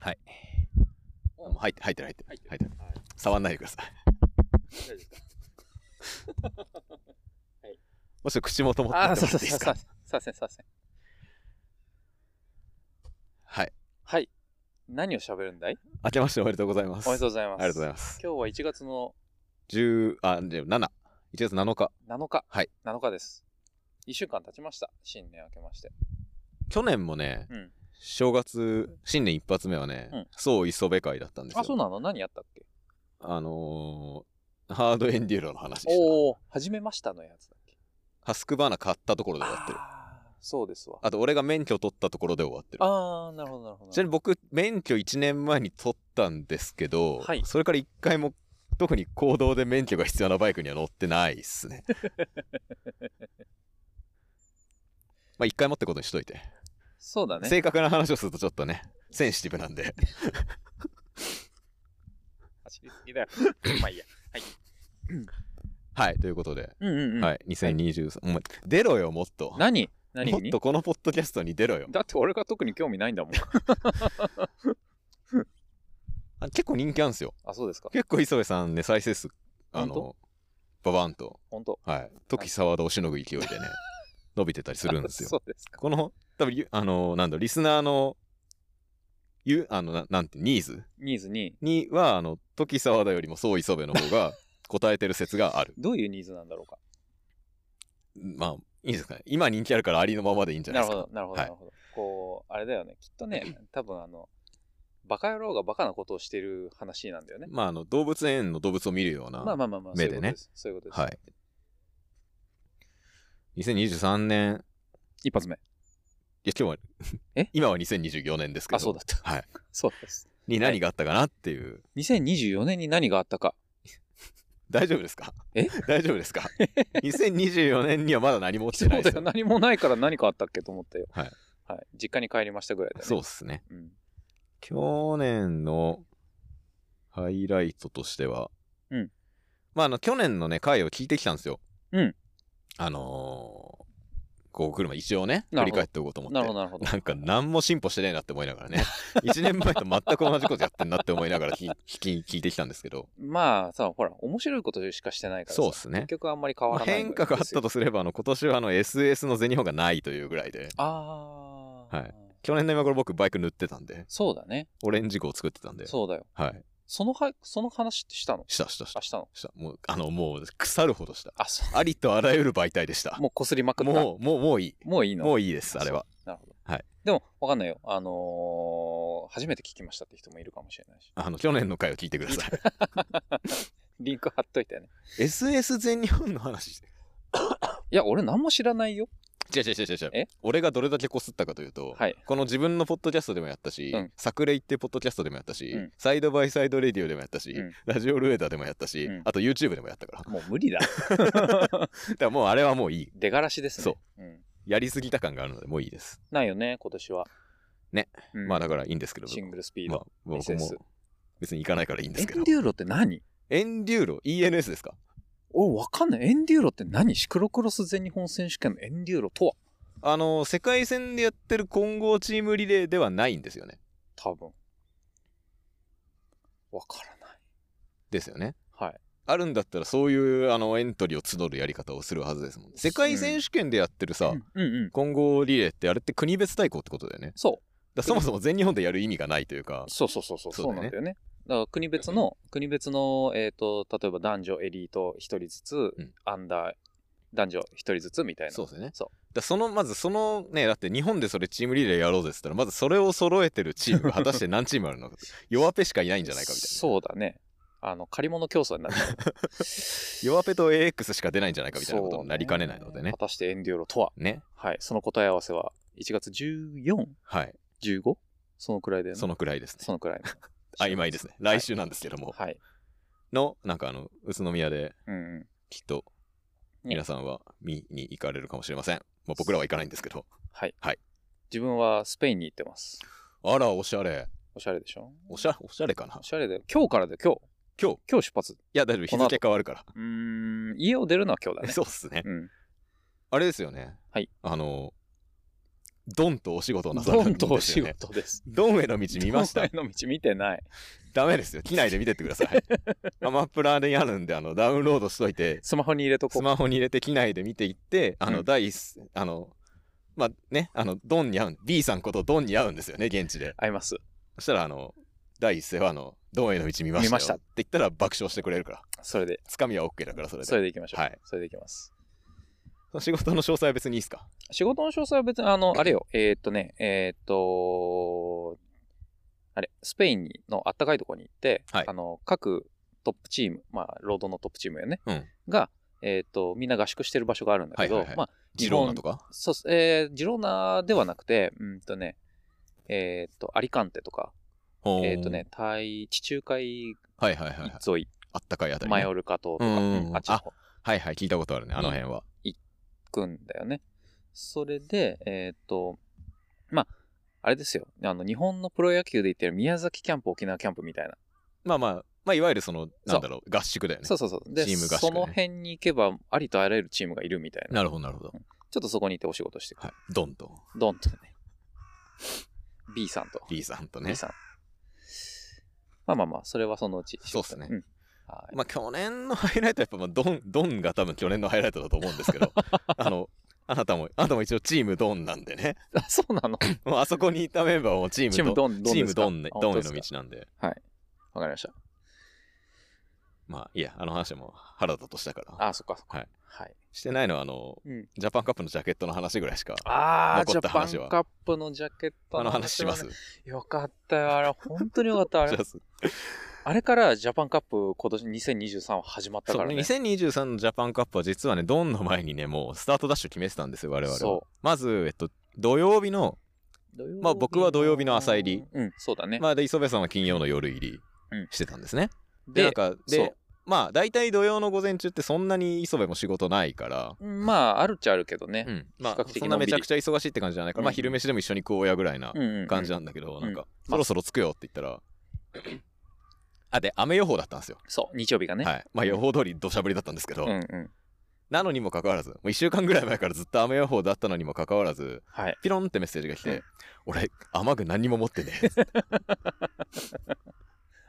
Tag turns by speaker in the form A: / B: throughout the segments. A: はい。
B: あ
A: もう入って、入ってる、入ってる。
B: 入ってる
A: 入ってる。
B: はい。
A: 触んないでください。
B: 大丈夫ですか
A: もし口元持って
B: あ
A: っ
B: あ、
A: て
B: そ
A: も
B: う
A: らって
B: そう
A: いい
B: そ
A: ですか
B: う。さすいません、すいません。
A: はい。
B: はい。何を喋るんだい
A: 明けましておめでとうございます。
B: おめでと
A: う
B: うございます。
A: ありがとうござい
B: い
A: ます。
B: 今日は1月の
A: 10、あ、じゃあ7。1月7日。
B: 7日。
A: はい。
B: 7日です。1週間経ちました。新年明けまして。
A: 去年もね、
B: うん。
A: 正月、新年一発目はね、
B: うん
A: そう磯部会だったんですよ。
B: あ、そうなの何やったっけ
A: あのー、ハードエンデューロの話でした。
B: おお、始めましたのやつだっけ
A: ハスクバーナ買ったところで終わってる。
B: あーそうですわ。
A: あと、俺が免許取ったところで終わってる。
B: ああ、なるほど、なるほど。
A: ちなみに僕、免許1年前に取ったんですけど、
B: はい
A: それから1回も、特に行動で免許が必要なバイクには乗ってないっす ね。まあ、1回もってことにしといて、
B: そうだね。
A: 正確な話をするとちょっとね、センシティブなんで。
B: 走りすぎ だよ。まあいいや。はい。
A: はい、ということで、
B: うんうんうん。
A: はい、2023、お前、出ろよ、もっと。
B: 何何
A: もっ
B: に
A: とこのポッドキャストに出ろよ。
B: だって俺が特に興味ないんだもん。
A: あ結構人気あるんですよ。
B: あ、そうですか。
A: 結構磯部さんね、再生数、あの
B: 本、
A: ババンと、
B: 本当。
A: はい、時沢田をしのぐ勢い でね、伸びてたりするんですよ。
B: そうですか。
A: この、多分ゆあの、なんだ、リスナーの、ゆ、あの、ななんて、ニーズ
B: ニーズに、
A: には、あの、時沢田よりもそう磯部の方 が答えてる説がある。
B: どういうニーズなんだろうか。
A: まあ、いいですかね。今人気あるからありのままでいいんじゃな
B: ないる
A: です
B: ほ
A: か。
B: ど、なるほど、
A: は
B: ないるほど。こう、あれだよね。きっ とね、多分あの、バカ野郎がバカなことをしてる話なんだよね。
A: まあ、あの、動物園の動物を見るような、
B: まあまあまあまあ、
A: 目でね
B: そういうことです。そういうことです。
A: はい。2023年、
B: 一発目。
A: いや、今日は
B: え、
A: 今は2024年ですけど、
B: あ、そうだった。
A: はい。
B: そうです。
A: に何があったかなっていう、
B: 2024年に何があっ たか。
A: 大丈夫ですか
B: え
A: 大丈夫 ですか ?2024 年にはまだ何も起きて
B: そう
A: ない
B: だ
A: です
B: よ。
A: よ。
B: 何もないから何かあったっけと思ったよ。
A: はい。
B: はい。実家に帰りましたぐらいだね。
A: そうですね。
B: うん。
A: 去年のハイライトとしては、
B: うん
A: まあ、あの、去年のね、回を聞いてきたんですよ。
B: うん
A: あのー、こう来る前、一応ね、
B: な
A: 振
B: る
A: り
B: ほど
A: 返っておこうと思って。
B: なるほど、なるほど。
A: なんか、何も進歩してないなって思いながら ね、1年前と全く同じことやってんなって思いながら聞き聞いてきたんですけど、
B: まあさ、ほら、面白いことしかしてないからさ
A: そうですね
B: 結。局あんまり変わ
A: まあ
B: らないん
A: 変
B: ですよ。
A: 化があったとすれば、あの、今年はあの、SS の全日本がないというぐらいで、
B: ああ。
A: はい去年の今頃僕バイク塗ってたんで、
B: そうだね。
A: オレンジ号作ってたんで、
B: そうだよ。
A: はい。
B: そのは、その話ってしたの
A: したしたし
B: あ、
A: た。
B: したの
A: した。もう、あの、もう、腐るほどした。
B: あ、そ
A: ありとあらゆる媒体でした
B: う。。もう擦りまくった。
A: もう、もう、もういい。
B: もういいの
A: も
B: いう
A: いいです、あれは。。
B: なるほど。
A: はい。
B: でも、わかんないよ。あのー初めて聞きましたって人もいるかもしれないし。
A: あの、去年の回を聞いてくださ い。
B: リンク貼っといてね。
A: SS 全日本の話。
B: いや、俺何も知らないよ。
A: 違う違う違う違う違う
B: え。
A: 俺がどれだけこすったかというと、
B: はい
A: この自分のポッドキャストでもやったし、
B: うん
A: 作例ってポッドキャストでもやったし、
B: うん
A: サイドバイサイドレディオでもやったし、
B: うん
A: ラジオルエダーでもやったし、
B: うん
A: あと YouTube でもやったから。
B: もう無理だ。
A: だからもうあれはもういい。
B: 出がらしですね。。
A: そう
B: ん。
A: やりすぎた感があるのでもういいです。
B: ないよね、今年は。
A: ね。
B: うん、
A: まあだからいいんですけど、
B: シングルスピー
A: ま
B: ド。
A: あ僕も
B: SS
A: 別に行かないからいいんで
B: エ
A: すけど
B: ン。デューロって何
A: エンデューロ ?ENS ですか
B: 俺わかんない。エンデューロって何シクロクロス全日本選手権のエンデューロとは
A: あの、世界戦でやってる混合チームリレーではないんですよね。
B: 多分。わからない。
A: ですよね。
B: はい。
A: あるんだったらそういうあのエントリーを募るやり方をするはずですもん、ね、世界選手権でやってるさ、
B: うんうんうん。
A: 混合リレーってあれって国別対抗ってことだよね。
B: そう。
A: だからそもそも全日本でやる意味がないというか、
B: そうそうそうそう、
A: そ
B: そうう
A: だよね
B: なんだよね。だから国別の、国別の、えっ、と、例えば男女エリート1人ずつ、
A: ん
B: アンダー、男女1人ずつみたいな。
A: そうですよね。
B: そう
A: だからその、まずそのね、だって日本でそれチームリレーやろうぜって言ったら、まずそれを揃えてるチームが果たして何チームある のか、弱ペしかいないんじゃないかみたいな。
B: そうだね。あの、借り物競争になっちゃう。
A: 弱ペと AX しか出ないんじゃないかみたいなことになりかねないのでね
B: 果。たしてエンデューロとは
A: ね。
B: はい。その答え合わせは、1月 14?15?
A: はい。
B: そのくらいで、
A: そ
B: の、
A: のくらいですね
B: そ。のくらいの。
A: 曖昧ですね。来週なんですけども。
B: はい。
A: の、なんかあの、宇都宮で、
B: うんうん。
A: きっと、
B: ね
A: 皆さんは見に行かれるかもしれません。まあ、僕らは行かないんですけど。
B: はい。
A: はい。
B: 自分はスペインに行ってます。
A: あら、おしゃれ。
B: おしゃれでしょ
A: おしゃ、おしゃれかな
B: お。しゃれだよ。今日からだよ、今日。
A: 今日、
B: 今日出発。
A: いや、大丈夫。日
B: この後
A: 付変わるから。
B: うーん、家を出るのは今日だね。
A: そうっすね。
B: うん。
A: あれですよね。
B: はい。
A: あの、ドンとお仕事をなさる
B: ド
A: んで
B: ン
A: す
B: と
A: よ、ね、
B: お仕事です。
A: ドンへの道見ました
B: ドンへの道見てない。
A: ダメですよ機内で見てってください アマプラであるんであのダウンロードしといて
B: スマホに入れとこ
A: ス
B: う。
A: マホに入れて機内で見ていってあの、
B: うん
A: 第一あのまあねあのドンに会うん B さんことドンに会うんですよね現地で
B: 合います。
A: そしたらあの第一声はあのドンへの道見ましたよ
B: 見ました
A: って言ったら爆笑してくれるから
B: それで、
A: つかみは OK だからそれで
B: それでいきましょう。
A: はい
B: それでいきます。
A: 仕事の詳細は別にいいですか
B: 仕事の詳細は別に、あの、あれよ、えーっとね、えーっと、あれ、スペインにのあったかいところに行って、
A: はい
B: あの、各トップチーム、まあ、ロードのトップチームよね、
A: うん
B: が、えーっと、みんな合宿してる場所があるんだけど、
A: はいはいはい
B: まあ、
A: ジ
B: 日
A: ロー
B: 本
A: ナとか
B: そうっす、えージローナではなくて、うんとね、えーっと、アリカンテとか、
A: ほー
B: えーっとね、タイ、地中海
A: はいはいはいはい
B: 沿い、
A: あったかいあたり、ね、
B: マヨルカ島とか、
A: うんうんうん
B: うんあっちの方
A: はいはい聞いたことあるねあの辺は、
B: 行くんだよね。それで、えっ、と、まあ、あれですよ。あの、日本のプロ野球で言ってる宮崎キャンプ、沖縄キャンプみたいな。
A: まあまあまあいわゆるそのなんだろう合宿だよね
B: そうそうそう。で、
A: チーム合宿ね
B: その辺に行けば、ありとあらゆるチームがいるみたいな。
A: なるほどなるほど
B: ちょっとそこに行ってお仕事してく
A: はいドンと
B: る。ドンとね。B さんと。
A: B さんと
B: B
A: ね
B: さん。まあまあまあ、それはそのうち。
A: そうっすね
B: んはい。
A: まあ去年のハイライトはやっぱまあドンドンが多分去年のハイライトだと思うんです けどあのあなたもあなたも一応チームドンなんでね
B: あ、そうなの
A: もうあそこにいたメンバーもチーム
B: チーム
A: ドン
B: ド
A: チー
B: ン、で
A: ム
B: すか
A: ドンね
B: あ
A: ドンへ
B: 本当
A: の
B: で
A: 道
B: す
A: なんで
B: かわかりました。
A: まあいいやあの話はもう原田としたから
B: あ、そっかそっか。
A: はい。
B: はい。
A: してないのはあの、
B: うん
A: ジャパンカップのジャケットの話ぐらいしか
B: ああ、ジ
A: 残っ
B: ャ
A: た
B: パン
A: 話は
B: カップのジャケット
A: あの話し
B: は
A: ま
B: ね
A: す、
B: よかったよ、あれ、本当によかった。あ
A: じゃ
B: れ
A: あそ
B: あれからジャパンカップ、今年2023は始まった
A: そ
B: か
A: う
B: ら
A: ね
B: ね。
A: 2023のジャパンカップは実はねドンの前にねもうスタートダッシュ決めてたんですよ我々は
B: そ
A: まず、えっと、土曜日の、
B: う。
A: まあ僕は土曜日の朝入り。
B: うん、そうだね。
A: まあ、で磯部さんは金曜の夜入り
B: うん
A: してたんですね、でな
B: で
A: ん、か
B: そ
A: で
B: う
A: まあ大体土曜の午前中ってそんなに磯部も仕事ないから、
B: まあ、あるっちゃあるけどね
A: う。んま
B: 比較
A: あ
B: 的
A: そんなめちゃくちゃ忙しいって感じじゃないから、まあ
B: うん
A: 昼飯でも一緒に食おうやぐらいな
B: うんうんうん
A: 感じなんだけど、
B: ん
A: なんか、
B: まあ
A: そろそろ着くよって言ったら、あで雨予報だったんですよ、
B: そう、日曜日がね。
A: はいまあ予報通り土砂降りだったんですけど、
B: うんうん。
A: なのにもかかわらず、もう1週間ぐらい前からずっと雨予報だったのにもかかわらず、
B: はい。
A: ピロンってメッセージが来て、
B: うん
A: 俺、雨具何も持ってねえ。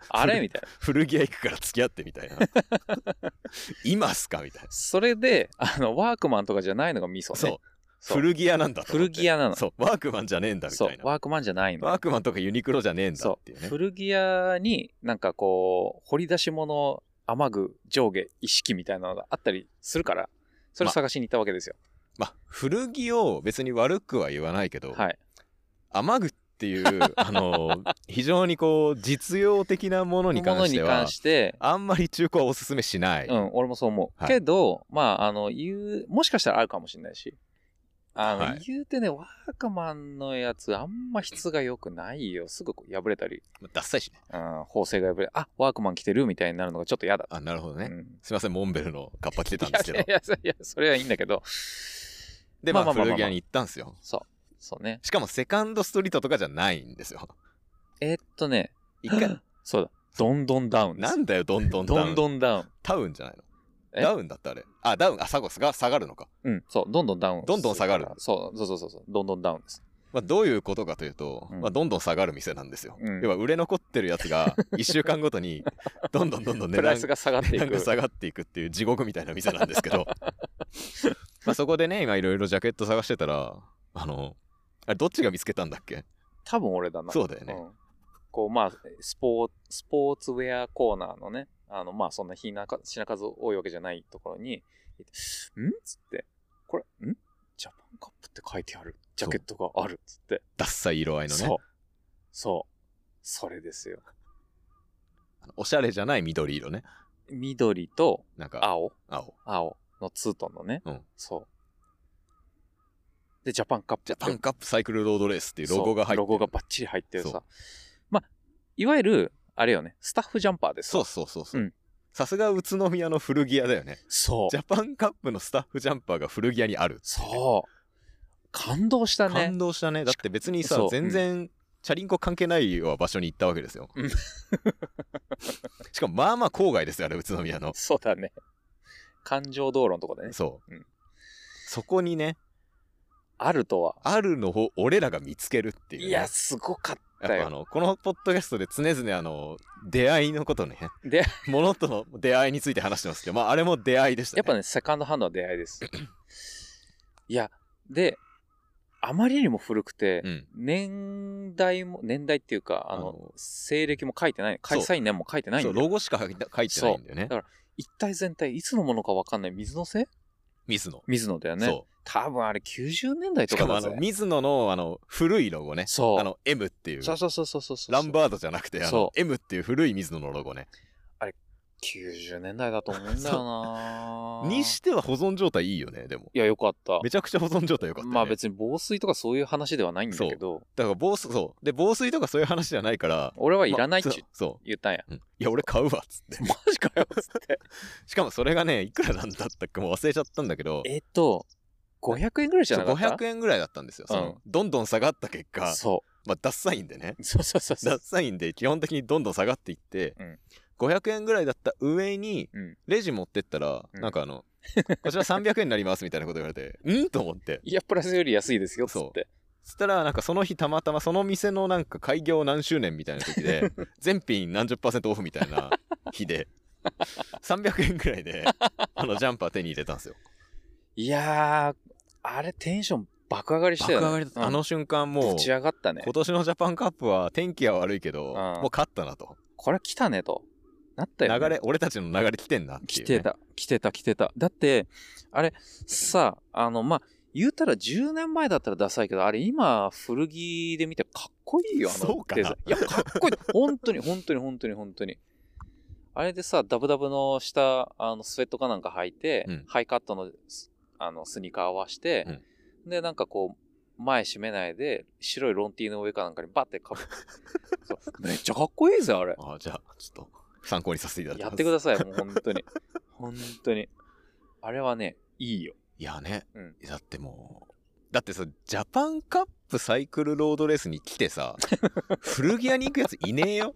B: あれみたいな。
A: 古着屋行くから付き合ってみたいな。 今っすかみたいな。
B: それで、あの、ワークマンとかじゃないのがミソね。
A: そう。
B: そう。
A: 古着屋なんだと思って
B: 古着屋なの
A: そう。ワークマンじゃねえんだみ
B: そう
A: たいな。
B: ワークマンじゃないの。
A: ワークマンとかユニクロじゃねえんだっ
B: そ
A: ていう
B: う。
A: ね。
B: 古着屋に、なんかこう、掘り出し物、雨具、上下、一式みたいなのがあったりするから、それ探しに行ったわけですよ。
A: まあ、古着を別に悪くは言わないけど、
B: はい。
A: 雨具って いう、あの、非常にこう、実用的なものに関して
B: ものに
A: は
B: 関、して、
A: あんまり中古はおすすめしない。
B: うん、俺もそう思う。
A: はい
B: けど、まあ、あの、言う、もしかしたらあるかもしれないし、あの、
A: はい
B: 言うてね、ワークマンのやつ、あんま質が良くないよ。すぐこう破れたり、
A: まあダッサいしね。
B: うん、縫製が破れ、あ、ワークマン着てるみたいになるのがちょっと嫌だ。
A: あ、なるほどね。
B: うん、
A: すいません、モンベルのカッパ着て
B: い
A: たんですけど
B: やい。やいやいや、それはいいんだけど、
A: で、まあ、古着屋に行ったんですよ。
B: そうね。
A: しかも、セカンドストリートとかじゃないんですよ。
B: えーっとね、
A: 一回、
B: そうだ、どんどんダウンです
A: なんだよ、どんどんダウ
B: ど
A: ン。
B: んどんダウン。
A: タウンじゃないの
B: え
A: ダウンだったあれ。あ、ダウン、あ、下が下が下がるのか。
B: うん、そう、どんどんダウン。
A: どんどん下がる
B: そう、そうそうそうそう、どんどんダウンです。
A: まあ、どういうことかというと、
B: うん
A: まあ、どんどん下がる店なんですよ。
B: うん
A: 要は、売れ残ってるやつが、1週間ごとに、どんどんどんどん値
B: プライ
A: 段
B: スが下がってい
A: なん
B: く
A: か。下がっていくっていう地獄みたいな店なんですけど まあそこでね今いろいろジャケット探してたらあのあれどっちが見つけたんだっけ
B: 多分俺だな。
A: そうだよね
B: んこう、まあ、スポー、スポーツウェアコーナーのね、あの、まあ、そんな品なか品数多いわけじゃないところに、んつって、これ、んジャパンカップって書いてある。ジャケットがある。つって。
A: ダッサい色合いの
B: そう
A: ね。
B: そう。それですよ。
A: あのおしゃれじゃない緑色ね
B: 緑と
A: なんか
B: 青、
A: 青
B: 青のツートンのね。
A: うん
B: そう。で、ジャパンカップっ
A: ジ
B: て。
A: ャパンカップサイクルロードレースっていうロゴが入って
B: そうロ
A: る
B: ゴがバッチリ入ってる
A: そ
B: さ
A: う。
B: まあ、いわゆる、あれよね、スタッフジャンパーです
A: そ
B: わ
A: うそうそうそううんさすが宇都宮の古着屋だよね
B: そう
A: ジ。ャパンカップのスタッフジャンパーが古着屋にある
B: そう。感動したね
A: 感。動したねだって別にさ
B: そう
A: 全然チャリンコ関係ないような場所に行ったわけですよ
B: うん
A: しかもまあまあ郊外ですよあれ宇都宮の
B: そうだね。環状道路のとこでね。
A: そう、
B: うん
A: そこにね
B: あるとは。
A: あるのを俺らが見つけるっていう、ね。
B: いや、すごかった
A: やっぱあ
B: よ。
A: のこのポッドキャストで常々あの出会いのことね
B: で、
A: 物との出会いについて話してますけど、まあ、あれも出会いでした、ね、
B: やっぱね、セカンドハンドは出会いです。いや、で、あまりにも古くて、
A: うん
B: 年代も、年代っていうか、あの、
A: あの
B: 西暦も書いてない、
A: そう
B: 開催年も書いてない
A: そ
B: ん
A: う
B: だよ
A: ロゴしか書いて書いてないんだよね
B: だから一体全体、いつのものかわかんない、水野製
A: 水野、
B: 水野だよね。
A: そ
B: 多分あれ90年代
A: うし
B: と
A: か
B: か
A: も
B: だ
A: あ
B: ぜ
A: の。水野のあの古いロゴね
B: そう
A: あの M っていう
B: そうそうそうそうそうそう。
A: ランバードじゃなくてあの
B: そ
A: M っていう古い水野のロゴね
B: 90年代だと思うんだよな
A: にしては保存状態いいよねでも
B: いや、よかった。
A: めちゃくちゃ保存状態良かった、ね
B: まあ別に防水とかそういう話ではないんだけど、
A: だから防水そうで防水とかそういう話じゃないから
B: 俺はいらないっ
A: まあ
B: て
A: そうそう
B: 言ったんや。
A: うんいや俺買うわっつって
B: マジかよっつって。
A: しかもそれがねいくらなんだったかもう忘れちゃったんだけど
B: えっと、500円ぐらいじゃ
A: そう
B: なかった
A: 500円ぐらいだったんですよ、そのどんどん下がった結果
B: そ
A: まあダッサいんでね
B: う。そうそうそうそ
A: ダッ
B: う。
A: サインで基本的にどんどん下がっていって、
B: うん
A: 500円ぐらいだった上に
B: うん
A: レジ持ってったら、
B: うん
A: なんかあのこちら300円になりますみたいなこと言われてうんと思って
B: いや、プラスより安いですよっつ
A: そ
B: っ
A: う
B: て。
A: そしたらなんかその日たまたまその店のなんか開業何周年みたいな時 で全品何十パーセントオフみたいな日で300円ぐらいであのジャンパー手に入れたんですよ
B: いやー、あれテンション爆上がりした
A: 爆
B: よね。
A: 上がりだった、
B: うん
A: あの瞬間もう
B: ぶち上がったね。
A: 今年のジャパンカップは天気は悪いけど、
B: ん
A: もう勝ったなと
B: これ来たねと。なったよ、ね。
A: 流れ俺たちの流れ来てんなっていう、
B: 来
A: ね、
B: てた、来てた、来てた。だって、あれ、さ、あの、まあ、言うたら10年前だったらダサいけど、あれ今、古着で見てかっこいいよ、あ
A: そ
B: の
A: うかな
B: デザイン。いや、かっこいい。本当に、本当に、本当に、本当に。あれでさ、ダブダブの下、あの、スウェットかなんか履いて、
A: うん
B: ハイカットのスあのスニーカー合わして、で、なんかこう、前閉めないで、白いロンティーの上かなんかにバッてか ぶそうめっちゃかっこいいぜ、あれ。
A: あじゃあちょっと参考にさせていただき
B: や
A: ます
B: ってください、もう本当に。本当に。あれはね、いいよ。
A: いやね、
B: うん
A: だってもうだってさジャパンカップサイクルロードレースに来て さ古着屋に行くやついねえよ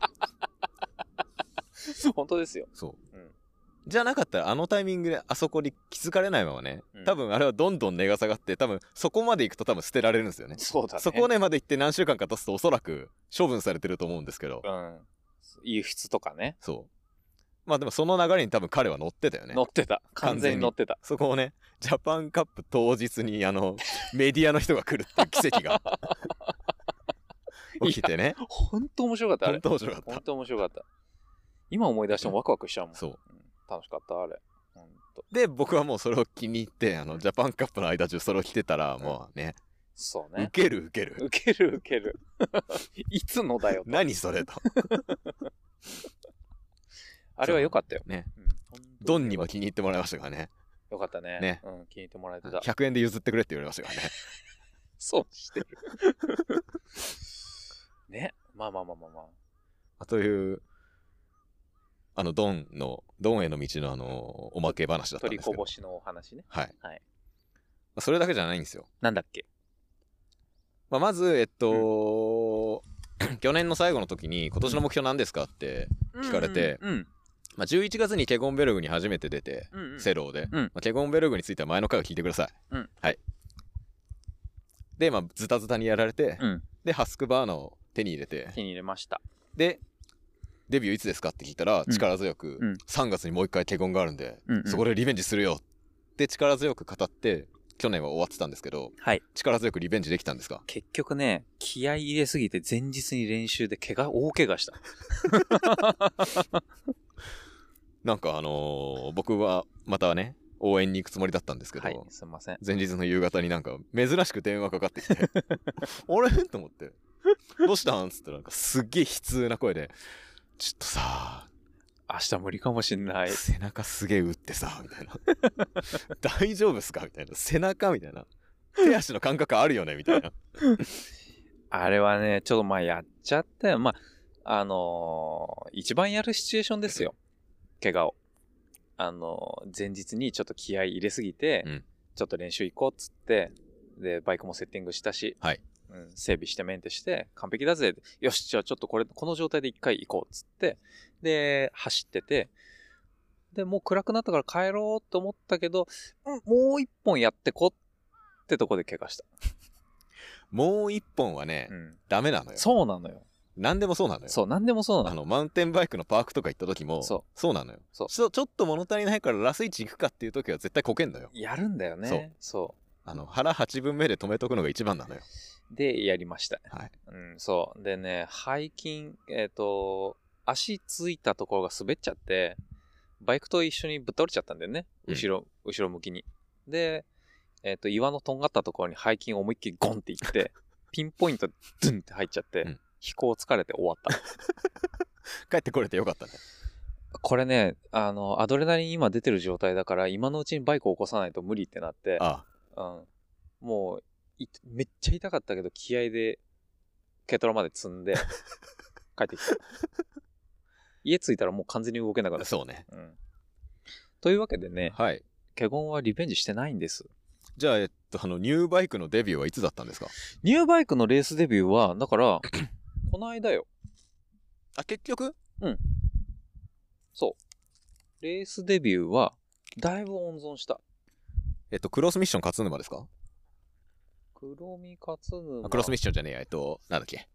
B: 本当ですよ。
A: そう、
B: うん
A: じゃなかったらあのタイミングであそこに気づかれないままね、
B: うん
A: 多分あれはどんどん値が下がって多分そこまで行くと多分捨てられるんですよね
B: そうだね。
A: そこ。ねまで行って何週間か経つとおそらく処分されてると思うんですけど、
B: うん。輸出とかね。
A: そうまあでもその流れに多分彼は乗ってたよね
B: 乗ってた。
A: 完
B: 完
A: 全
B: 全
A: に
B: に乗ってた。
A: そこをねジャパンカップ当日にあのメディアの人が来るっていう奇跡が起きてね
B: 本当面白かった、あれ
A: 本。当面白かった
B: 本当面白かった。今思い出してもワクワクしちゃうもん。
A: そう
B: うん楽しかった、あれ。本当。
A: で僕はもうそれを気に入ってあのジャパンカップの間中それを着てたらもうね
B: そう
A: ウ
B: ね。
A: ケるウケる
B: ウケるウケる。 いつのだよと。
A: 何それと
B: あれは良かったよ。
A: ね
B: うん。本当
A: ドンには気に入ってもらいましたからね
B: 良かったね。
A: ね
B: うん、気に入ってもらえてた。
A: 100円で譲ってくれって言われました からね
B: 損してる。 ね。まあまあまあまあまあ。
A: あというあのドンのドンへの道のあのおまけ話だったんで
B: 取り
A: す
B: こ
A: けど
B: ぼしのお話ね。
A: はい、
B: はい
A: それだけじゃないんですよ
B: なんだっけ
A: まあ、まず、えっと、 去年の最後の時に、今年の目標何ですかって、聞かれて
B: うん
A: まあ、11月にケゴンベルグに初めて出て、
B: うんうん。
A: セローで、
B: うん
A: まあ、ケゴンベルグについては前の回を聞いてください。
B: うん
A: はい。で、まあ、ズタズタにやられて、
B: うん。
A: で、ハスクバーナを手に入れて、
B: 手に入れました。
A: で、デビューいつですかって聞いたら、
B: うん
A: 力強く、
B: うん
A: 3月にもう一回ケゴンがあるんで、
B: うんうん
A: そこでリベンジするよって力強く語って、去年は終わってたんですけど、
B: はい。
A: 力強くリベンジできたんですか
B: 結局ね、気合い入れすぎて前日に練習で怪我、大怪我した。
A: なんかあのー僕はまたね応援に行くつもりだったんですけど、
B: はい。すみません。
A: 前日の夕方になんか珍しく電話かかってき て「あれ?」と思って「どうしたん?」っつったらなんかすっげえ悲痛な声で「ちょっとさ、
B: 明日無理かもしんない。
A: 背中すげえ打ってさ」みたいな 「大丈夫っすか?」みたいな「背中?」みたいな「手足の感覚あるよね?」みたいな
B: あれはね、ちょっとまあやっちゃったよ。まあ、あのー一番やるシチュエーションですよ。怪我を。あのー前日にちょっと気合い入れすぎて、
A: うん
B: ちょっと練習行こうっつって、で、バイクもセッティングしたし、
A: はい
B: うん、整備してメンテして、完璧だぜ。よし、じゃあちょっとこれ、この状態で一回行こうっつって、で、走ってて、で、もう暗くなったから帰ろうと思ったけど、うんもう一本やってこっってとこで怪我した。
A: もう一本はね、
B: うん。
A: ダメなのよ。
B: そうなのよ。
A: 何でもそうなのよ。
B: そう、なんでもそうな
A: あ
B: の。
A: の、マウンテンバイクのパークとか行った時も、
B: そう
A: そうなのよ。
B: そう
A: ちょちょっと物足りないからラスイチ行くかっていう時は絶対こけんのよ。
B: やるんだよね。そ
A: あの、腹8分目で止めとくのが一番なのよ。
B: う。で、やりました。
A: はい。
B: うん、そう。でね、背筋、えっ、と、足ついたところが滑っちゃって、バイクと一緒にぶっ倒れちゃったんだよね。
A: うん
B: 後ろ、後ろ向きに。で、えっ、と、岩のとんがったところに背筋思いっきりゴンって いって、ピンポイントでドゥンって入っちゃって、
A: うん
B: 飛行疲れて終わった。
A: 帰ってこれてよかったね。
B: これね、あの、アドレナリン今出てる状態だから、今のうちにバイクを起こさないと無理ってなって、
A: あ
B: うん、もういめっちゃ痛かったけど気合で軽トラまで積 んで帰ってきた家着いたらもう完全に動けなかっ
A: あ、
B: た、
A: そうね。
B: うん、というわけでね
A: はい。
B: 華厳はリベンジしてないんです
A: じゃあ、えっと、あの、ニューバイクのデビューはいつだったんですか
B: ニューバイクのレースデビューはだから この間よ
A: あ、結局
B: レースデビューはだいぶ温存した
A: えっと、クロスミッション勝沼ですか
B: 黒見勝沼
A: あクロスミッションじゃねえや。えっと、なんだっけ。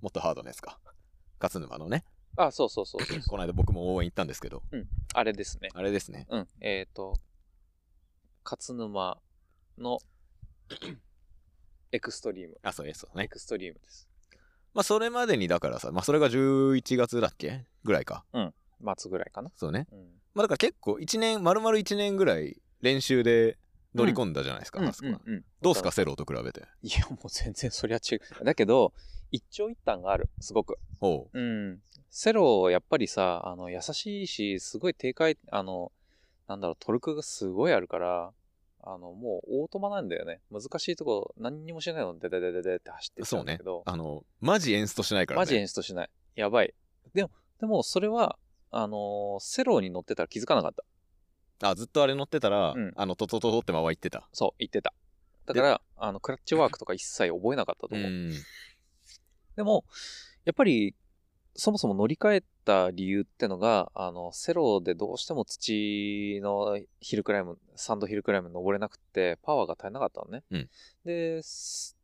A: もっとハードなやつか。勝沼のね。
B: あそうそうそうそう
A: この間僕も応援行ったんですけど、
B: あれですね
A: あれですね。
B: うん、えっ、と、勝沼 のエクストリーム。
A: あ、そうですよ
B: エ
A: ね。
B: クストリームです。
A: まあ、それまでにだからさ、まあ、それが11月だっけぐらいか。
B: 末ぐらいかな。
A: そうね。
B: うん。
A: まあ、だから結構1年、丸々1年ぐらい練習で乗り込んだじゃないですか、あそこは。
B: うんうん
A: どうすか、セローと比べて。
B: いや、もう全然そりゃ違う。 だけど、一長一短がある、すごく。
A: ほう。
B: うん。セロ、やっぱりさ、あの、優しいし、すごい低回、あの、なんだろう、トルクがすごいあるから、あの、もう、オートマなんだよね。難しいとこ、何にもしないの、でででででって走ってっちゃ
A: そううん
B: だ
A: ね
B: けど。。
A: あの、マジ演出としないからね。
B: マジ演出しない。やばい。でも、でもそれは、あのーセローに乗ってたら気づかなかった。
A: あ、ずっとあれ乗ってたら、
B: うん
A: あの、トトトトってまま行ってた。
B: そう、言ってた。だから、あの、クラッチワークとか一切覚えなかったと
A: う
B: 思う。
A: ん。
B: でも、やっぱり、そもそも乗り換えた理由ってのが、あの、セローでどうしても土のヒルクライム、サンドヒルクライム登れなくて、パワーが足りなかったのね。
A: うん
B: で、す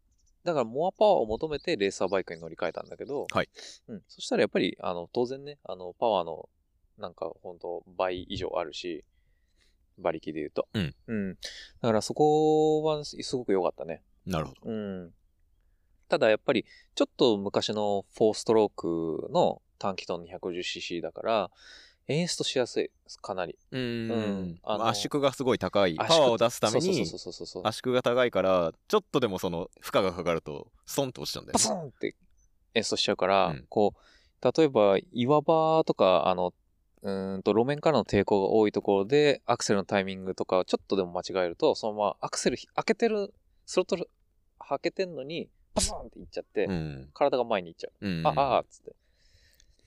B: だからモアパワーを求めてレーサーバイクに乗り換えたんだけど、
A: はい
B: うん、そしたらやっぱり、あの、当然ね、あの、パワーの、なんか、本当倍以上あるし、馬力で言うと。
A: うん。
B: うん。だからそこはすごく良かったね。
A: なるほど。
B: うん。ただやっぱり、ちょっと昔の4ストロークの短気トン 250cc だから、演出しやすいです、かなり。
A: う
B: うん
A: ん。
B: あの
A: 圧縮がすごい高い。パ
B: 圧
A: ワ
B: 縮
A: ーを出すために、
B: そうそうそうそうそう。
A: 圧縮が高いから、ちょっとでもその、負荷がかかると、ストンって落ちちゃうんだよ
B: バ
A: ね、
B: スンって演出しちゃうから、
A: うん
B: こう、例えば岩場とか、あの、うーんと路面からの抵抗が多いところで、アクセルのタイミングとかをちょっとでも間違えると、そのままアクセルひ開けてる、スロットル開けてんのに、バスンっていっちゃって、
A: うん。
B: 体が前に行っちゃう。
A: うん。
B: ああーっつって。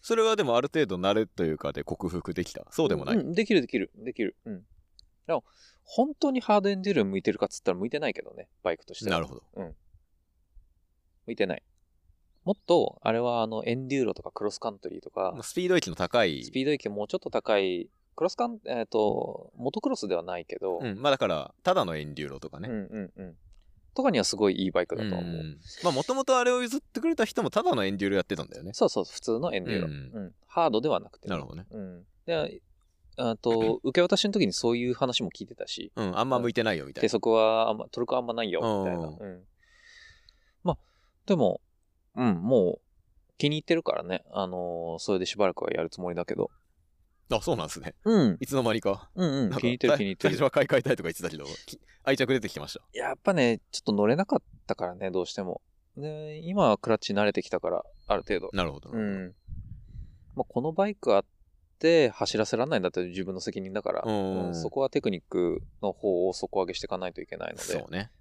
A: それはでもある程度慣れというかで克服できた。そうでもない。
B: んできるできる、できる。うん。でも、本当にハードエンデュール向いてるかっつったら向いてないけどね、バイクとしては。
A: なるほど。
B: 向いてない。もっと、あれはあの、エンデューロとかクロスカントリーとか
A: まあ、スピード域の高い
B: ス。ピード域もうちょっと高い、クロスカン、えっ、と、モトクロスではないけど、
A: うん。まあだから、ただの遠流路とか
B: う
A: ね
B: ん。うんうん。とかにはすごいいいバイクだとは思う。
A: んまあもともとあれを譲ってくれた人もただのエンデュールやってたんだよね。
B: そうそう、普通のエンデューロ。
A: う
B: うんん、ハードではなくて。
A: なるほどね。
B: うん。で、あと、受け渡しの時にそういう話も聞いてたし、
A: うん、あんま向いてないよみたい
B: 低
A: な。
B: 速はあんま、トルクはあんまないよ、みたいな。
A: うん
B: うん。まあ、でも、うん、もう、気に入ってるからね。あのーそれでしばらくはやるつもりだけど。
A: あ、そうなんですね。
B: うん、
A: いつの間にか。
B: うん、う
A: なん
B: ん、
A: か
B: 気に入ってる
A: 最
B: 気に入って
A: 最
B: る
A: 初。は買い替えたいとか言ってたけど、き愛着出てきてました。
B: やっぱね、ちょっと乗れなかったからね、どうしても。ね、今はクラッチ慣れてきたから、ある程度。
A: なるほど。
B: う。ん。まあ、このバイクあって走らせられないんだって自分の責任だから、
A: うん
B: そこはテクニックの方を底上げしていかないといけないので、
A: そうね。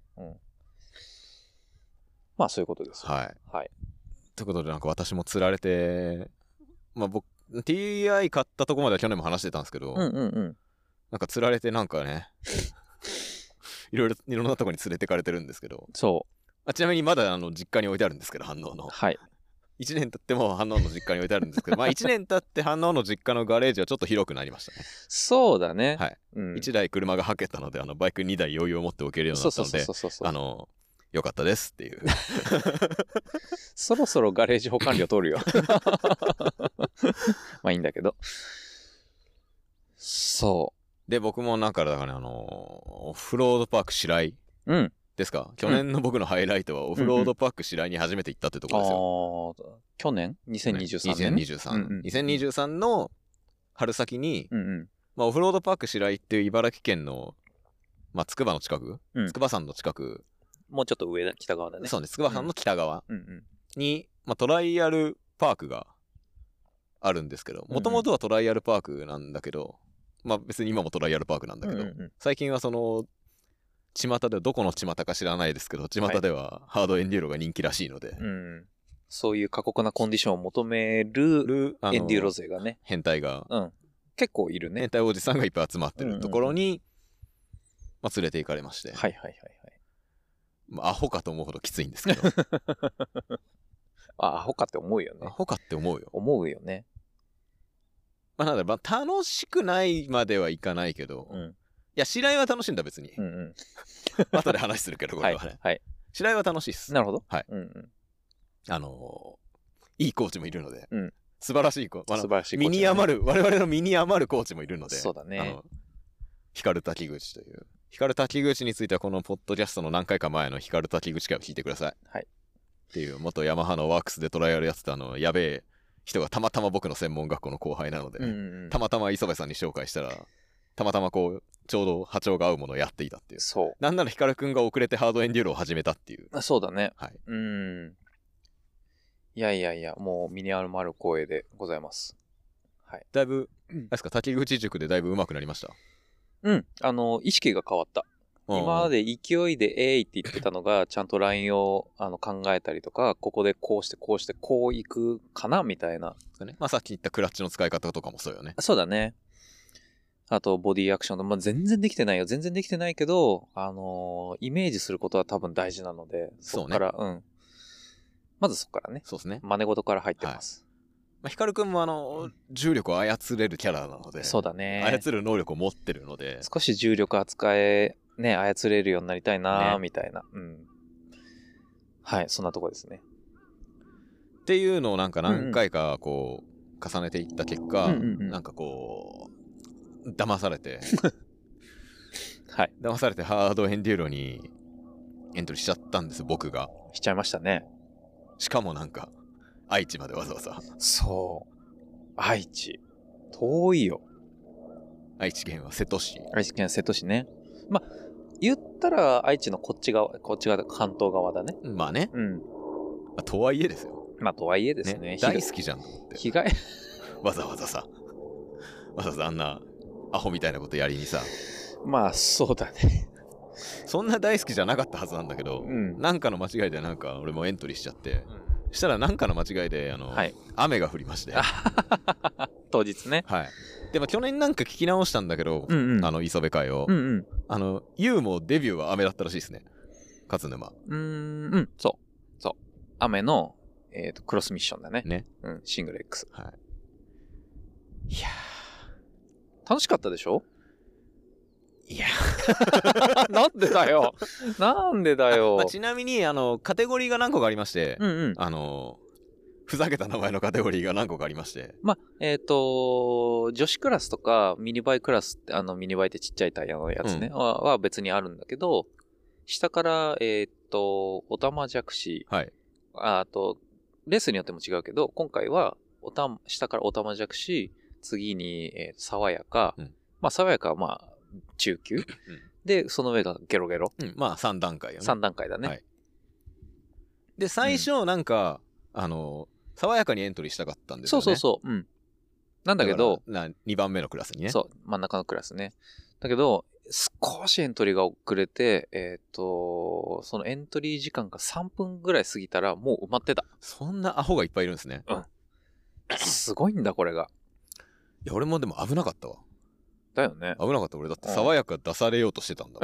B: まあそういうことです。
A: はい。
B: はい。
A: ということで、なんか私も釣られて、まあ僕、TI 買ったとこまでは去年も話してたんですけど、
B: うんうんうん。
A: なんか釣られてなんかね、 いろいろ、いろんなとこに連れてかれてるんですけど、
B: そ
A: あちなみにまだあの実家に置いてあるんですけど、反応
B: う。
A: の。
B: はい。
A: 1年経っても反応の実家に置いてあるんですけど、まあ1年経って反応の実家のガレージはちょっと広くなりましたね。
B: そうだね。
A: はい。
B: うん、
A: 1台車がはけたので、あの、バイク2台余裕を持って置けるように
B: そ
A: な
B: う
A: った
B: そう
A: の
B: そ
A: で
B: うそ、うそうそう
A: あの、よかったですっていう。
B: そろそろガレージ保管料取るよ。 まあいいんだけど。そ
A: で、僕もなんか、だからねあの、オフロードパーク白井
B: う。うん。
A: ですか去年の僕のハイライトはオフロードパーク白井に初めて行ったってとこ
B: あ
A: ろ
B: あ
A: ですよ。
B: ー、去年 ?2023 年。
A: 2023。
B: うんうん
A: 2023の春先に、
B: うんうん。
A: まあ、オフロードパーク白井っていう茨城県の、まあ、筑波の近く、
B: うん
A: 筑波山の近く、
B: もうちょっと上だ、北側だね。
A: そうね、筑波山の北側
B: うんうん。
A: に、まあ、トライアルパークがあるんですけど、
B: うん
A: もともとはトライアルパークなんだけど、まあ、別に今もトライアルパークなんだけど、
B: うんうんうん
A: 最近はその、巷ではどこの巷か知らないですけど、巷ではハードエンデューロが人気らしいので、
B: うん。そういう過酷なコンディションを求める
A: ルあの
B: エンデューロ勢がね。
A: 変態が、
B: うん。結構いるね。
A: 変態おじさんがいっぱい集まってるところに、まあ、連れて行かれまして、
B: はいはいはいはい。
A: まあ、アホかと思うほどきついんです けど、
B: あ、アホかって思うよ
A: ア
B: ね。
A: ホかって思うよ。
B: 思うよね。
A: まあ、なんだろう、まあ、楽しくないまではいかないけど、
B: う
A: い
B: ん。
A: や、白井は楽しいんだ、別に。
B: うんうん。
A: 後で話するけど、こ
B: は
A: れ
B: い。
A: はね。
B: はい。
A: 白井は楽しいっす。
B: なるほど。
A: はい
B: うんうん。
A: あのーいいコーチもいるので、
B: うん
A: 素晴らしいコーチ、あの
B: 素晴らしいコーチだね。
A: 身に余る、我々の身に余るコーチもいるので、
B: そうだね。
A: あの、光る滝口という。光る滝口については、このポッドキャストの何回か前の光る滝口会を聞いてください。
B: はい
A: っていう、元ヤマハのワークスでトライアルやってた、あの、やべえ人がたまたま僕の専門学校の後輩なので、
B: うんうんうん
A: たまたま磯部さんに紹介したら、たまたまこう、ちょうど波長が合うものをやっていたっていう。
B: そう
A: なんなら光くんが遅れてハードエンデュールを始めたっていう。
B: あ。そうだね。
A: はい。
B: うん。いやいやいや、もう身に余る光栄でございます。はい。
A: だいぶ、
B: うん
A: あれですか、滝口塾でだいぶ上手くなりました。
B: うん。あの、意識が変わった。今ま
A: で。
B: で勢いでえいって言ってたのが、 ちゃんと LINE をあの考えたりとか、ここでこうしてこうしてこういくかなみたいな。
A: そうねまあさっき言ったクラッチの使い方とかもそうよね。
B: そうだね。あと、ボディアクションと、まあ、全然できてないよ。全然できてないけど、あのーイメージすることは多分大事なので、そ
A: そ
B: っ
A: う
B: か
A: ね
B: ら、うん。まずそっからね。
A: そうですね。
B: 真似事から入ってます。
A: まあ、光くんもあの、重力を操れるキャラなので、
B: そうだね。
A: 操る能力を持ってるので、
B: 少し重力扱え、ね、操れるようになりたいな、
A: ね
B: みたいな、うん。はい、そんなとこですね。
A: っていうのをなんか何回かこう、重ねていった結果、
B: うんうんうん
A: なんかこう、騙されて、
B: はい、
A: 騙されてハードエンデューロにエントリーしちゃったんです、僕が。
B: しちゃいましたね。
A: しかもなんか、愛知までわざわざ、
B: そう。愛知。遠いよ。
A: 愛知県は瀬戸市。
B: 愛知県瀬戸市ね。ま、言ったら愛知のこっち側、こっち側、関東側だね。
A: まあね、
B: うん。
A: まあとはいえですよ。
B: まあ、とはいえですね。
A: ね
B: 被害
A: 大好きじゃんと思って。
B: 被害、
A: わざわざさ、わざわざあんなアホみたいなことやりにさ、
B: まあ、そうだね。
A: そんな大好きじゃなかったはずなんだけど、
B: うん
A: なんかの間違いでなんか俺もエントリーしちゃって、したらなんかの間違いで、あの、
B: はい。
A: 雨が降りまして、
B: あ
A: は
B: 当日ね。
A: い。でも去年なんか聞き直したんだけど、
B: うんうん。
A: あの磯部会を、
B: うんうん。
A: あの、ユウもデビューは雨だったらしいですね。勝沼。
B: うーん、うん、そう。そう。雨の、えっ、と、クロスミッションだね。
A: ね。
B: うん、シングル X。
A: いや
B: 楽しかったでしょ
A: いや、
B: なんでだよ。なんでだよ
A: まあ。ちなみに、あの、カテゴリーが何個かありまして、
B: うんうん。
A: あの、ふざけた名前のカテゴリーが何個かありまして、
B: まあ、えっ、と、女子クラスとか、ミニバイクラスって、あの、ミニバイってちっちゃいタイヤのやつね、
A: うん
B: はは別にあるんだけど、下から、えっ、と、オタマジャクシ、
A: はい。
B: ああと、レースによっても違うけど、今回は、おたん、下からオタマジャクシ、次に、えー爽やか、
A: うん
B: まあ、爽やかはまあ、中級、で、その上がゲロゲロ、
A: うん、まあ3段階よね。
B: 3段階だね。
A: はいで最初なんか、あの爽やかにエントリーしたかったんです
B: そ
A: よ
B: う
A: ね
B: そうそう、うん。なんだけど、
A: な2番目のクラスにね
B: そう、真ん中のクラスね。だけど、少しエントリーが遅れて、えっ、と、そのエントリー時間が3分ぐらい過ぎたら、もう埋まってた。
A: そんなアホがいっぱいいるんですね
B: すごいんだ、これが。
A: いや俺もでも危なかったわ
B: だよね。
A: 危なかった俺だって
B: うん
A: 爽やか出されようとしてた んだ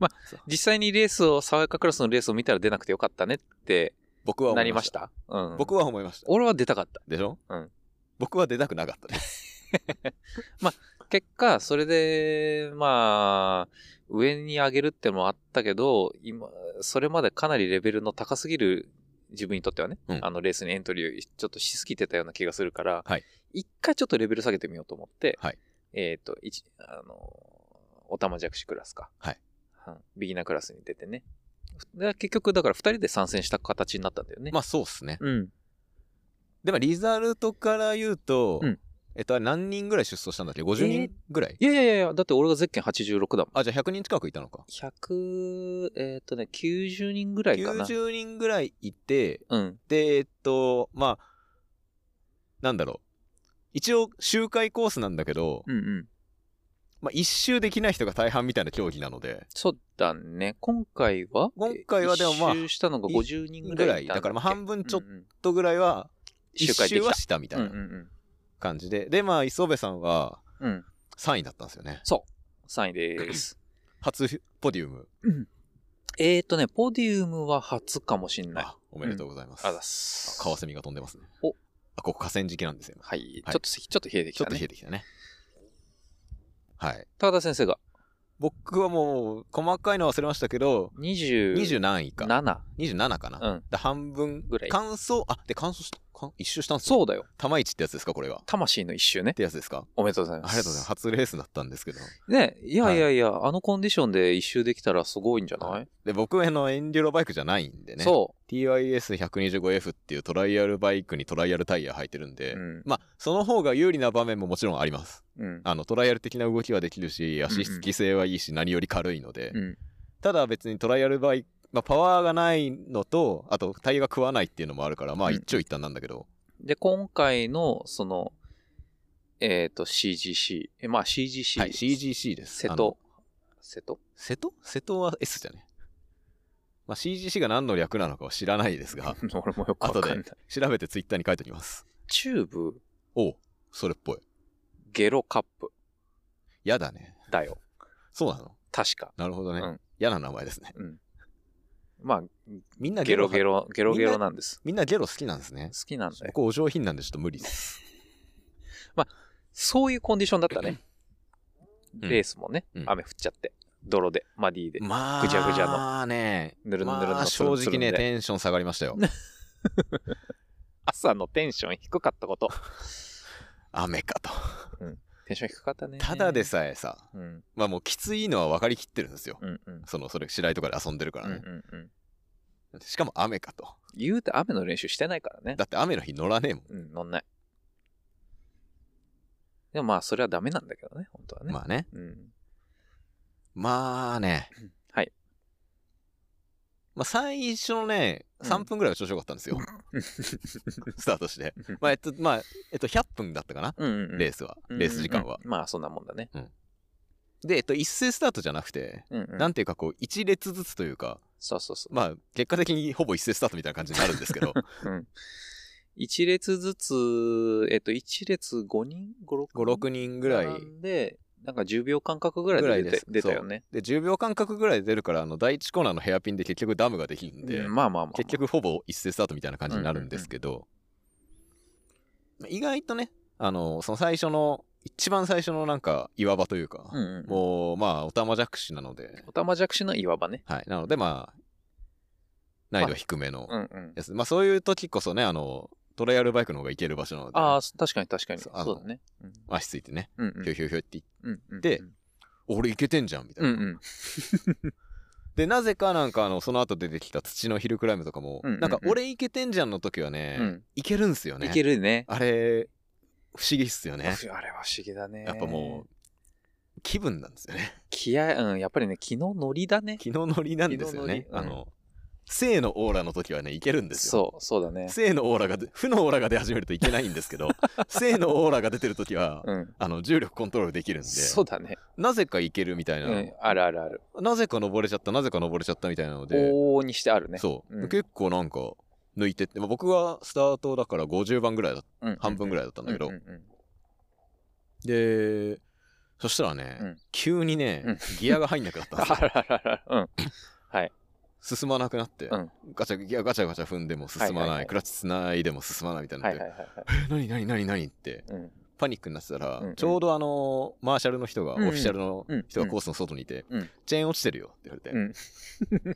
A: もん
B: 実際にレースを、爽やかクラスのレースを見たら出なくてよかったねって
A: 僕は思
B: ないり
A: ま
B: ま
A: し。
B: したた。うん。
A: 僕は思いました。
B: 俺は出たかった。
A: でしょ
B: うん
A: 僕は出たくなか ったです。
B: 結果、それで、まあ、上に上げるってのもあったけど、今、それまでかなりレベルの高すぎる自分にとってはね、
A: うん
B: あのレースにエントリーをちょっとしすぎてたような気がするから、
A: はい
B: 一回ちょっとレベル下げてみようと思って、
A: はい
B: えっ、と、一、あの、おたまじゃくしクラスか。
A: はい
B: うんビギナークラスに出てね。で結局、だから二人で参戦した形になったんだよね。
A: まあそうっすね。
B: うん。
A: でもリザルトから言うと、
B: うん
A: えっと、あれ何人ぐらい出走したんだっけ ?50 人ぐらい、
B: いやいやいやいや、だって俺がゼッケン86だもん。
A: あ、じゃあ100人近くいたのか。
B: 100、えっ、とね、90人ぐらいかな。
A: 90人ぐらいいて、
B: うん。
A: で、えっと、まあ、なんだろう。一応、周回コースなんだけど、
B: うんうん。
A: まあ、一周できない人が大半みたいな競技なので、
B: そうだね。今回は
A: 今回はでもまあ
B: 一周したのが50人ぐ
A: ぐ
B: ら
A: ら
B: いい
A: い、
B: たん
A: だからまあ半分ちょっ
B: うんうん
A: とぐらいは、一
B: 周回で
A: 周
B: き
A: は
B: た。
A: したみた
B: うん
A: いうなん感じで、で、まあ、磯部さんは
B: うん。うん。
A: 3位だったんですよね。
B: そう。3位です。
A: 初ポディウム。
B: えっとね、ポディウムは初かもしんない。あ
A: あ、おめでとうございます。
B: ざっす。
A: カワセミが飛んでますね。
B: お
A: あ、ここ河川敷なんですよ。
B: はい。
A: はい
B: ちょっとせ、ちょっと冷えてき
A: ちょ
B: た
A: っと冷
B: ね
A: え。てきたね。はい。
B: 高田先生が
A: 僕はもう、細かいの忘れましたけど、20
B: 27
A: 何位か。27かな、
B: うん
A: で半分
B: ぐらい
A: 乾燥あで乾燥したか一周したんです
B: そう
A: だ
B: だよ。
A: 玉市ってやつですかこれがっ
B: 魂の一周ね。
A: てやつですか
B: おめでとうござい
A: あ
B: ま
A: り
B: す。
A: がとうございます初レースだったんですけど
B: ねいやいやいや、あのコンディションで一周できたらすごいんじゃない、
A: で僕あのエンデュロバイクじゃないんでね
B: そ
A: TIS125F っていうトライアルバイクにトライアルタイヤ履いてるん
B: う。
A: で、
B: うん。
A: まあその方が有利な場面ももちろんあります
B: うん。
A: あのトライアル的な動きはできるし足つき性はいいし、何より軽いので、
B: うん。
A: ただ別にトライアルバイク、まあ、パワーがないのとあとタイヤが食わないっていうのもあるからまあ
B: うん
A: 一長一短なんだけど、
B: で、今回の、その、えっ、と、CGC。え、まあ CGC。
A: はい CGC です
B: 瀬
A: あの
B: 戸。瀬戸、
A: 瀬戸瀬戸は S じゃね。まあ、CGC が何の略なのかは知らないですが
B: 俺もよくわかんない
A: 後。調べてツイッターに書いておきます。
B: チューブ、
A: おう、それっぽい。
B: ゲロカップ
A: やだね。
B: だよ。
A: そうなの
B: 確か。
A: なるほどね。
B: うん
A: 嫌な名前ですね。
B: うん。ま
A: みん
B: あ、
A: な
B: ゲ
A: ゲロ
B: ロゲロ、ゲロゲロなんです。
A: みんなゲロ好きなんですね
B: 好。きなんだよ。
A: 僕お上品なんでちょっと無理です。
B: そういうコンディションだったね。
A: うん
B: レースもね、
A: うん
B: 雨降っちゃって。泥で、マディで。
A: まあ、
B: ぐちゃぐちゃの
A: まあね、
B: ぬるぬるの
A: まあ
B: つる
A: 正
B: んつるんで
A: 直ね、テンション下がりま したよ。
B: 朝のテンション低かったこと。
A: 雨かと。
B: テンション低かったね。
A: ただで。さえさ、
B: うん。
A: まあもうきついのは分かりきってるんですよ。
B: うんうん。
A: その、それ、白井とかで遊んでるか
B: う
A: ら
B: んう
A: ね。
B: んうん。
A: しかも雨かと。
B: 言うて雨の練習してないからね。
A: だって雨の日乗らねえもん。
B: うん、乗んない。でもまあ、それはダメなんだけどね、本当はね。
A: まあね。
B: うん。
A: まあね、
B: はい。
A: まあ、最初のね、
B: うん
A: 3分ぐらいは調子よかったんですよ。スタートして。まあ、えっと、まあ、えっと、100分だったかな、
B: うんうんうん
A: レースは。レース時間は。
B: うんうんまあ、そんなもんだね。
A: で、えっと、一斉スタートじゃなくて、
B: うんうん
A: なんていうか、こう、1列ずつというか、
B: そうそうそう。
A: まあ、結果的にほぼ一斉スタートみたいな感じになるんです けど、
B: うん。一列ずつ、えっと、一列5人 ?5、6人
A: 5、6人ぐらい。
B: 並んで、なんか10秒間隔ぐらい
A: ぐ
B: で
A: らい
B: 出
A: で
B: て
A: す
B: 出たよね。
A: で、10秒間隔ぐらいで出るから、あの、第1コーナーのヘアピンで結局ダムができるんで、
B: うんまあまあまあ。
A: 結、局ほぼ一斉スタートみたいな感じになるんですけど、まあ意外とねあのその最初の一番最初のなんか岩場というか、
B: うんうんうん、
A: もうまあおたまじゃくしなので
B: おたまじゃくしの岩場ね。
A: はいなのでまあ難易度低めの
B: うんうん。
A: やつ、まあそういう時こそねあのトライアルバイクの方が行ける場所なので
B: ああ、確かに確かに。
A: そ
B: そ
A: ううあの
B: だね。うん
A: 足ついてね
B: うん
A: ひょいひょいひょいって言って
B: うん。うんうん
A: で俺行けてんじゃんみたい
B: うん
A: な、
B: うん。
A: でなぜかなんかあのその後出てきた土のヒルクライムとかも、
B: うんうんうん
A: なんか俺行けてんじゃんの時はね、
B: うん
A: 行けるんすよね
B: いけるね。
A: あれ不思議っすよね
B: あれは不思議だね。
A: やっぱもう、気分なんですよ ね。
B: 気合、うん、やっぱりね、昨日ノリだね。
A: 気の乗りなんですよね
B: 気。の乗
A: あ
B: りうん
A: の、性のオーラの時はね、いけるんですよ。
B: そう、そうだね。
A: 性のオーラが出、負のオーラが出始めるといけないんですけ ど、性のオーラが出てる時は、
B: うん。
A: あの、重力コントロールできるんで、
B: そうだね。
A: なぜかいけるみたいな、
B: うん、あるあるある。
A: なぜか登れちゃった、なぜか登れちゃったみたいなので、
B: 往々にしてあるね。
A: そう、
B: うん
A: 結構なんか、抜いてって、まあ、僕はスタートだから50番ぐらいだった、
B: うん。
A: 半分ぐ
B: らい
A: らいだったんだけど、
B: うんうん
A: で、そしたらね、
B: うん
A: 急にね、
B: うん
A: ギアが入んなくなったんですよ
B: あ。るあるあるある。うん。はい。
A: 進まなくなって、
B: うん
A: ガチャいやガチャガチャ踏んでも進まない,、
B: はいはいはい
A: クラッチつないでも進まないみたいにな
B: は
A: っ
B: い
A: て、
B: はいはいはい。
A: え何何何何って
B: うん。
A: パニックになってたら、
B: うんうん
A: ちょうどあのーマーシャルの人が、
B: うんうん
A: オフィシャルの人
B: う
A: が
B: ん
A: コースの外にいて、
B: うん
A: チェーン落ちてるよって言われて、
B: うん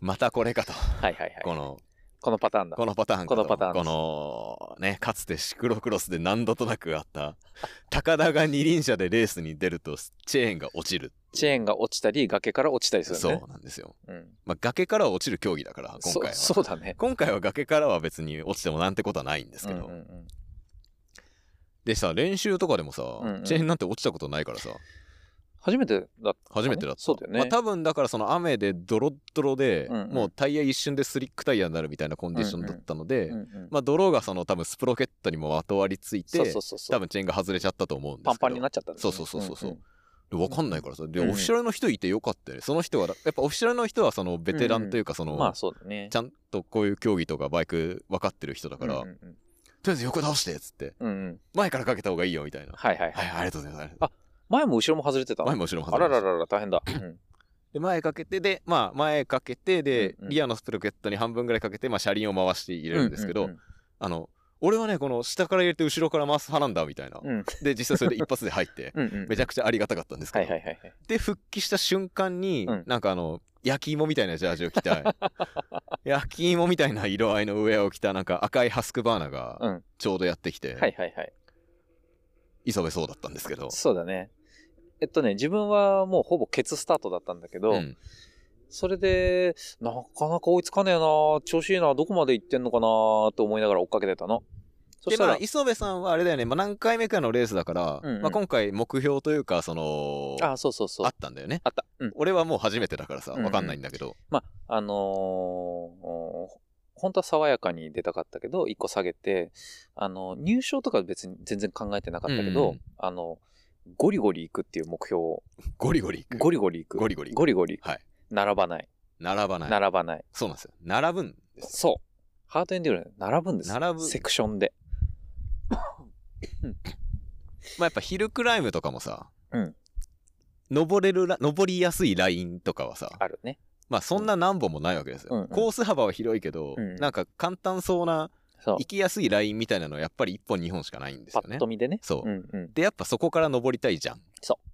A: またこれかと、
B: はいはいは
A: こ
B: い。
A: の
B: このパターンだ。
A: このパターンかと
B: このパターンです
A: このねかつてシクロクロスで何度となくあった高田が二輪車でレースに出るとチェーンが落ちる
B: チェーンが落ちたり、崖から落ちたりする
A: そ
B: ね。
A: うなんですよ、
B: そう。うん。
A: まあ、崖からは落ちる競技だから今回は
B: そそうだね。
A: 今回は崖からは別に落ちてもなんてことはないんです
B: うん
A: け
B: うん
A: ど、
B: うん。
A: でさ練習とかでもさ、
B: うんうん
A: チェーンなんて落ちたことないからさ
B: 初めてだったね。
A: 初めてだった
B: そうだよね。
A: まあ、多分だからその雨でドロッドロで、
B: うんうん
A: もうタイヤ一瞬でスリックタイヤになるみたいなコンディションだったので、
B: うんうん
A: まあ泥がその多分スプロケットにもまとわりついて
B: そうそうそうそう。
A: 多分チェーンが外れちゃったと思うんですけど
B: パンパンになっちゃったんだよね
A: そうそうそうそう
B: うん
A: でわかんないからさで
B: うん
A: オフィシャルの人いてよかったよねその人はやっぱオフィシャルの人はそのベテランというかその、
B: うんまあそうだね。
A: ちゃんとこういう競技とかバイク分かってる人だから、
B: うん
A: と
B: うん
A: りあえず横倒してっつって
B: うん。うんうん
A: 前からかけた方がいいよみたいな、
B: はいはいは
A: はい
B: い。
A: ありがとうございます
B: あ前も後ろも外れてた。
A: 前も後ろも
B: あ
A: 外れ
B: ら
A: ま
B: ら
A: した
B: らら、大 変だ。うん
A: で前かけてでまあ前かけてで、
B: うんうん
A: リアのスプロケットに半分ぐらいかけて、まあ、車輪を回して入れるんですけど、
B: うう
A: あの俺はねこの下から入れて後ろから回す派なんだみたいな、
B: うん
A: で実際それで一発で入って
B: うんうん。
A: めちゃくちゃありがたかったんですけ
B: は
A: ど、
B: いはいはいはい。
A: で復帰した瞬間に、
B: うん
A: なんかあの焼き芋みたいなジャージを着たい 焼き芋みたいな色合いのウェアを着たなんか赤いハスクバーナ
B: う
A: が
B: ん
A: ちょうどやってきて、
B: はいはいはい。
A: 磯部そうだったんですけど、
B: そうだね。えっとね、自分はもうほぼケツスタートだったんだけど、
A: うん
B: それで、なかなか追いつかねえな、調子いいな、どこまで行ってんのかなと思いながら追っかけてたの。そ
A: で
B: した
A: ま
B: ら
A: あ、磯部さんはあれだよね、まあ、何回目かのレースだから、
B: うんうん
A: まあ、今回目標というかその
B: あ、そうそうそう。
A: あ
B: あ
A: ったんだよね
B: った。うん。
A: 俺はもう初めてだからさ
B: うんうん
A: わかんないんだけど、
B: まあ、あのーお本当は爽やかに出たかったけど、一個下げて、あの、入賞とか別に全然考えてなかったけど、
A: うん
B: あの、ゴリゴリ行くっていう目標を、
A: ゴリゴリいく
B: ゴリゴリ行く。
A: ゴリゴリ行く
B: ゴリゴリ行く
A: はい
B: 並ばない。
A: 並ばない
B: 並ばない。
A: そうなんですよ並ぶんですよ
B: そう。ハートエンデューラー並ぶんですよ
A: 並ぶ
B: セクションで。
A: まあやっぱヒルクライムとかもさ、
B: うん
A: 登れるら登りやすいラインとかはさ
B: あるね。
A: まあそんな何本もないわけですよ、
B: うんうん
A: コース幅は広いけど、
B: うん
A: なんか簡単そうな
B: そう。
A: 行きやすいラインみたいなのはやっぱり1本2本しかないんです
B: パ
A: よ
B: ッ
A: ね
B: と見でね。
A: そう、
B: うんうん。
A: でやっぱそこから登りたいじゃん
B: そ
A: っ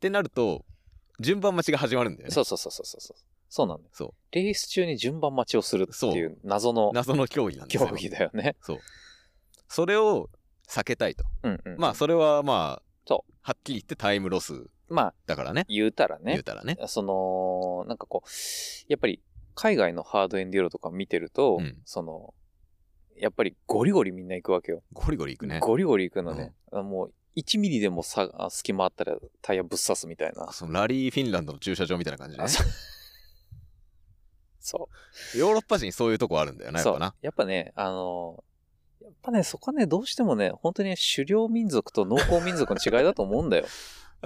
A: てなると順番待ちが始まるんだよね
B: そうそうそうそうそう。そうなんだよ。
A: そう
B: レース中に順番待ちをするっていう謎の
A: 謎の競技なんです
B: 競
A: よ
B: 技だよね。
A: それを避けたいと
B: うんうん。
A: まあそれはまあ
B: そ
A: はっきり言ってタイムロス
B: まあ、
A: だからね
B: 言うたら
A: 言
B: ね
A: う、たらね
B: その、なんかこう、やっぱり海外のハードエンデューロとか見てると、
A: うん
B: その、やっぱりゴリゴリみんな行くわけよ。
A: ゴリゴリいくね
B: ゴリゴリ行くのね。あもう、1ミリでもさあ隙間あったらタイヤぶっ刺すみたいな。
A: そのラリーフィンランドの駐車場みたいな感じで
B: あ
A: ね
B: そうそう。
A: ヨーロッパ人そういうとこあるんだよなやっ
B: そ
A: ぱ
B: う
A: な。
B: やっぱね、あの、やっぱね、そこはね、どうしてもね、本当に狩猟民族と農耕民族の違いだと思う んだよ。
A: や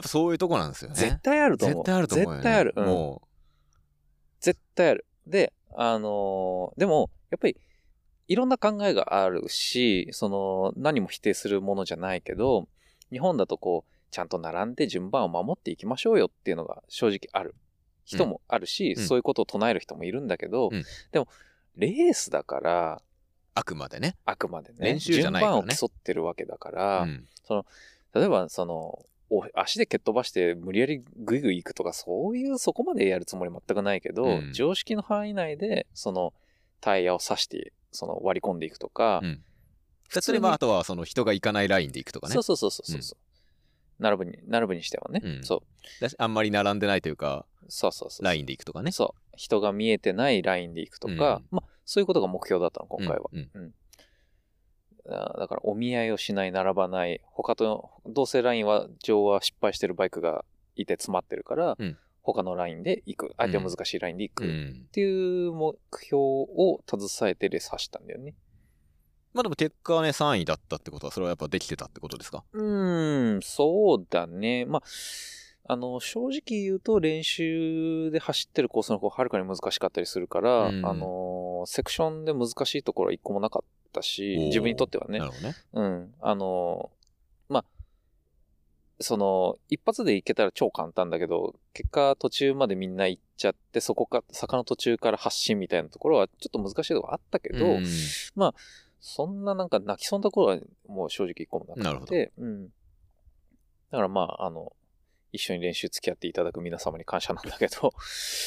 A: っぱそういうとこなんですよね
B: 絶対あると思
A: 絶
B: う。
A: 対あると思うよね
B: 絶対ある。うん
A: も
B: 絶対ある。で、あのーでも、やっぱり、いろんな考えがあるし、その、何も否定するものじゃないけど、日本だとこう、ちゃんと並んで順番を守っていきましょうよっていうのが正直ある人もあるし、
A: うん
B: そういうことを唱える人もいるんだけど、
A: うん
B: でも、レースだから、
A: うあくまでね
B: あくまでね、
A: 練習じゃないか
B: 順
A: らね
B: 番を競ってるわけだから、
A: うん
B: 例えば、その、お足で蹴っ飛ばして無理やりグイグイ行くとかそういうそこまでやるつもり全くないけど、
A: うん
B: 常識の範囲内でそのタイヤを刺してその割り込んでいくとか、
A: うん
B: 普
A: そ
B: 通
A: れ
B: に
A: まああとはその人が行かないラインで行くとかね
B: そうそうそうそうそう、並ぶに並ぶにしてはね、
A: うん
B: そう
A: だしあんまり並んでないというか
B: そうそうそう
A: ラインで行くとかね
B: そう人が見えてないラインで行くとか、まあそういうことが目標だったの今回は、
A: うんうん
B: あだからお見合いをしない並ばない他と同性ラインは上は失敗してるバイクがいて詰まってるから、
A: うん
B: 他のラインで行く相手は難しいラインで行く、
A: う
B: っ
A: ん
B: ていう目標を携えてレース走ったんだよね
A: まあでも結果はね3位だったってことはそれはやっぱできてたってことですか
B: うーんそうだねまああの正直言うと練習で走ってるコースの方がはるかに難しかったりするから、
A: うん
B: あのセクションで難しいところは一個もなかったし
A: おー
B: 自分にとってはね
A: なるほどね
B: うん。あのーまあ、その、一発で行けたら超簡単だけど、結果途中までみんな行っちゃって、そこか、坂の途中から発進みたいなところはちょっと難しいところあったけど、
A: うん
B: そんななんか泣きそうなところはもう正直一個もな
A: な
B: く
A: るほ
B: て、うん。だからまあ、あの、一緒に練習付き合っていただく皆様に感謝なんだけど、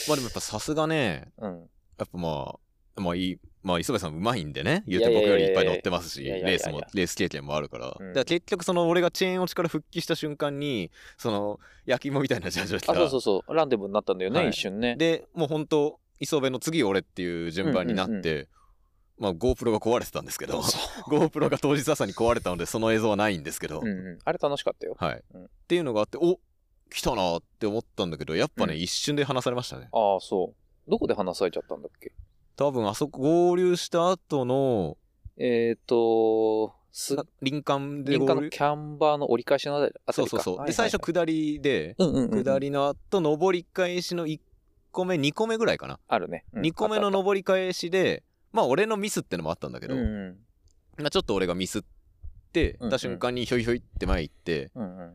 A: まあでもやっぱさすがね、
B: うん。
A: やっぱまあ、まあいい、まあ磯部さんうまいんでね、言う
B: い
A: て
B: やい
A: 僕
B: や
A: よ
B: いやい
A: り
B: や
A: いっぱい乗ってますし、
B: いやいやいやいや
A: レースも、レース経験もあるから。
B: うん
A: だから結局その俺がチェーン落ちから復帰した瞬間に、その焼き芋みたいなジャージを着た
B: あ、そうそうそう、ランデブーになったんだよね、
A: はい
B: 一瞬ね。
A: で、もう本当磯部の次俺っていう順番になって、
B: うんうん
A: まあ GoPro が壊れてたんですけど、
B: そう
A: GoPro が当日朝に壊れたのでその映像はないんですけど、
B: うんうん。あれ楽しかったよ。
A: はい、
B: うん
A: っていうのがあって、お来たなって思ったんだけど、やっぱね、
B: うん
A: 一瞬で離されましたね。
B: ああ、そう。どこで話されちゃったんだっけ
A: 多分あそこ合流した後の、
B: えっ、と、す
A: 林間で
B: 林
A: 合
B: 間の
A: 流
B: キャンバーの折り返しのあたりあた
A: そ
B: り
A: う
B: か
A: そうそう。で、
B: は
A: 最
B: いはい
A: 初下りで、
B: はいうんうんうん、
A: 下りの後、上り返しの1個目、2個目ぐらいかな。
B: あるね、うん
A: 2個目の上り返しで、まあ俺のミスってのもあったんだけ
B: う
A: ど
B: ん、うん
A: まあちょっと俺がミスって
B: うんうん
A: た瞬間にひょいひょいって前行って、
B: うんうん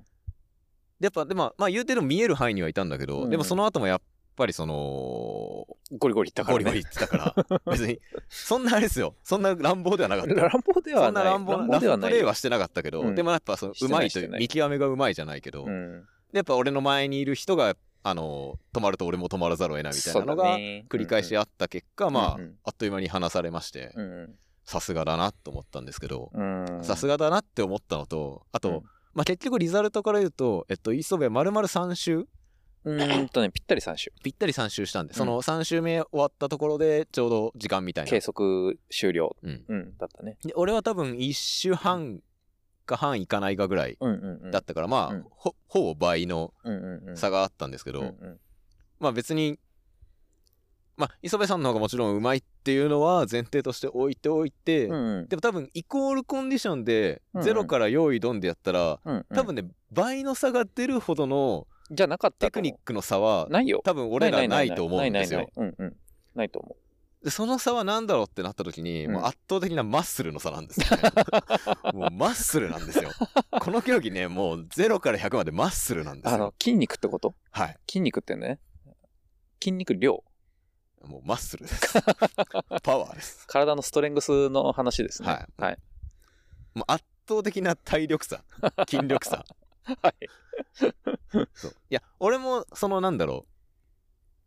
A: でやっぱ、でも、まあ言うてでも見える範囲にはいたんだけ
B: うんう
A: ど、
B: ん
A: でもその後もやっぱりその、
B: ゴリゴリいったから
A: ゴ
B: ね
A: リゴリ言ってた から、別に、そんなあれですよ。そんな乱暴ではなかった。
B: 乱暴で
A: そ
B: は
A: ん
B: な
A: ない乱暴な、ラ
B: では
A: フプ
B: ない
A: レーはしてなかったけ
B: う
A: ど、
B: ん
A: でもやっぱその、うまいとい
B: して
A: う、
B: ない
A: 見極めがうまいじゃないけど
B: う、ん、
A: でやっぱ俺の前にいる人があの止まると俺も止まらざるを得ないみたいなの
B: そうだ
A: が
B: ね
A: 繰り返しあった結果、まあ、
B: うんうん
A: あっという間に離されまして
B: うん
A: さすがだなと思ったんですけど
B: うん
A: さすがだなって思ったのとあと、
B: うん
A: まあ、結局リザルトから言うと、えっと、磯部丸々3周
B: うーんとねぴったり3周
A: ぴったり3周したんで、その3周目終わったところでちょうど時間みたいな
B: 計、測終了、
A: うん、
B: うん、だったね
A: で俺は多分1周半か半いかないかぐらい
B: うんうんうん
A: だったから、まあ、
B: うん
A: ほほぼ倍の
B: うんうんうん
A: 差があったんですけど、
B: うんうん
A: まあ別に、まあ磯部さんの方がもちろんうまいっていうのは前提として置いておいて、
B: うんうん
A: でも多分イコールコンディションで
B: うんうん
A: 0から用意ドンでやったら、
B: うんうん
A: 多分ね倍の差が出るほどの
B: じゃなかっ
A: テ
B: たと
A: ク
B: 思う
A: ニックの差は
B: ないよ
A: 多分俺らない
B: ない
A: と思うんですよ
B: な。いないないないうんうんないと思
A: でその差は何だろうってなった時に、
B: うん
A: もう圧倒的なマッスルの差なんですよ ね、もうマッスルなんですよ。この競技ねもう0から100までマッスルなん
B: う
A: です
B: あ
A: よ
B: の。筋肉ってこと
A: はい。
B: 筋肉ってね筋肉量
A: もうマッスルで す。パワーです。
B: 体のストレングスの話ですね
A: はい
B: はい
A: もう圧倒的な体力差筋力差
B: はい
A: そういや俺もそのなんだろ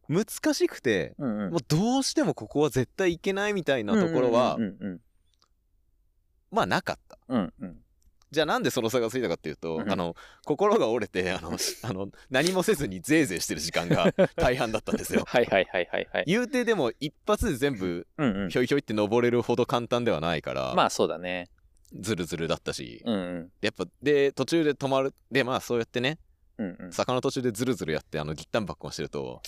A: う難しくて
B: うんうん
A: もうどうしてもここは絶対いけないみたいなところは、
B: うんうん
A: まあなかった
B: うんうんうん
A: じゃあなんでその差がついたかっていうと、
B: うん
A: あの心が折れてあのし あの何もせずにゼーゼーしてる時間 が大半だったんですよ
B: はいはいはいはいはい
A: 言うてでも一発で全部
B: うんうん
A: ひょいひょいって登れるほど簡単ではないから、
B: まあそうだね
A: ズルズルだったし、
B: うんうん
A: やっぱで途中で止まるでまあそうやってね
B: うんうん
A: 坂の途中でズルズルやってあのギッタンバッコンしてる と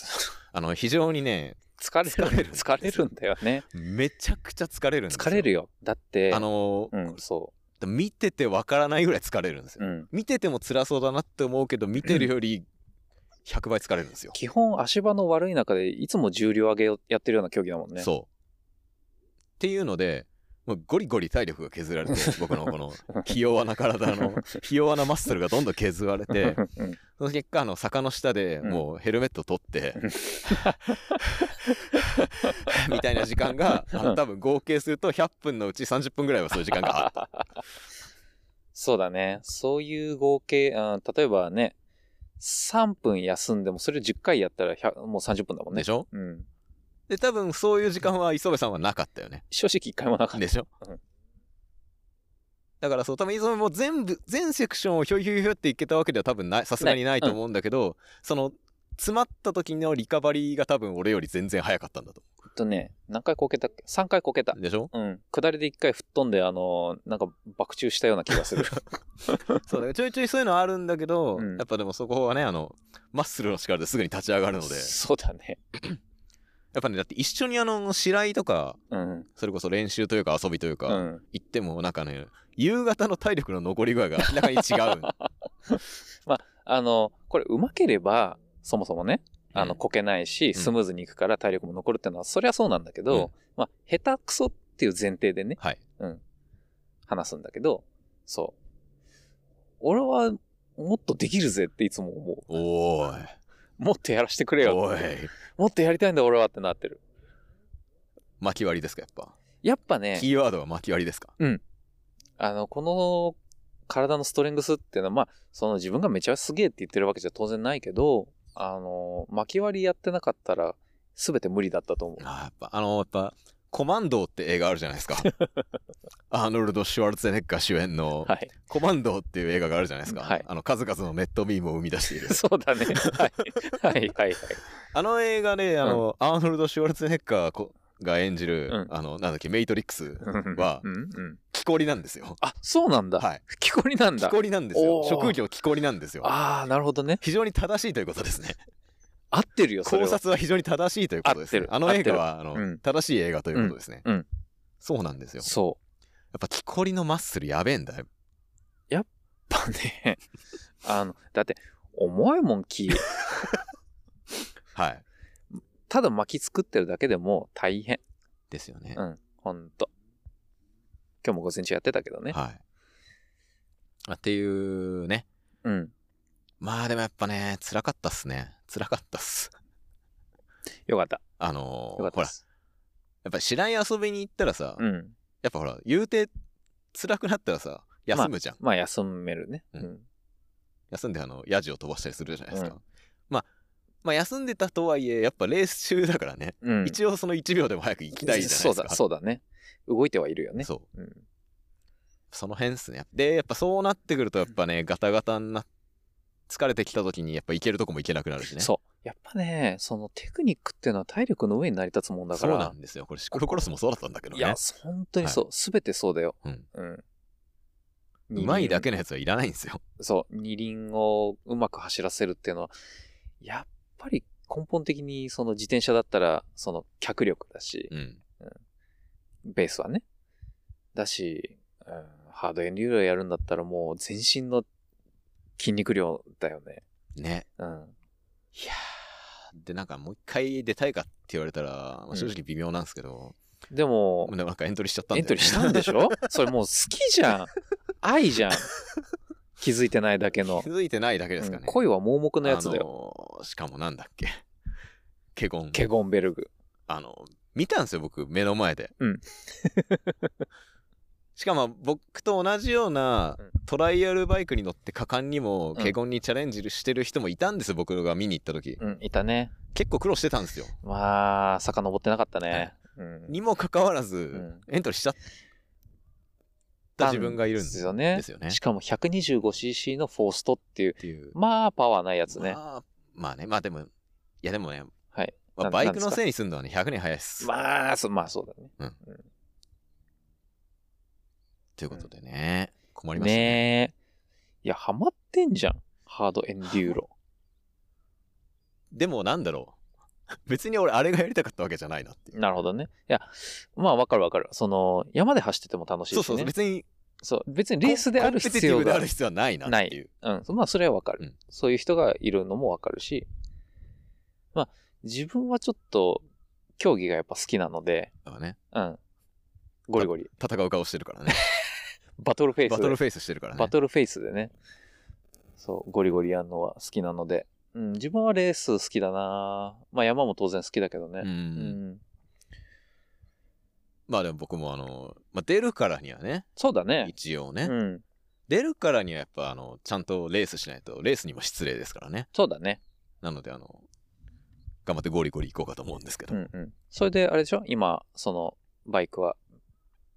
A: あの非常にね
B: 疲れ
A: 疲れ
B: る
A: る
B: 疲れるんだよね
A: めちゃくちゃ疲れるんですよ
B: 疲れるよだって
A: あの
B: う
A: ー
B: んそ
A: 見ててわからないぐらい疲れるんです
B: う、
A: よ、
B: うん、
A: 見てても辛そうだなって思うけど見てるより100倍疲れるんですよ、
B: 基本足場の悪い中でいつも重量上げをやってるような競技だもんね
A: そうっていうのでもうゴリゴリ体力が削 られて僕のこの器用な体の器用なマッスルがどんどん削られて
B: うん
A: その結果あの坂の下で
B: うん
A: もうヘルメット取 って、みたいな時間があ
B: うん
A: の多分合計すると100分のうち30分ぐらいはそういう時間があった。
B: そうだねそういう合計、うん、例えばね3分休んでもそれを10回やったら100もう30分だ もんね
A: でしょ
B: うん、
A: で多分そういう時間は磯部さんはなかったよね。
B: 正直1回もなかった
A: でしょ
B: うん
A: だからそう多分磯部も全部全セクションをひょいひょいひょいっていけたわけでは多分ないさすがにないと思うんだけど、その詰まった時のリカバリーが多分俺より全然早かったんだと。
B: えっとね何回こけたっけ3回こけた
A: でしょ
B: うん下りで1回吹っ飛んであのなんか爆中したような気が する
A: そうだからちょいちょいそういうのはあるんだけど、
B: うん
A: やっぱでもそこはねあのマッスルの力ですぐに立ち上がるのでや
B: そうだね
A: っぱねだって一緒にあの白井とか
B: うん
A: それこそ練習というか遊びというか、
B: うん
A: 行ってもなんかね夕方の体力の残り具合が明らかに違う
B: あのこれうまければそもそもね あの
A: うん
B: こけないし、スムーズにいくから体力も残るってのはそりゃそうなんだけ
A: うん
B: ど、まあ下手くそっていう前提でね
A: はい
B: 話すんだけどそう俺はもっとできるぜっていつも思う。
A: おー
B: もっとやらしてくれ
A: い。
B: よ
A: お
B: って。
A: い。
B: もっとやりたいんだ俺はってなってる。
A: 巻き割りですか、やっぱ。
B: やっぱね、
A: キーワードは巻き割りですか。
B: あの、この体のストレングスっていうのは、まあ、その自分がめちゃすげえって言ってるわけじゃ当然ないけど、あの、巻き割りやってなかったら、全て無理だったと思う。
A: あーやっぱ、あの、やっぱ、コマンドーって映画あるじゃないです か。アーノルド・シュワルツェネッガー主演の
B: はい。
A: コマンドーっていう映画があるじゃないですか。
B: はい
A: あの、数々のネットミームを生み出している。
B: そうだね。はい。はいはいはい。
A: あの映画ね、あの、アーノルド・シュワルツェネッガーこが演じる、
B: うん
A: あの、なんだっけ、メイトリックスは
B: う、んうん。
A: 木こりなんですよ。
B: あ、そうなんだ。
A: はい。
B: 木こりなん
A: 木
B: だ。
A: こりなんですよ
B: お。ー
A: 職業木こりなんですよ。
B: ああ、なるほどね。
A: 非常に正しいということですね。
B: 合ってるよ、それ
A: 考
B: は。
A: 察は非常に正しいということです、
B: 合っ
A: ね
B: て。る
A: あの映画は、あ
B: っ
A: の、
B: てるうん
A: 正しい映画ということですね。
B: うんうん
A: そうなんですよ。や
B: そう。
A: っぱ木こりのマッスルやべえんだよ。
B: やっぱね、あの、だって、重いもん木。
A: はい。
B: ただ巻き作ってるだけでも大変。
A: ですよね。
B: うん、ほんと。今日も午前中やってたけどね。
A: はい。あっていうね。
B: うん。
A: まあでもやっぱね、辛かったっすね。辛かったっす。
B: よかった。
A: あの
B: よか
A: ーほ
B: ったで
A: ら、
B: す。
A: やっぱ白井遊びに行ったらさ、
B: うん。
A: やっぱほら、言うて、辛くなったらさ、休むじゃん。
B: まあ、休めるね。う。
A: うんん休んで、あの、ヤジを飛ばしたりするじゃないですか。
B: うん
A: まあ、まあ、休んでたとはいえ、やっぱレース中だからね、
B: うん。
A: 一応その1秒でも早く行きたいじゃないです
B: そ
A: か。
B: うだ、そうだね。動いてはいるよね。
A: そう
B: う。ん。
A: その辺っすね。で、やっぱそうなってくると、やっぱね、ガタガタにな疲れてきた時に、やっぱ行けるとこも行けなくなるしね。
B: そう。やっぱね、そのテクニックっていうのは体力の上に成り立つもんだから。
A: そうなんですよ。これ、シクロクロスもそうだったんだけど
B: いや
A: ね。、
B: 本当にそう。す、べ、てそうだよ。
A: うん。
B: うん。
A: うまいだけのやつはいらないんですよ。
B: そう、二輪をうまく走らせるっていうのは、やっぱり根本的にその自転車だったら、その脚力だし、
A: うん。
B: ベースはね。だし、うん、ハードエンデューロやるんだったらもう全身の筋肉量だよね。
A: ね。
B: うん。
A: いやーで、なんかもう一回出たいかって言われたら、まあ正直微妙なんですけど、
B: でも、
A: でもなんかエントリーしちゃったん
B: エ
A: で、
B: ントリーしたんで しょそれもう好きじゃん。愛じゃん。気づいてないだけ の
A: 気。づいてないだけですかね。
B: うん恋は盲目のやつだよ。
A: よ。しかもなんだっけ。ケゴン。
B: ケゴンベルグ。
A: あの、見たんですよ、僕、目の前で。
B: うん
A: しかも、僕と同じような
B: うん
A: トライアルバイクに乗って果敢にも、
B: うん
A: ケゴンにチャレンジしてる人もいたんですよ、僕が見に行った時。
B: うん、いたね。
A: 結構苦労してたんですよ。
B: まあ、遡ってなかったね。うん
A: にもかかわらず、
B: ん
A: エントリーしちゃった自分がいるん
B: で
A: ですす
B: よね。
A: よね。っ
B: しかも 125cc のフォーストっていう、
A: ていう。
B: まあパワーないやつね。
A: まあ、まあね、まあでも、いやでもね、
B: はい。
A: ま
B: な
A: あ、バイ
B: なん
A: ク
B: ですか
A: のせいにすんのはね、100年早いっす。
B: まあ、そまあそうだね。
A: ということでね、困りま
B: ね
A: したね。
B: え。いや、ハマってんじゃん。ハードエンデュー ロ。
A: でもなんだろう。 別に俺あれがやりたかったわけじゃないなっていう。
B: なるほどね。いや、まあわかるわかる。その、山で走ってても楽しいし、
A: そうそうそ
B: ね。
A: う、別に
B: そう別にレースである必要
A: コンペティティブで
B: が
A: ある必要はないなっていう。
B: うん、まあそれはわかる、
A: うん
B: そういう人がいるのもわかるし、まあ自分はちょっと競技がやっぱ好きなので、
A: だからね、
B: うん、ゴリゴリ、
A: 戦う顔してるからね。
B: バトルフェイスで
A: バトルフェイスしてるからね
B: バ。トルフェイスでね、そう、ゴリゴリやるのは好きなので、うん、自分はレース好きだなまあ山も当然好きだけど
A: う
B: ね。うん
A: ん。まあでも僕もあの、まあ、出るからにはね、
B: そうだね。
A: 一応
B: う
A: ね、
B: ん、
A: 出るからにはやっぱあの、ちゃんとレースしないと、レースにも失礼ですからね。
B: そうだね。
A: なのであの、頑張ってゴリゴリ行こうかと思うんですけ
B: う
A: ど。
B: んうん。それであれでしょ今、そのバイクは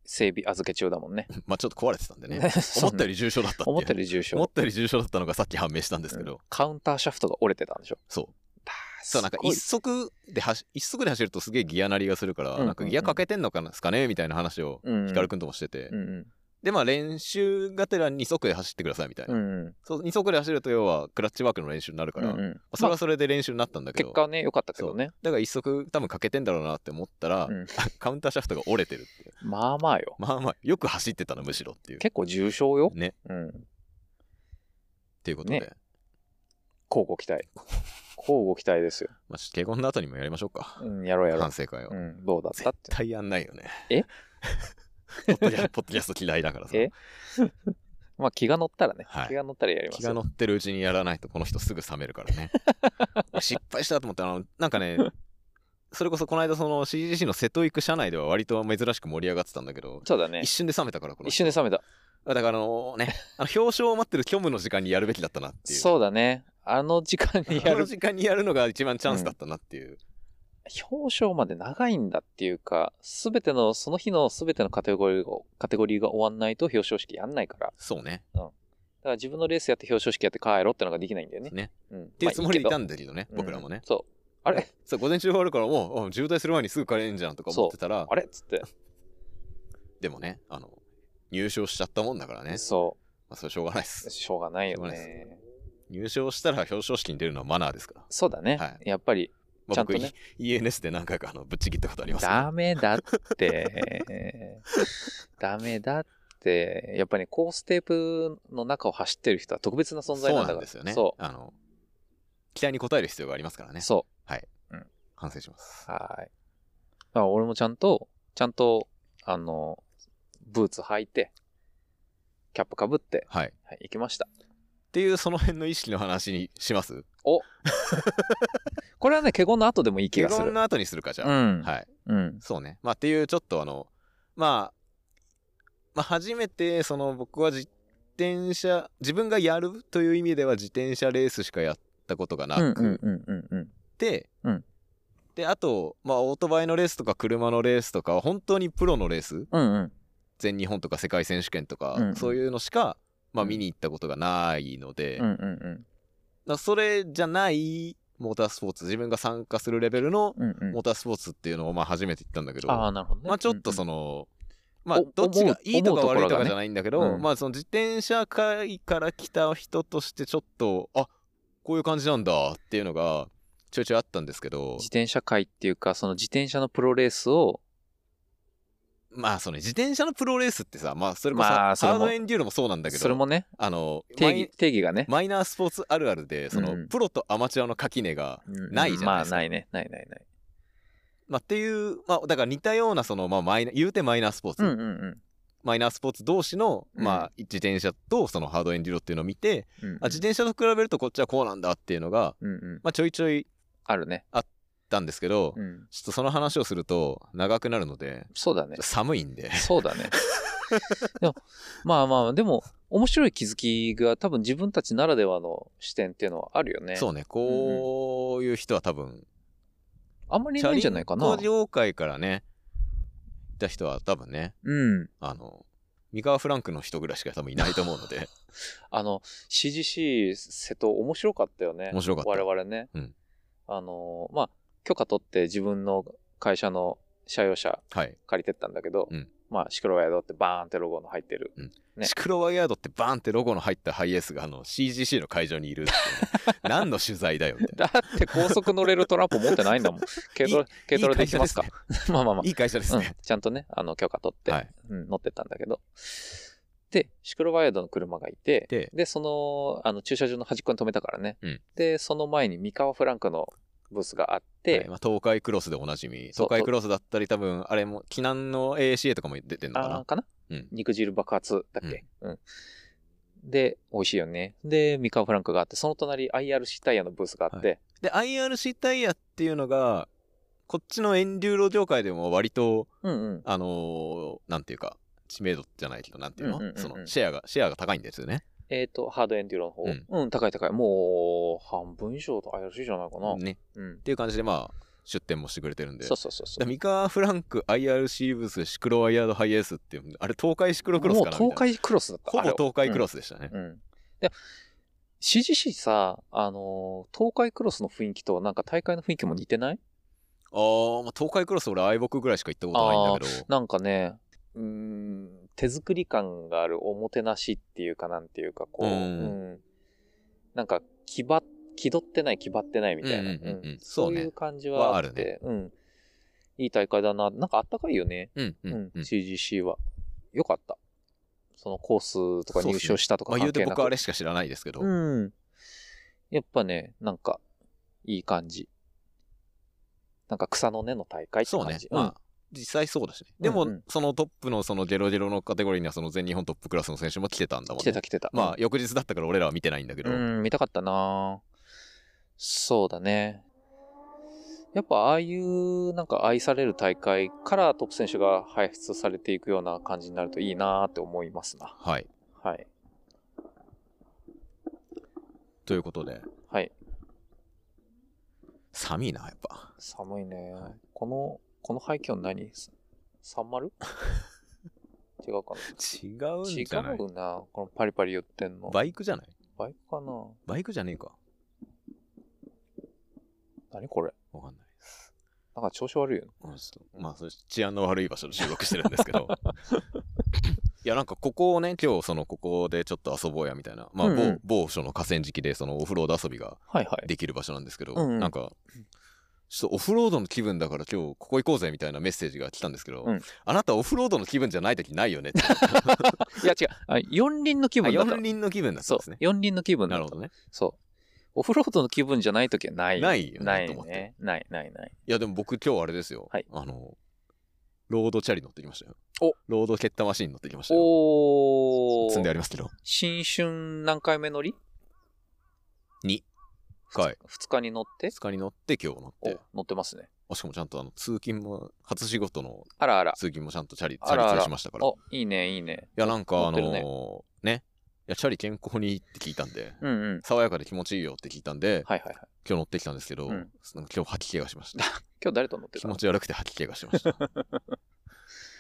B: 整備預け中だもんね。
A: まあちょっと壊れてたんでね。
B: そ
A: 思
B: う
A: ったより重傷だったっていう。
B: 思ったより重傷。
A: 思ったより重傷だったのがさっき判明したんですけど、
B: うんカウンターシャフトが折れてたんでしょ
A: そう。
B: だ
A: そうなんか一足で走一足で走るとすげえギアなりがするから、
B: うんうんうん
A: なんかギアかけてんのかなですかねみたいな話を
B: うんうん
A: 光くんともしてて、
B: うんうん
A: でまあ練習がてら2足で走ってくださいみたいな、
B: うんうん
A: そう2足で走ると要はクラッチワークの練習になるから、
B: うん
A: ま
B: うん
A: あそれ
B: ま
A: は
B: あ
A: それで練習になったんだけど、
B: 結果ね良かったけどね
A: だから一足多分かけてんだろうなって思ったら、
B: うん
A: カウンターシャフトが折れてるっていう
B: まあまあよ
A: まあまあよく走ってたのむしろっていう
B: 結構重傷よ、
A: ね
B: うん、
A: っていうことで、
B: ね交互 期待交互期待ですよ、
A: まあ敬語の後にもやりましょうか、
B: うん、やろうやろう
A: 反、省会を、
B: うん、どうだった
A: 絶
B: って
A: 対 やんないよね
B: え
A: ポッドキャポッドキャスト嫌いだからさ
B: えまあ気が乗ったらね、
A: はい
B: 気が乗ったらやります
A: 気
B: よ
A: が乗ってるうちにやらないとこの人すぐ冷める からね失敗したと思ったらあのなんかねそれこそこの間その CGC の瀬戸行く社内では割と珍しく盛り上がってたんだけど
B: そうだね
A: 一。瞬で冷めたからこの
B: 一
A: 人
B: 瞬で冷めた。
A: だからあのねあの表彰を待ってる虚無の時間にやるべきだったなっていう
B: そうだね。あの時間にや
A: あの
B: る。
A: 時間にやるのが一番チャンスだったなっていう、
B: 表彰まで長いんだっていうか、すべての、その日のすべてのカテゴリーが、カテゴリーが終わんないと表彰式やんないから。だか
A: そうね
B: ら自分のレースやって表彰式やって帰ろうってのができないんだよね。
A: ね
B: うん。っ
A: っていうつもりでいた
B: だ
A: んだけどね、僕らもね、
B: そう。あ れ
A: そう午前中終わるからもううん渋滞する前にすぐ帰れんじゃんとか思ってたら
B: あれっつって。
A: でもねあの入賞しちゃったもんだからね、
B: そ
A: まあ、それしょうがないで
B: う。
A: す
B: しょうがないよ
A: しょうがない
B: ね。
A: 入賞したら表彰式に出るのはマナーですから、
B: そうだね。
A: は
B: やっぱり、
A: まあ、
B: ちゃんと
A: 僕、
B: ね
A: ENS で何回かあのぶっちぎったことありますけど
B: ダメだ って。ダメだって。やっぱり、ね、コーステープの中を走ってる人は特別な存在な
A: そ
B: んだ
A: う
B: か
A: なん
B: ら。
A: ですよね
B: そ
A: あの期待に応える必要がありますから
B: う。
A: ね
B: そ
A: 反省します
B: う。はい。だから俺もちゃんと、ちゃんと、あの、ブーツ履いて、キャップかぶって、
A: はいっ
B: はい、行きました。
A: ていうその辺の意識の話にします
B: これはね、華厳の後でもいい気
A: 結
B: がす
A: 婚
B: る。
A: の後にするかじゃ
B: う
A: あ、
B: ん。
A: はい
B: うん。
A: そうね。まあっていうちょっとあの、まあ、まあ初めてその僕は自転車、自分がやるという意味では自転車レースしかやったことがな
B: うんうん
A: く
B: うんうんうん。
A: て、
B: うん
A: で、あと、まあオートバイのレースとか車のレースとかは本当にプロのレース、
B: うんうん。
A: 全日本とか世界選手権とか、
B: うん
A: そういうのしか、まあ
B: うん
A: 見に行ったことがないので、
B: うんうんうん。
A: まあそれじゃないモータースポーツ、自分が参加するレベルの
B: うんうん
A: モータースポーツっていうのをまあ初めて行ったんだけど、
B: ああ、なるほどね。
A: まあちょっと
B: の、
A: その、まあ
B: お
A: どっち
B: 思
A: が
B: う
A: いいとか
B: 思うところ
A: 悪
B: が
A: いとか
B: ね
A: じゃないんだけ
B: う
A: ど、
B: ん
A: まあその自転車界から来た人としてちょっと、あこういう感じなんだっていうのがちょいちょいあったんですけど
B: 自、転車界っていうか、その自転車のプロレースを、
A: まあその自転車のプロレースってさ、まあそれこそ
B: ま
A: ハ
B: あそれも
A: ードエンデューロもそうなんだけ
B: それ
A: ど、
B: もね、
A: あの、マ
B: 定義
A: イ
B: 定義がね、
A: マイナースポーツあるあるで、そ
B: うんう
A: の
B: ん
A: プロとアマチュアの垣根が、
B: うん
A: ないじゃないですか
B: まあないね、ないないない。
A: まあっていう、まあだから似たようなその、まあマイナ、言うてマイナースポーツ、
B: うんうん
A: マイナースポーツ同士の、
B: うん
A: まあ自転車とそのハードエンデューロっていうのを見て、
B: うん。
A: あ自転車と比べるとこっちはこうなんだっていうのが、
B: うんうん。
A: まあ、ちょいちょい
B: あるね。
A: なんですけど、
B: うん。
A: ちょっとその話をすると長くなるので
B: そう だね。
A: 寒いんで
B: そ うだね。でも、まあまあ、でも、面白い気づきが多分自分たちならではの視点っていうのはあるよね。
A: そうねこういう人は多分
B: あんまりい
A: チャ
B: ないん
A: リ
B: じゃないか
A: ン
B: な
A: コ。業界からねいた人は多分ね
B: うん。
A: あの三河フランクの人ぐらいしか多分いないと思うの で
B: あの、CGC 瀬戸面白かったよね。
A: 面白かった
B: 我々ね。
A: うん
B: あの、まあ、許可取って自分の会社の社用車
A: はい、
B: 借りてったんだけど、
A: うん
B: まあ、シクロワイドってバーンってロゴの入ってる。ね
A: シクロワイヤードってバーンってロゴの入ったハイエースがあの CGC の会場にいるっていう ね何の取材だよみたいな
B: だって高速乗れるトランプ持ってないんだもん。軽トラ、軽トラで行きますか
A: いい。
B: まあまあま
A: いい会社です
B: あ、うん
A: ね、
B: ちゃんとね、あの、許可取って、
A: はい
B: うん、乗ってったんだけど。で、シクロワイヤードの車がいて、
A: で
B: その、あの、駐車場の端っこに止めたからね。
A: うん
B: で、その前に三河フランクのブースがあって、
A: はいまあ、東海クロスでおなじみ
B: そう
A: 東海クロスだったり多分あれも避難の ACA とかも出てんのか
B: あ
A: な
B: ーかな、
A: うん
B: 肉汁爆発だっけ、うんで、美味しいよね。で、三河フランクがあって、その隣 IRC タイヤのブースがあって、
A: で IRC タイヤっていうのがこっちのエンデューロ業界でも割と
B: うんうん。
A: あのーなんていうか知名度じゃないけどなんていうの,、
B: うんうんうんうん
A: そのシェアがシェアが高いんですよね
B: えっ、と、ハードエンデューロの方。う
A: うんん、
B: 高い高い。もう、半分以上と IRC じゃないかな。
A: ねっ
B: うん。
A: ていう感じでまあ出店もしてくれてるんで
B: そうそうそうそう。
A: ミカフランク IRC ブースシクロワイヤードハイエースっていうあれ東海シクロクロス
B: もう
A: かなみ
B: 東
A: たいな
B: 海クロスだった。
A: ほぼ東海クロ
B: ス。
A: スでしたね、
B: うん。うんで CGC さ、あのー東海クロスの雰囲気となんか大会の雰囲気も似てない
A: あー、まあ東海クロス俺愛僕ぐらいしか行ったことないんだけど
B: なんかね、うーん、手作り感があるおもてなしっていうかなんていうか、こう、
A: うん
B: うんなんか気ば、気取ってない、気張ってないみた
A: う
B: いな。
A: んうんうんうん
B: うん
A: そ
B: そうう
A: ね
B: いう感じ
A: は
B: はあ
A: あ
B: っ
A: る
B: て
A: ね、
B: うん。いい大会だな。なんかあったかいよね。
A: うんう、
B: うんん、
A: うん
B: CGC は。よかった。そのコースとか入賞したとか
A: まあ、言
B: 関
A: うて
B: 係なく
A: 僕あれしか知らないですけど、
B: うん。やっぱね、なんか、いい感じ。なんか草の根の大会って
A: そう
B: 感
A: ね
B: じ。、
A: まあ実際そうだしね。でも、
B: うんうん
A: そのトップのそのジェロジェロのカテゴリーにはその全日本トップクラスの選手も来てたんだもん
B: 来
A: ね。
B: てた来てた。
A: まあ、翌日だったから俺らは見てないんだけど。
B: うん、見たかったなそうだね。やっぱああいうなんか愛される大会からトップ選手が輩出されていくような感じになるといいなって思いますな。
A: はい。
B: はい。
A: ということで、
B: はい。
A: 寒いな、やっぱ。
B: 寒いね。
A: はい
B: この、この廃墟何す ?30? 違うかな
A: 違うん
B: 違
A: じゃないう
B: な。このパリパリ言ってんの。バ
A: バイクじゃない
B: イクかな
A: バイクじゃねえか。
B: 何これ
A: わかんないです。
B: なんか調子悪いよね。
A: うんちょっとまあ、それ治安の悪い場所で収録してるんです けど。いや、なんかここをね、今日、その、ここでちょっと遊ぼうやみたいな、まあ、
B: うんうん
A: 某某所の河川敷で、その、オフロード遊びが
B: はいはい。
A: できる場所なんですけど、
B: うんうん
A: なんか、ちょっとオフロードの気分だから今日ここ行こうぜみたいなメッセージが来たんですけど、
B: うん
A: あなたオフロードの気分じゃない時ない よねって
B: いや違うあ。四輪の気
A: あ
B: 分だった
A: 四。輪の気分だった
B: そ
A: ん
B: う
A: ですね。。
B: 四輪の気分だ
A: な
B: った
A: るほどね。
B: そう。オフロードの気分じゃないときはない。。
A: ないいよ
B: な
A: ねと
B: い
A: 思って。
B: ね。ないないない。
A: いや、でも僕今日あれですよ。
B: はい
A: あの、ロードチャリ乗ってきましたよ。
B: お
A: ロード蹴ったマシン乗ってきましたよ。
B: お
A: 積んであ
B: ー。
A: りますけど。
B: 新春何回目乗り
A: 2回。
B: 二日に乗って
A: 2日に乗って今日乗っ
B: お
A: て。
B: 乗ってますね。
A: あしかもちゃんとあの通勤も、初仕事の
B: あらあら。
A: 通勤もちゃんとチャリ、チ
B: あ
A: ャリ
B: らあ
A: 通
B: ら
A: しましたから。い
B: お、いいねいいね。
A: や、なんかあの
B: 乗ってる
A: ーね。いや、チャリ健康にいいって聞いたんで。
B: うんうん。
A: 爽やかで気持ちいいよって聞いたんで、
B: はいはいはい。
A: 今日乗ってきたんですけど、
B: うん
A: なんか今日吐き気がしました。
B: 今日誰と乗って
A: 気
B: た
A: 持ち悪くて吐き気がしました。 今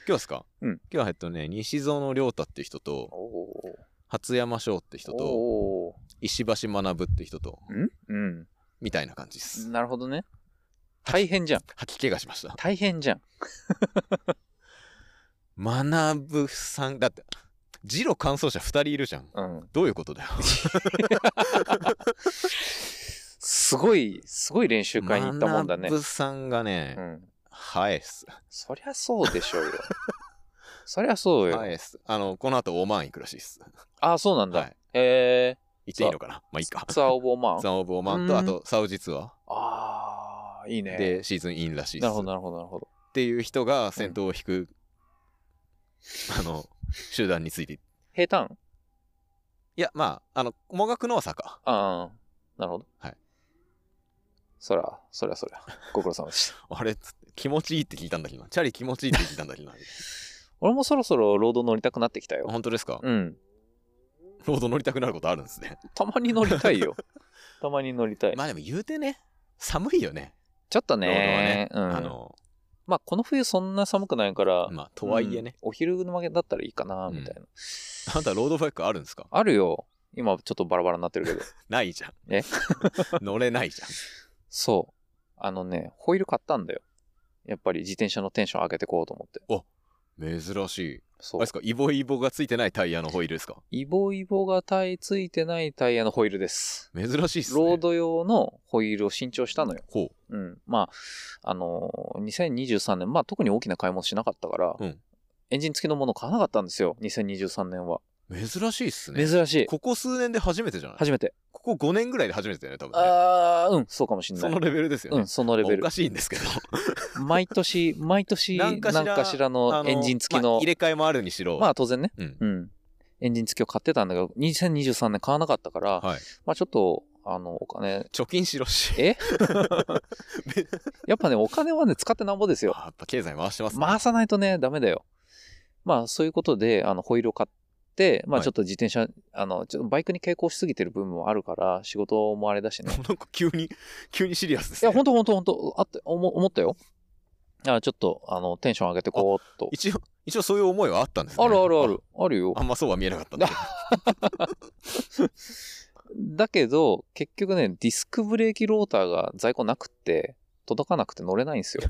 A: 日ですか、
B: うん
A: 今日はえっとね、西園亮太って人と、
B: おー
A: 初山翔って人と、
B: お
A: 石橋学って人と、
B: ー。んうん。
A: みたいな感じです。
B: なるほどね。大変じゃん。
A: 吐き気がしました。
B: 大変じゃん。
A: 学さん、だって、ジロ感想者2人いるじゃん。
B: うん。
A: どういう ことだよ。
B: すごい、すごい練習会に行ったもんだね。
A: 学さんがね、
B: うん。
A: はいっす。
B: そりゃそうでしょうよ。そりゃそうよ。
A: はいっす。あの、この後オマーン行くらしいっす。
B: ああ、そうなんだ。
A: はい
B: へえ。
A: 行っていいのかなまあいいか。
B: ツアーオブオマーン
A: ザン・オブ・オマンと、
B: うん
A: あと、サウジツア
B: ああ、いいね。
A: ーでシーズンインらしいで
B: な
A: す。
B: るほど、
A: っ
B: なるほど、なるほど。
A: ていう人が先頭を引く、あの、集団について。い
B: 平坦
A: や、まあ、あの、もがくのは坂。
B: ああ、なるほど。
A: はい。
B: そりゃ、そりゃそりゃ。ご苦労様でした。
A: あれ、気持ちいいって聞いたんだけどな。チャリ気持ちいいって聞いたんだけど な。
B: 俺もそろそろロード乗りたくなってきたよ。
A: 本当ですか、
B: うん。
A: ロード乗りたくなることあるんですね。
B: たまに乗りた いよ。たまに乗りたい。
A: まあでも言うてね、寒いよね。
B: ちょっとね、うん。
A: あの、
B: まあ、この冬そんな寒くないから、
A: まあ、とはいえね。
B: うんお昼の負けだったらいいかな、
A: うん
B: みたいな。
A: あんたロードバイクあるんですか
B: あるよ。今ちょっとバラバラになってるけど。
A: ないじゃん。
B: え
A: 乗れないじゃん。
B: そう。あのね、ホイール買ったんだよ。やっぱり自転車のテンション上げてこうと思って。
A: 珍しい。あ
B: そ
A: れ
B: う
A: です。かイボイボがついてないタイヤのホイールですか
B: イボイボがタイついてないタイヤのホイールです。
A: 珍しいっすね。
B: ロード用のホイールを新調したのよ。
A: ほ
B: うん。まあ、あのー2023年、まあ特に大きな買い物しなかったから、
A: うん
B: エンジン付きのものを買わなかったんですよ、2023年は。
A: う。珍しいっすね。
B: 珍しい。
A: ここ数年で初めてじゃない
B: 初めて。
A: ここ5年ぐらいで初めてだよね、多分ね、
B: あー、うん、そうかもしんな
A: そ
B: い。
A: のレベルですよ
B: う
A: ね。
B: ん、そのレベ
A: お
B: ル
A: か。しいんです けど。
B: 毎年、毎年、
A: な
B: なんん
A: かしら
B: かしら
A: あ
B: の
A: の
B: エンジン付きの
A: まあ入、れ替えもあるにしろ。
B: まあ当然ね、
A: うん。
B: うん。エンジン付きを買ってたんだけど、2023年買わなかったから、
A: はい。
B: まあちょっと、あの、お金、
A: 貯金しろ し。
B: えやっぱね、お金はね、使ってなんぼですよ。
A: あやっぱ経済回してますね。
B: 回さないとね、ダメだよ。まあそういうことで、あの、ホイールを買って、まあ
A: はい
B: ちょっと自転車、あの、ちょっとバイクに傾向しすぎてる部分もあるから、仕事もあれだしね。
A: なんか急に、急にシリアスです、
B: い
A: ね。
B: や、ほんとほんとほんと、あって、思思ったよ。あちょっと、あの、テンション上げてこうっと。
A: 一応、一応そういう思いはあったんですね。
B: あるあるある。。あるよ
A: あ。んまそうは見えなかったんだけど。
B: だけど、結局ね、ディスクブレーキローターが在庫なくって、届かなくて乗れないんですよ。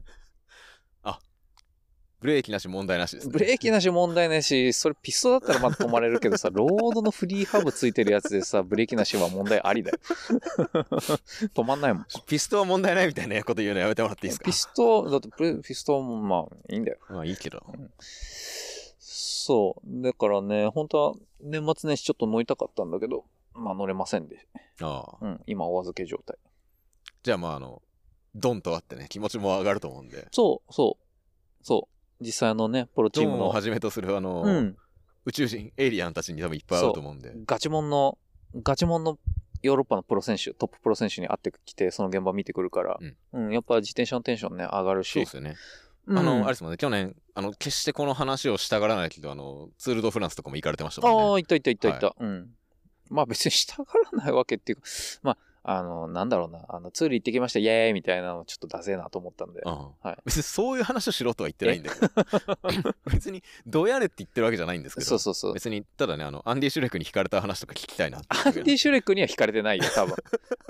A: ブレーキなし問題なしです、ね。
B: ブレーキなし問題ないし、それピストだったらまだ止まれるけどさ、ロードのフリーハブついてるやつでさ、ブレーキなしは問題あ りだよ。止まんないもん。
A: ピストは問題ないみたいなこと言うのやめてもらっていいですか
B: ピスト、だってブレピストもまあいいんだよ。
A: まあいいけど。
B: そう。だからね、本当は年末年始ちょっと乗りたかったんだけど、まあ乗れませんで。
A: ああ。
B: うん、今お預け状態。
A: じゃあまああの、ドンとあってね、気持ちも上がると思うんで。
B: そう、そそう。実際あのね、ポロチ
A: ジ
B: ー
A: ム
B: ム
A: を
B: の
A: は、じめとするあの、
B: うん、
A: 宇宙人エイリアンたちに多分いっぱい会うと思うんで
B: ガチモンの、ガチモンのヨーロッパのプロ選手、トッププロ選手に会ってきて、その現場見てくるから、うん、やっぱ自転車のテンションね、上がる
A: そう
B: し
A: で、すよね、
B: うん
A: あのあれですもんね去年あの決してこの話をしたがらないけどあのツール・ド・フランスとかも行かれてましたもん
B: あ
A: ね
B: あ、いたいたいたいた。うん。まあ別に従らないわけっていうか、 まあ、あの、なんだろうな、あの、ツール行ってきました、イエーイみたいなのちょっとダセえなと思ったんで。
A: うん
B: はい
A: 別にそういう話をしろとは言ってないんだけど 別にどうやれって言ってるわけじゃないんですけど
B: そうそうそう。
A: 別にただねあのアンディ・シュレクに惹かれた話とか聞きたいな
B: アンディ・
A: シ
B: シュレックには惹かれてないよ、多分。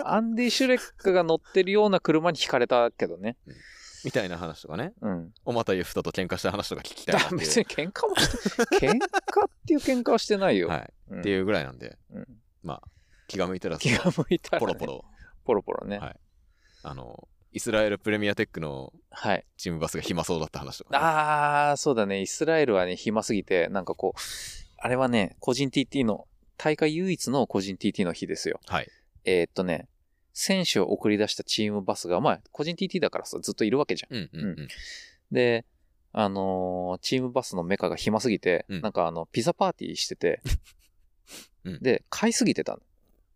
B: アンディ・シュレックが乗ってるような車に惹かれたけどね。
A: みたいな話とかね
B: うん。
A: おまたゆふたと喧嘩した話とか聞きたい
B: だ
A: な
B: か
A: ってい
B: ら
A: う
B: 別に喧嘩もして、喧嘩っていう喧嘩はしてないよ。
A: はい、
B: うん
A: っていうぐらいなんで、
B: うん
A: まあ気が向いたら
B: 気が向いたら、
A: ポロ
B: ね。
A: ポ。ロ
B: ポロポロね。
A: はいあのイスラエルプレミアテックの
B: はい
A: チームバスが暇そうだった話とかね、
B: あー、そうだね。イスラエルはね、暇すぎて、なんかこう、あれはね、個人 TT の、大会唯一の個人 TT の日ですよ。
A: はい
B: えーっとね、選手を送り出したチームバスが、まあ、個人 TT だからさ、ずっといるわけじゃ
A: うんうんうん
B: ん。で、あのーチームバスのメカが暇すぎて、
A: うん
B: なんかあの、ピザパーティーしてて、
A: うん
B: で、買いすぎてたの。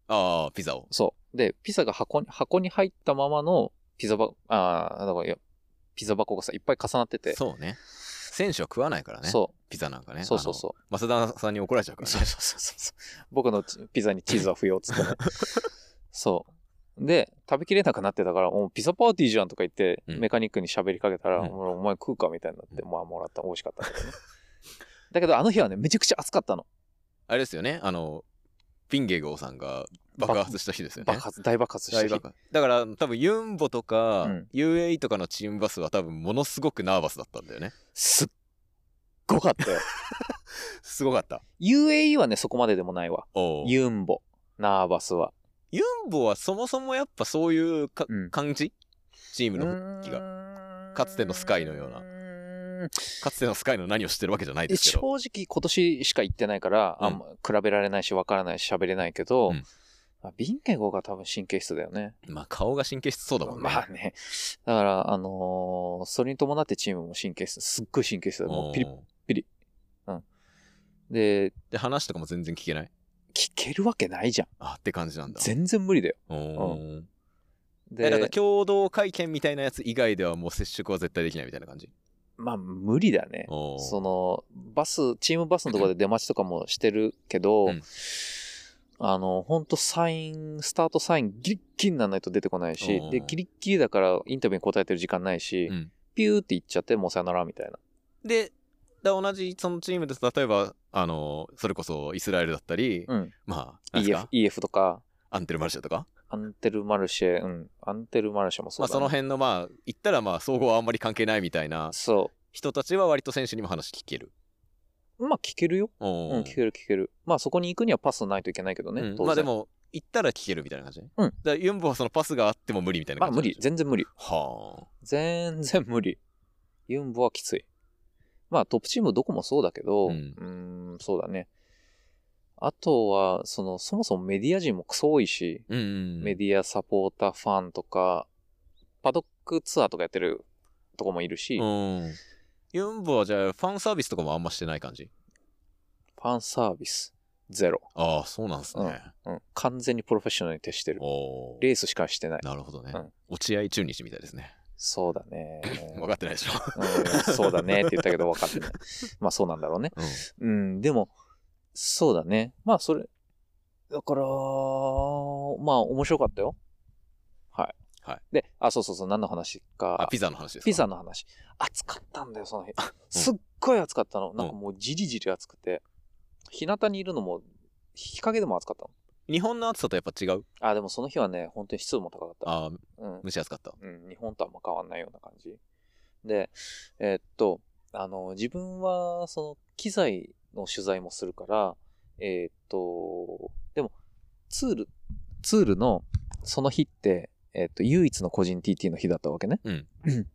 A: ああピザを
B: そう。で、ピザが箱に、箱に入ったままの、ピザ箱、あー、だからいや、ピザ箱がさ、いっぱい重なってて、
A: そうね選手は食わないからね
B: そ
A: ピザなんか
B: う、
A: ね
B: そうそうそう。
A: う増田さんに怒られちゃうから
B: そ
A: ね
B: うそうそうそうそう。僕のチピザにチーズは不要っ つってね。そう。で、食べきれなくなってたから、もうピザパーティーじゃんとか言って、
A: うん
B: メカニックに喋りかけたら、
A: うん
B: お前食うかみたいになって、まあもらった、美味しかったけどね。 だけどあの日はね、めちゃくちゃ暑かったの。
A: あれですよねあのピンゲゴーさんが爆発した日ですよね
B: 爆発、大爆発し
A: 大
B: た日
A: 爆発だから多分ユンボとか、
B: うん
A: UAE とかのチームバスは多分ものすごくナーバスだったんだよね
B: すっご かったよ。
A: すごかった
B: UAE はね、そこまででもないわ。
A: おう
B: ユンボ、ナーバスは。
A: ユンボはそもそもやっぱそういうか、
B: うん
A: 感じチームの復帰が
B: が
A: かつてのスカイのようなかつてのスカイの何をしてるわけじゃないですけど
B: 正直今年しか行ってないから、あんま比べられないし分からないし喋れないけど、
A: うん
B: まあ、ビンケゴが多分神経質だよね。
A: まあ顔が神経質そうだもんね、
B: まあね。 だから、あのーそれに伴ってチームも神経質、すっごい神経質だ。
A: お
B: もう
A: う
B: ピリで、
A: で話とかも全然聞けない
B: 聞けるわけないじゃん。
A: あって感じなんだ
B: 全然無理だよ。
A: おーえ
B: で
A: だから、共同会見みたいなやつ以外ではもう接触は絶対できないみたいな感じ
B: まあ無理だね。
A: おー
B: その、バス、チームバスのところで出待ちとかもしてるけど、
A: うん
B: あの、ほんとサイン、スタートサインギリッギリにならないと出てこないし
A: う、ん
B: で、ギリッギリだからインタビューに答えてる時間ないし、
A: うん
B: ピューって行っちゃって、もうさよならみたいな。
A: でだ同じそのチームです例えばあのそれこそイスラエルだったり、
B: うん。
A: まあなんです
B: EF,
A: か
B: EF とか、
A: アンテル・マルシェとか
B: アンテルマルシェ、うん。アンテルマルシェもそ
A: まあ、
B: うだ、ね。
A: その。辺のまあ言ったらまあ総合はあんまり関係ないみたいな
B: そ
A: 人たちは割と選手にも話聞ける。
B: う。まあ聞けるよ。
A: おー
B: うん、聞ける聞ける。まあそこに行くにはパスないといけないけどね。
A: うん
B: 当然
A: まあで、も行ったら聞けるみたいな感じね。
B: うん
A: だからユンボはそのパスがあっても無理みたいな
B: まあ
A: 感じな
B: 無
A: んで
B: 理
A: し。ょ。
B: 全然無理。
A: はあ。
B: 全然無理。ユンボはきつい。まあトップチームどこもそうだけど、う
A: う
B: ー
A: ん
B: ん、んそうだね。あとは、その、そもそもメディア人もクソ多いし、
A: うんうん。
B: メディアサポーターファンとか、パドックツアーとかやってるとこもいるし、フ
A: うん。ユンボはじゃあファンサービスとかもあんましてない感じ。
B: ァンサービス、ゼロ。
A: ああ、そうなんですね。
B: うん、完全にプロフェッショナルに徹してる。
A: お
B: レースしかしてない。
A: なるほどね
B: うん。
A: 落合中日みたいですね。
B: そうだ ね。
A: 分かってない でしょ。
B: うん、そうだねって言ったけど分かってない。まあそうなんだろうね。
A: うん
B: うん、でも、そうだね。まあ、それ、だから、まあ、面白かったよ。はい。
A: はい。
B: で、あ、そうそうそう、何の話か。
A: あ、ピザの話ですか。
B: ピザの話。暑かったんだよ、その日。すっごい暑かったの。なんかもうじりじり暑くて。日向にいるのも、日陰でも暑かったの。
A: 日本の暑さとやっぱ違う。
B: あ、でもその日はね、本当に湿度も高かった。
A: ああ、
B: うん。
A: 蒸し暑かった。
B: うん、日本とあんま変わんないような感じ。で、えーっと、あの、自分は、その、機材の取材もするから、えーっと、でも、ツール、ツールの、その日って、えーっと、唯一の個人 TT の日だったわけね。
A: うん。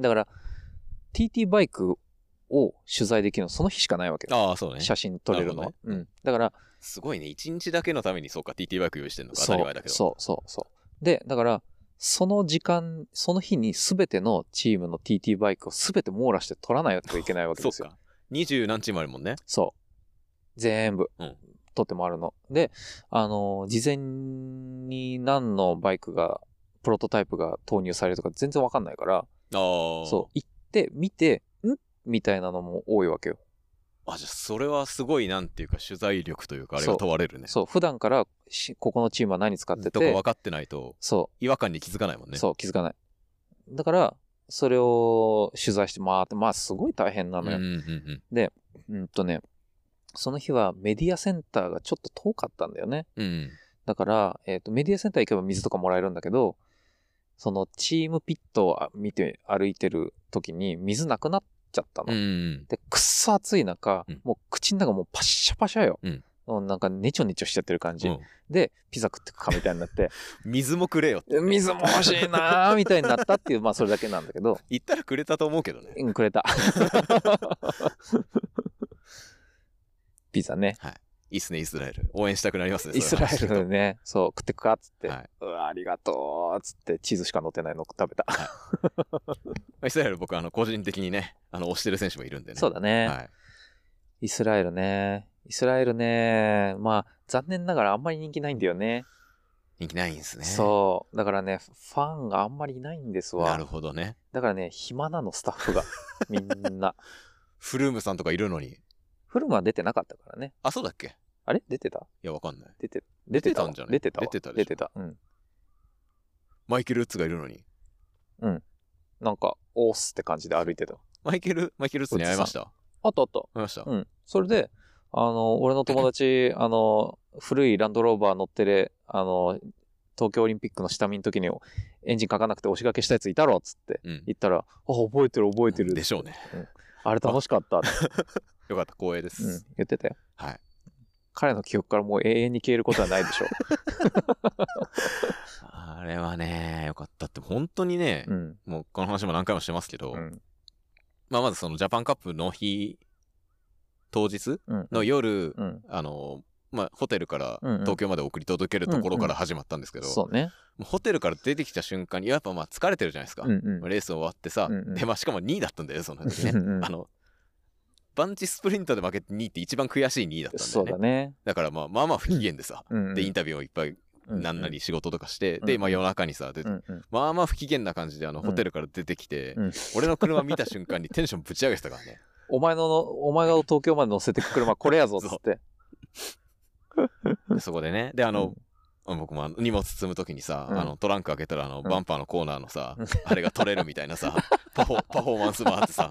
B: だから、TT バイクを取材できるの、その日しかないわけよ。
A: ああ、そうね。
B: 写真撮れるのは
A: なるほどね
B: うん。だから、
A: すごいね。一日だけのためにそうか TT バイク用意してんのか当
B: そ
A: た
B: う
A: り前だけど。
B: そうそうそうでだからその時間、その日に全てのチームの TT バイクを全て網羅して取らないといけないわけ
A: そ
B: で
A: う
B: すよ。
A: か。20何チームあるもんね。
B: そう。全部
A: うん、
B: 取って回るの。で、あの、事前に何のバイクが、プロトタイプが投入されるとか全然わかんないから、
A: ああ。
B: そう、行って、見て、んみたいなのも多いわけよ。
A: あ、じゃあそれはすごい、なんていうか、取材力というか、あれ
B: そ
A: が
B: う
A: 問われるね。
B: そう、普段からし、ここのチームは何使って
A: とか
B: て
A: 分、かってないと、
B: そ
A: 違和感に気づかないもん
B: う、
A: ね。
B: そう、気づかない。だから、それを取材して回って、まあ、すごい大変な
A: うん
B: の
A: うんう
B: よ。
A: ん
B: うんとね、その日はメディアセンターがちょっと遠かったんだよね。
A: うん。うん。
B: だから、えっ、と、メディアセンター行けば水とかもらえるんだけど、そのチームピットを見て歩いてる時に水なくなっちゃったの。
A: うんうん。
B: で、くっそ暑い中、
A: うん
B: もう口の中もうパッシャパシャよ。
A: うん
B: もうなんかネチョネチョしちゃってる感じ。
A: うん
B: で、ピザ食ってくかみたいになって、
A: 水もくれよ。
B: 水も欲しいなーみたいになったっていう、まあ それだけなんだけど、
A: 言ったらくれたと思うけどね。
B: うん、くれた。ピザね。
A: いいっすね、イスラエル。応援したくなりますね。
B: イスラエ
A: それ
B: ルね、そう、食ってくかっつって、
A: はいう
B: わ、ありがとうっつって、チーズしか乗ってないの食べた。
A: イスラエル僕、あの、個人的にね、あの、推してる選手もいるんでね。
B: そうだね、
A: はい。
B: イスラエルね。イスラエルね、まあ、残念ながらあんまり人気ないんだよね。
A: 人気ないんですね。
B: そう。だからね、ファンがあんまりいないんです
A: な
B: わ
A: る。ほどね。
B: だからね、暇なの、スタッフが。みんな。
A: フルームさんとかいるのに。
B: フルムは出てなかったからね。
A: あ、そうだっけい
B: あれ出てた
A: や、わかんない。
B: 出て、
A: 出
B: 出
A: て
B: て
A: た
B: た
A: わ
B: わ出てたわ
A: 出てたでしょ
B: 出てた。うん。
A: マイケル・ウッズがいるのに。
B: なんか、おーすって感じで歩いてた。
A: マイケル、マイケル・ウッズに会いました
B: あったあった。
A: 会いました、
B: うん。それで、あの、俺の友達、 あの、古いランドローバー乗ってる、あの、東京オリンピックの下見の時にエンジンかかなくて押し掛けしたやついたろっつって
A: うん
B: 言ったら、あ、覚えてる覚えてる。
A: でしょうね。
B: あれ楽しかったって、
A: よかった、光栄で
B: うん
A: す。
B: 言ってたよ。
A: はい。
B: 彼の記憶からもう永遠に消えることはない でしょ
A: あれはね、よかったって、本当にね
B: う。、うん。
A: もうこの話も何回もしてますけど、
B: うん。
A: まあ、まずそのジャパンカップの日、当日
B: うん。
A: の夜、
B: うん。
A: あの、まあ、ホテルから
B: うんうん
A: 東京まで送り届けるところから始まったんですけど、
B: そうね。
A: もうホテルから出てきた瞬間に、やっぱまあ疲れてるじゃないですか。
B: うんうん。
A: レース終わってさ、
B: うんうん
A: で、まあ、しかも2位だったんだよ、その時ね。
B: うんうん
A: あの、バンチスプリントで負けて2位って一番悔しい2位だったんだ
B: そ
A: よ
B: う
A: ね。だ
B: だね。
A: からまあ、まあまあ不機嫌でさ、
B: うんうん
A: で、インタビューをいっぱいなんなり仕事とかして、で、まあ夜中にさ、で、
B: うんうん
A: まあまあ不機嫌な感じであの
B: うん
A: ホテルから出てきて、
B: うん
A: 俺の車見た瞬間にテンションぶち上げてたからね。
B: お前のの、お前が東京まで乗せてく車これやぞっ つって。
A: でそこでね。で、あ
B: う
A: の
B: ん、
A: 僕もあの荷物積むときにさ、
B: うん
A: あのトランク開けたらあの
B: ん
A: バンパーのコーナーのさ、
B: うん
A: あれが取れるみたいなさ、パフォパフォーマンスもあって さ、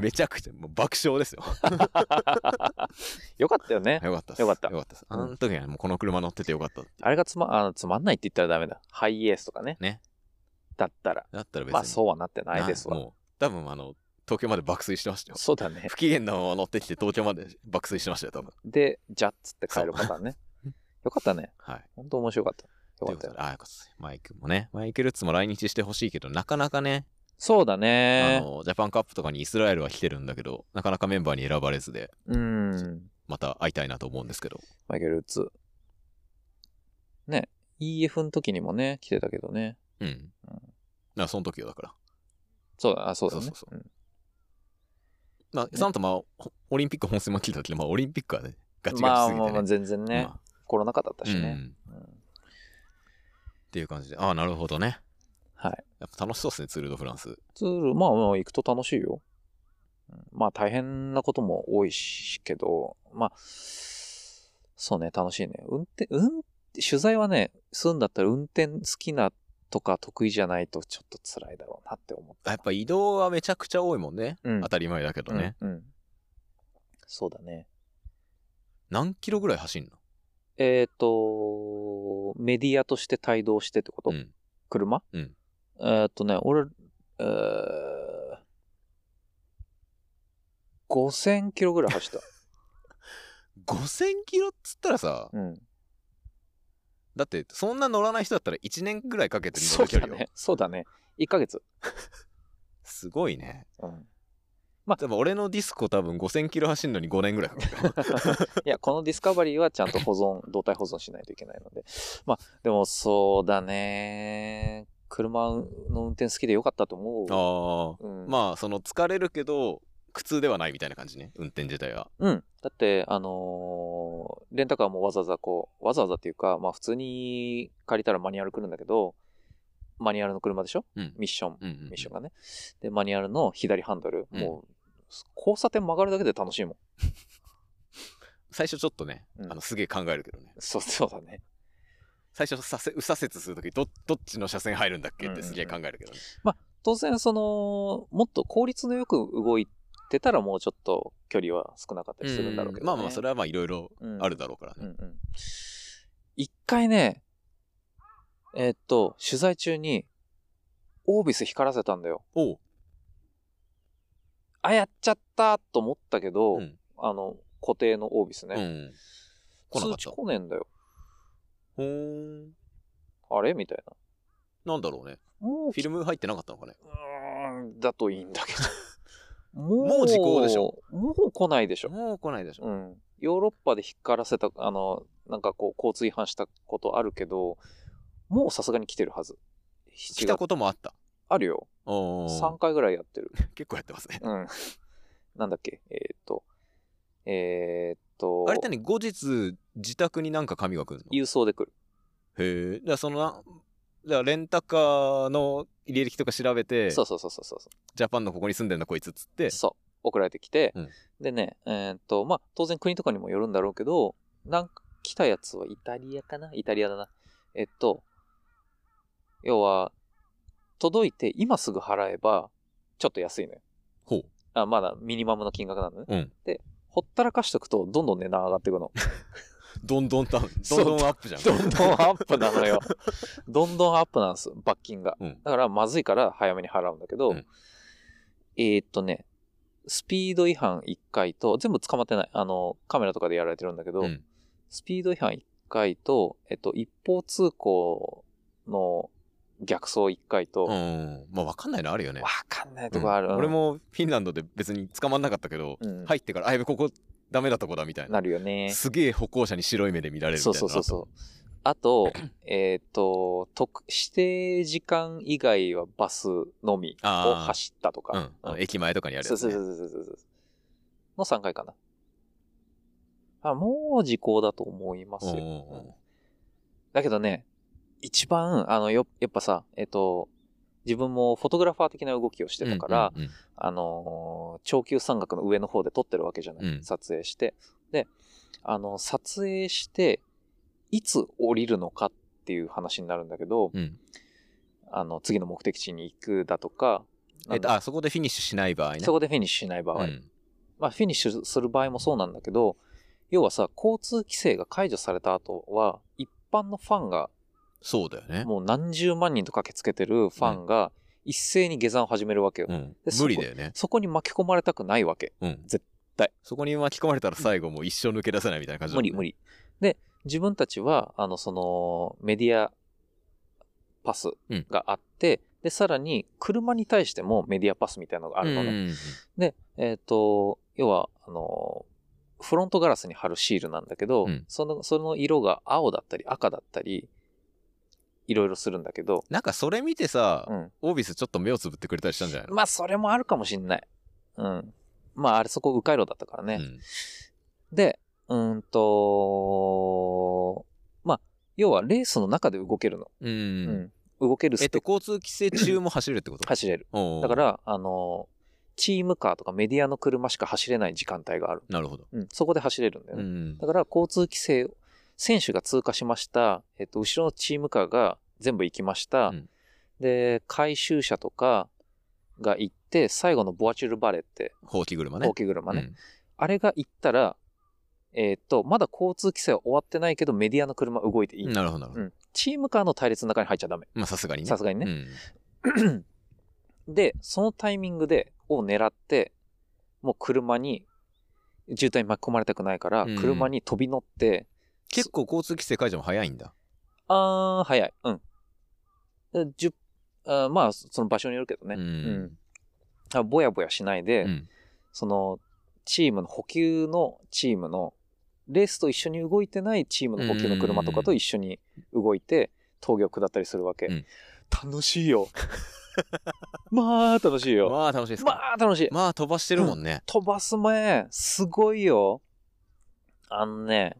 A: めちゃくちゃもう爆笑ですよ。
B: よかったよね。
A: よかったっす
B: よかった
A: よかったっすあの時はねもうこの車乗っててよかったって。
B: あれがつまあのつまんないって言ったらダメだ。ハイエースとかね。
A: ね
B: だったら。
A: だったら別に。
B: まあそうはなってないです
A: な
B: わ。
A: もう、多分あの、東京まで爆睡してましたよ。
B: そう だね。
A: 不機嫌なまま乗ってきて東京まで爆睡してましたよ、多分。
B: で、じゃっつって帰るパターンね
A: そう。
B: よかったね。
A: はい。
B: ほんと面白かった。よ
A: とい
B: か
A: う
B: っ
A: こ
B: た
A: と
B: よ
A: で。あよかったですマイクもね、マイケルッツも来日してほしいけど、なかなかね、
B: そうだ
A: あ
B: ね。
A: の、ジャパンカップとかにイスラエルは来てるんだけど、なかなかメンバーに選ばれずで、
B: うん。
A: また会いたいなと思うんですけど。
B: マイケル・ウッズ。ね。EF の時にもね、来てたけどね。
A: うん。だからその時よ、だから。
B: そうだ、あ、そうだね。
A: そうそうまあ、その後、まあ、ほオリンピック本戦も来てたけど、まあ、オリンピックはね、ガ
B: ん
A: チ
B: ま
A: ガ
B: あ
A: チすぎ
B: まあ
A: て
B: まあ
A: ね。
B: 全然ね
A: ま。あ
B: コロナ禍だったし
A: う
B: ね。
A: んっ
B: うん
A: ていう感じで、ああ、なるほどね。
B: はい。
A: やっぱ楽しそうですね、ツール・ド・フランス。
B: ツール、まあまあ行くと楽しいよ。うんまあ大変なことも多いしけど、まあ、そうね、楽しいね。運転、運、取材はね、するんだったら運転好きなとか得意じゃないとちょっと辛いだろうなって思った。
A: やっぱ移動はめちゃくちゃ多いもんね。
B: うん
A: 当たり前だけどね。
B: うん。うんそうだね。
A: 何キロぐらい走んの
B: えっ、と、メディアとして帯同してってこと、
A: うん。
B: 車
A: うん
B: えーっとね、俺、えー、5000キロぐらい走った。
A: 5000キロっつったらさ、
B: うん。
A: だってそんな乗らない人だったら1年ぐらいかけて乗
B: そう
A: る距
B: だ
A: 離よ。
B: ね。そうだね。1ヶ月。
A: すごいね。
B: うん。
A: でも俺のディスコ多分5000キロ走るのに5年ぐらいかかる。
B: いや、このディスカバリーはちゃんと保存、動態保存しないといけないので。まあ、でもそうだね。車の運転好きでよかったと思う。
A: あ
B: う
A: あ。
B: ん、
A: まあ、その疲れるけど、苦痛ではないみたいな感じね。運転自体は。
B: うん。だって、あのーレンタカーもわざわざこう、わざわざっていうか、まあ普通に借りたらマニュアル来るんだけど、マニュアルの車でしょ
A: うん
B: ミッション、
A: うん、うん。
B: ミッションがね。で、マニュアルの左ハンドル。
A: うん
B: もう、交差点曲がるだけで楽しいもん。
A: 最初ちょっとね、
B: うん
A: あのすげえ考えるけどね。
B: そう、そうだね。
A: 最初左折右左折するときど、どっちの車線入るんだっけってすげえ考えるけどね。
B: 当然、その、もっと効率のよく動いてたらもうちょっと距離は少なかったりするんだろうけど、ね。
A: まあまあ、それはまあいろいろ
B: うん
A: あるだろうから
B: うん
A: ね。
B: うん。一回ね、えーっと、取材中に、オービス光らせたんだよ。
A: おう。
B: あ、やっちゃったと思ったけど、
A: うん。
B: あの、固定のオービス
A: う
B: ね。
A: ん。来なか
B: 通
A: っ
B: 知
A: た。
B: 来ねえんだよ。
A: ほーん。
B: あれみたいな。
A: なんだろうね。
B: もう
A: フィルム入ってなかったのかね。
B: うーん、だといいんだけど。も
A: もう時効でしょ。
B: もう来ないでしょ。
A: もう来ないでしょ。
B: うん。ヨーロッパで引っからせた、あの、なんかこう、交通違反したことあるけど、もうさすがに来てるはず。
A: 来た
B: と
A: こともあった。
B: あるよ。
A: お
B: 3回ぐらいやっ てる。
A: 結構やってますね。
B: うん。なんだっけえーっと、えーっと、
A: あれってね、後日、自宅になんか紙が来るの
B: 郵送で来る。
A: へえ。じゃあそのな、じゃあレンタカーの履歴とか調べて、
B: そうそうそうそうそう。
A: ジャパンのここに住んでんだこいつっつって、
B: そう。送られてきて、
A: うん
B: でね、えーっと、まあ、当然国とかにもよるんだろうけど、なんか来たやつはイタリアかなイタリアだな。えっと、要は、届いて今すぐ払えば、ちょっと安いのよ。
A: ほう。
B: あ、まだミニマムの金額なのね。
A: うん。
B: ほったらかしとくと、どんどん値段上がっていくの。
A: どんどんタウン、
B: そ
A: ど
B: うん
A: どんアップじゃん。
B: どんどんアップなのよ。どんどんアップなんです、罰金が。
A: うん
B: だから、まずいから早めに払うんだけど、
A: うん
B: えーっとね、スピード違反1回と、全部捕まってない、あの、カメラとかでやられてるんだけど、
A: うん。
B: スピード違反1回と、えっと、一方通行の逆走1回と、
A: う
B: わ
A: ん。まあわかんないのあるよね。
B: かんないとこある。
A: うん俺もフィンランドで別に捕まんなかったけど、
B: うん
A: 入ってから、あやべ、ここダメなとこだみたいな。
B: なるよね。
A: すげえ歩行者に白い目で見られるみた
B: そ
A: いうな。
B: そうそうそう。あと、えっ、と、特、指定時間以外はバスのみを
A: あー
B: 走ったと
A: う
B: か
A: ん。。あの駅前とかにあるや
B: そう
A: つ、
B: そう
A: ね。
B: そうそうそうそう。の3回かな。あ、もう時効だと思いますよ。
A: おうおうおう
B: だけどね、一番、あの、よ、やっぱさ、えっ、と、自分もフォトグラファー的な動きをしてたから、
A: うんうんうん
B: あのー長久山岳の上の方で撮ってるわけじゃない、
A: うん
B: 撮影してであの撮影していつ降りるのかっていう話になるんだけど、
A: うん
B: あの次の目的地に行くだとか
A: えっと、あそこでフィニッシュしない場合ね。
B: そこでフィニッシュしない場合、
A: うん
B: まあ、フィニッシュする場合もそうなんだけど要はさ交通規制が解除された後は一般のファンが
A: そうだよね。
B: もう何十万人と駆けつけてるファンが一斉に下山を始めるわけよ、
A: うん
B: でそこ
A: 無理だよね。
B: そこに巻き込まれたくないわけ
A: うん
B: 絶対。
A: そこに巻き込まれたら最後もう一生抜け出せないみたいな感じだも
B: 無
A: んね
B: 理無理。で、自分たちは、あの、その、メディアパスがあって、で、さらに、車に対してもメディアパスみたいなのがあるのね。
A: うん
B: で、えっ、と、要は、あの、フロントガラスに貼るシールなんだけど、
A: うん
B: その、その色が青だったり赤だったり、いろいろするんだけど、
A: なんかそれ見てさ、
B: うん。
A: オービスちょっと目をつぶってくれたりしたんじゃないの
B: まあ、それもあるかもしんない。うん。まあ、あれそこ迂回路だったからね。
A: うん
B: で、うーんと、まあ、要はレースの中で動けるの。
A: うん
B: うん動ける
A: えっ
B: ス
A: と、
B: ペック
A: 交通規制中も走るってこと
B: 走れる。
A: おう
B: だから、あの、チームカーとかメディアの車しか走れない時間帯がある。
A: なるほど。
B: うん、そこで走れるんだよ
A: う
B: ね。
A: ん
B: だから、交通規制、選手が通過しました、えっと、後ろのチームカーが全部行きました、
A: うん
B: で、回収車とかが行って、最後のボアチュールバレーって、
A: ほうき車ね。
B: 大きい車ね、
A: うん
B: あれが行ったら、えっと、まだ交通規制は終わってないけど、メディアの車動いていい。
A: なるほど、なるほ
B: う
A: ど。
B: んチームカーの隊列の中に入っちゃダメ。
A: まあ、さすがにね。
B: さすがにね。
A: うん
B: で、そのタイミングで、を狙って、もう車に、渋滞に巻き込まれたくないから
A: うん、
B: 車に飛び乗って、
A: 結構交通規制解除も早いんだ。
B: あー、早い。うん。でじゅあーまあ、その場所によるけどね。
A: う
B: うん
A: ん。
B: あぼやぼやしないで、
A: うん
B: その、チームの補給のチームの、レースと一緒に動いてないチームの補給の車とかと一緒に動いて、峠を下ったりするわけ。
A: うん
B: 楽し いよ。まあ、楽しいよ。
A: まあ楽しいですか、
B: まあ、楽しい。
A: まあ飛ばしてるもんね。
B: 飛ばす前、すごいよ。あのね、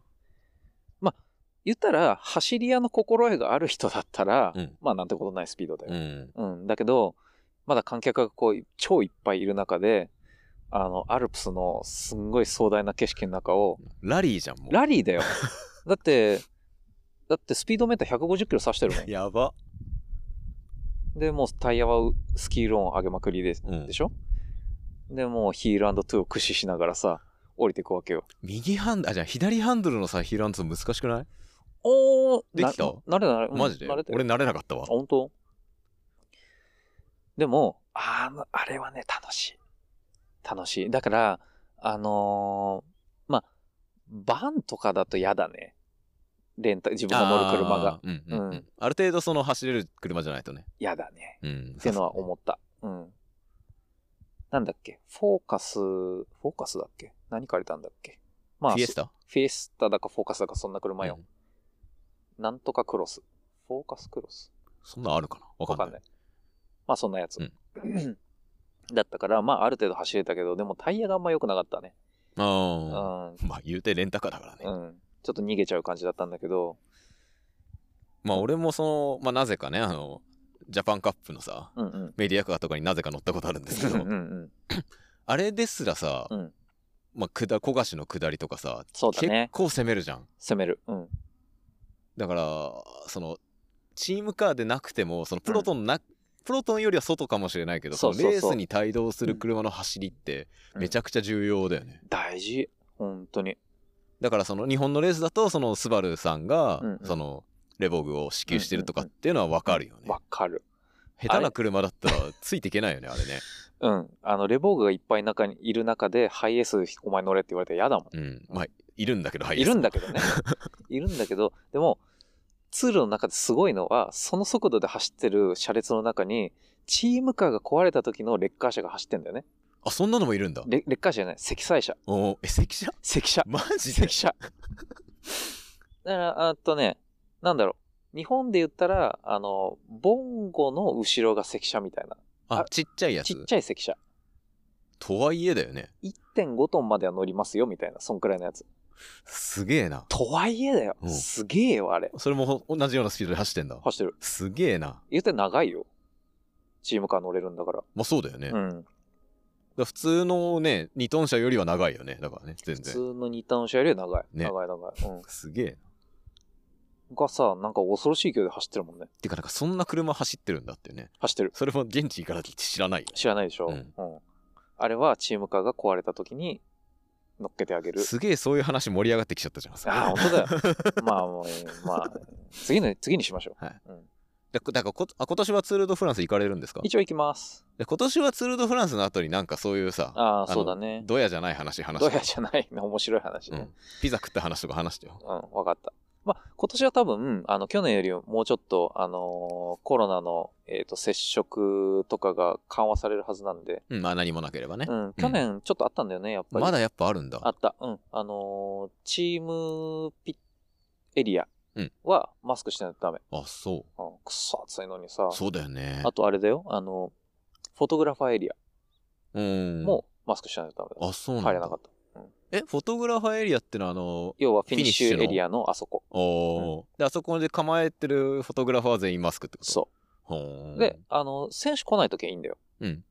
B: まあ、言ったら、走り屋の心得がある人だったら、
A: うん
B: まあ、なんてことないスピードだよ
A: う。ん。
B: うん、だけど、まだ観客がこう、超いっぱいいる中で、あの、アルプスのすんごい壮大な景色の中を、
A: ラリーじゃん、もう。
B: ラ リーだよ。だって、だってスピードメーター150キロ差してるも
A: やば。
B: ん。で、もうタイヤはスキーローン上げまくりで
A: うん
B: で。しょで、もうヒール2を駆使しながらさ、降りていくわけよ。
A: 右ハンドル、あ、じゃあ左ハンドルのさ、ヒールハンドル難しくない
B: おー
A: できた
B: な慣れ慣れ。うん
A: マジで
B: 慣れてる
A: 俺慣れなかったわ
B: あ。本当でも、あの、あれはね、楽しい。楽しい。だから、あのーまあ、バンとかだと嫌だね。レンタ、自分が乗る車が
A: あー。うんうんう
B: うんん。
A: ある程度その走れる車じゃないとね。
B: 嫌だね。
A: うん。
B: ってのは思った。うん。なんだっけフォーカス、フォーカスだっけ何借りたんだっけまあ、
A: フィエスタ
B: フィエスタだかフォーカスだかそんな車よ。
A: うん
B: なんとかクロス。フォーカスクロス。
A: そんなんあるかなわか
B: わ
A: んな
B: か
A: い
B: んない。まあそんなやつ。
A: うん
B: だったから、まあある程度走れたけど、でもタイヤがあんま良くなかったね。う
A: あ
B: ん。うん。
A: あ。 まあ言うてレンタカーだからね。
B: ちょっと逃げちゃう感じだったんだけど、
A: まあ俺もその、まあなぜかね、あの、ジャパンカップのさ、
B: うんうん。
A: メディアカーとかになぜか乗ったことあるんですけ
B: うん
A: ど
B: う、んうん。
A: あれですらさ、
B: うん
A: まあ下、小菓子の下りとかさ、
B: そうだ
A: 結
B: ね。
A: 構攻めるじゃん。
B: 攻める。うん。
A: だから、その、チームカーでなくても、そのプロトンな、プロトンよりは外かもしれないけど、そ
B: そ
A: の
B: うそうそう
A: レースに帯同する車の走りって、
B: うん
A: めちゃくちゃ重要だよね。
B: 大事。本当に。
A: だからその日本のレースだと、そのスバルさんが、
B: うんうん
A: その、レボグを支給してるとかっていうのはわかるよね。
B: わかる。
A: 下手な車だったらついていけないよね、あれね。
B: うん。あの、レボーグがいっぱい中にいる中で、ハイエースお前乗れって言われたら嫌だもん。
A: うん。まあ、いるんだけど、はい
B: るんだけ どね。いるんだけど、でも、ツールの中ですごいのは、その速度で走ってる車列の中に、チームカーが壊れた時のレッカー車が走ってんだよね。
A: あ、そんなのもいるんだ。
B: レレッカー車じゃない、積載車。
A: おお、え、関車
B: 積車。
A: マジで
B: 積車。だから、あっとね、なんだろう。日本で言ったら、あの、ボンゴの後ろが積車みたいな。
A: あ
B: あ、
A: ちっちゃいや
B: ち
A: つ
B: っ。ちゃい積車。
A: とはいえだよね。
B: 1.5トンまでは乗りますよ、みたいな。そんくらいのやつ。
A: すげえな。
B: とはいえだよ
A: う。ん
B: すげえよ、あれ。
A: それもほ同じようなスピードで走ってんだ。
B: 走ってる。
A: すげえな。
B: 言うて長いよ。チームカー乗れるんだから。
A: まあそうだよね。だ
B: う
A: か
B: ん。
A: ら普通のね、2トン車よりは長いよね。だからね、全
B: 普
A: 然。
B: 通の二単車よりは長い。
A: ね
B: 長い長い。う
A: すげえ。
B: ん。がさ、なんか恐ろしい勢いで走ってるもんね。
A: てか、なんかそんな車走ってるんだってね。
B: 走ってる。
A: それも現地から知らないよね。
B: 知らないでしょ、
A: う
B: うんん、あれはチームカーが壊れた時に乗っけてあげる。
A: すげえそういう話盛り上がってきちゃったじゃん。
B: ああ、本当だよ。 まあ、もう、まあ、次の、次にしましょう。
A: はい
B: うん、
A: だだからこあ今年はツール・ド・フランス行かれるんですか
B: 一応行きます。
A: で今年はツール・ド・フランスの後になんかそういうさ、
B: あ
A: あ
B: あ、
A: の
B: そうだね。
A: ドヤじゃない話話
B: ど
A: し
B: うや
A: て。
B: じゃないの面白い話
A: う
B: ね。
A: ん、ピザ食った話とか話してよ。
B: うん、わかった。まあ、今年は多分、あの、去年よりもうちょっと、あのーコロナの、えっ、と、接触とかが緩和されるはずなんで、
A: うん、まあ何もなければね。
B: うん、去年ちょっとあったんだよね、やっぱり。
A: まだやっぱあるんだ。
B: あった。うん。あのーチームピエリアはマスクしないとダメ。
A: あ、そ
B: うん、くそ暑いのにさ
A: う。。そうだよね。
B: あとあれだよ。あの、フォトグラファーエリア
A: うん。
B: もマスクしないとダメだ。
A: あ、そうなんだ。
B: 入れなかった。
A: え、フォトグラファーエリアってのはあの、
B: 要はフィ
A: フィ
B: ニッ
A: ニッシュ
B: シ
A: の
B: ュエリアのあそこ。
A: おーで、あそこで構えてるフォトグラファー全員マスクってこと
B: そうう。で、、あの、選手来ないときはいいんだよ。
A: うん。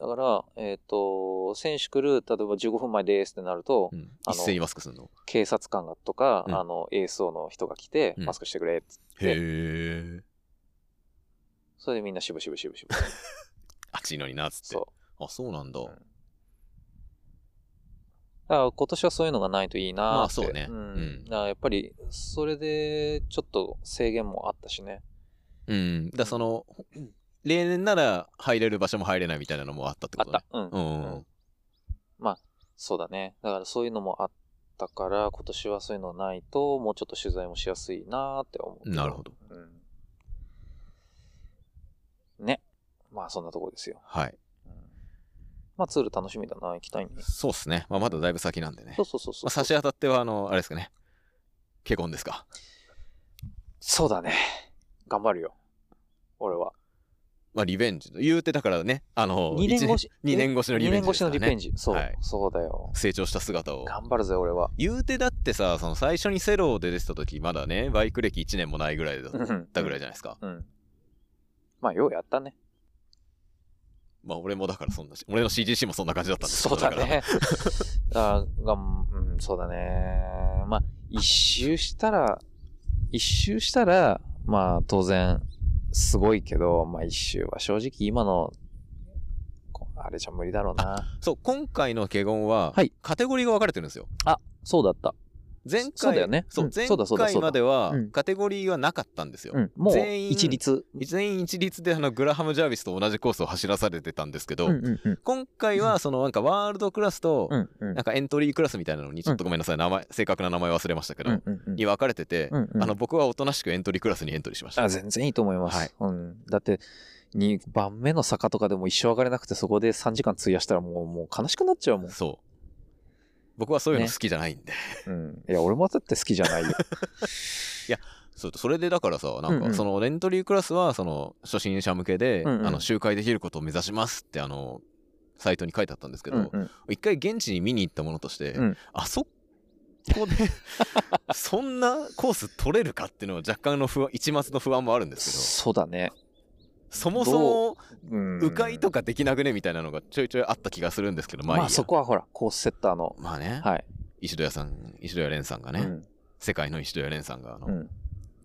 B: だから、えっ、と、選手来る、例えば15分前ですってなると、
A: うん、
B: あの
A: 一斉にマスクするの。
B: 警察官がとか、
A: うん
B: あの、ASO の人が来て、
A: うん
B: マスクしてくれって。
A: へえ。
B: それでみんなしぶしぶしぶしぶ。
A: 暑いのにな、っつって。
B: そう。
A: あ、 そうなんだ。
B: うんだから今年はそういうのがないといいなって
A: まあそうね
B: ん
A: うん
B: だからやっぱり、それで、ちょっと制限もあったしね。
A: うん。だからその、例年なら入れる場所も入れないみたいなのもあったって
B: あ
A: こ
B: っ
A: とね
B: た。。うん。
A: うん。
B: うんそうだね。だからそういうのもあったから、今年はそういうのないと、もうちょっと取材もしやすいなって思う。
A: なるほど。
B: うん。ね。まあそんなところですよ。
A: はい。
B: うんままあツール楽しみだな、行きたいね。
A: そうっすね。まあ、まだだいぶ先なんでね
B: そ。うそうそうそ
A: ま
B: う。
A: あ、差し当たっては、あの、あれですかね。ケコンですか。
B: そうだね。頑張るよ。俺は。
A: まあ、リベンジ。言うて、だからね、あの、
B: 2年越
A: し。
B: し。
A: 2年越しのリベンジ、
B: 二年越しのリベン。ジ。そう、
A: はい
B: そうだよ。
A: 成長した姿を。
B: 頑張るぜ、俺は。
A: 言うてだってさ、その最初にセローで出てた時、まだね、バイク歴1年もないぐらいだっ
B: うん
A: たぐらいじゃないですか。
B: うん。まあ、ようやったね。
A: まあ、俺もだからそんなし、俺の CGC もそんな感じだったんです
B: そうだ。
A: から
B: ね。あがん、うん、そうだね。まあ、一周したら、一周したら、まあ、当然、すごいけど、まあ、一周は正直今の、こあれじゃ無理だろうな。
A: そう、今回のケゴンは、
B: はい
A: カテゴリーが分かれてるんですよ。
B: そうだった。
A: 前回、
B: そうだよね
A: そう
B: うん
A: 前
B: そうだそうだ
A: 回
B: そうだ
A: までは
B: うん、
A: カテゴリーはなかったんですよ。
B: うん。もう、
A: 全員
B: 一律。
A: 全員一律であのグラハム・ジャービスと同じコースを走らされてたんですけど、
B: うんうんうん。
A: 今回はそのなんかワールドクラスと
B: うんうん
A: なんかエントリークラスみたいなのにちょっとごめんなさい名前正確な名前忘れましたけど、
B: うんうんうん
A: に分かれてて、
B: うんうん
A: あの僕はおとなしくエントリークラスにエントリーしました
B: あ全然いいと思います、
A: はい
B: うん、だって2番目の坂とかでも一生上がれなくてそこで3時間費やしたらもうもう悲しくなっちゃうもん、
A: そう僕はそういうの好きじゃないんで、
B: うん、いや俺もだって好きじゃないよ
A: そうそれでだからさなん
B: うんう
A: か
B: ん
A: そのエントリークラスはその初心者向けで、
B: うんうん
A: あの周回できることを目指しますってあのサイトに書いてあったんですけど、
B: うんうん
A: 一回現地に見に行ったものとして、
B: うん
A: あそこでそんなコース取れるかっていうのは若干の不安一末の不安もあるんです
B: そうだね、
A: けどそもそも
B: うん、
A: 迂回とかできなくねみたいなのがちょいちょいあった気がするんですけどまあいいや
B: まあそこはほらコースセッターの
A: まあね、
B: はい、
A: 石戸屋さん石戸屋蓮さんがね、
B: うん
A: 世界の石戸屋蓮さんがあの、
B: うん、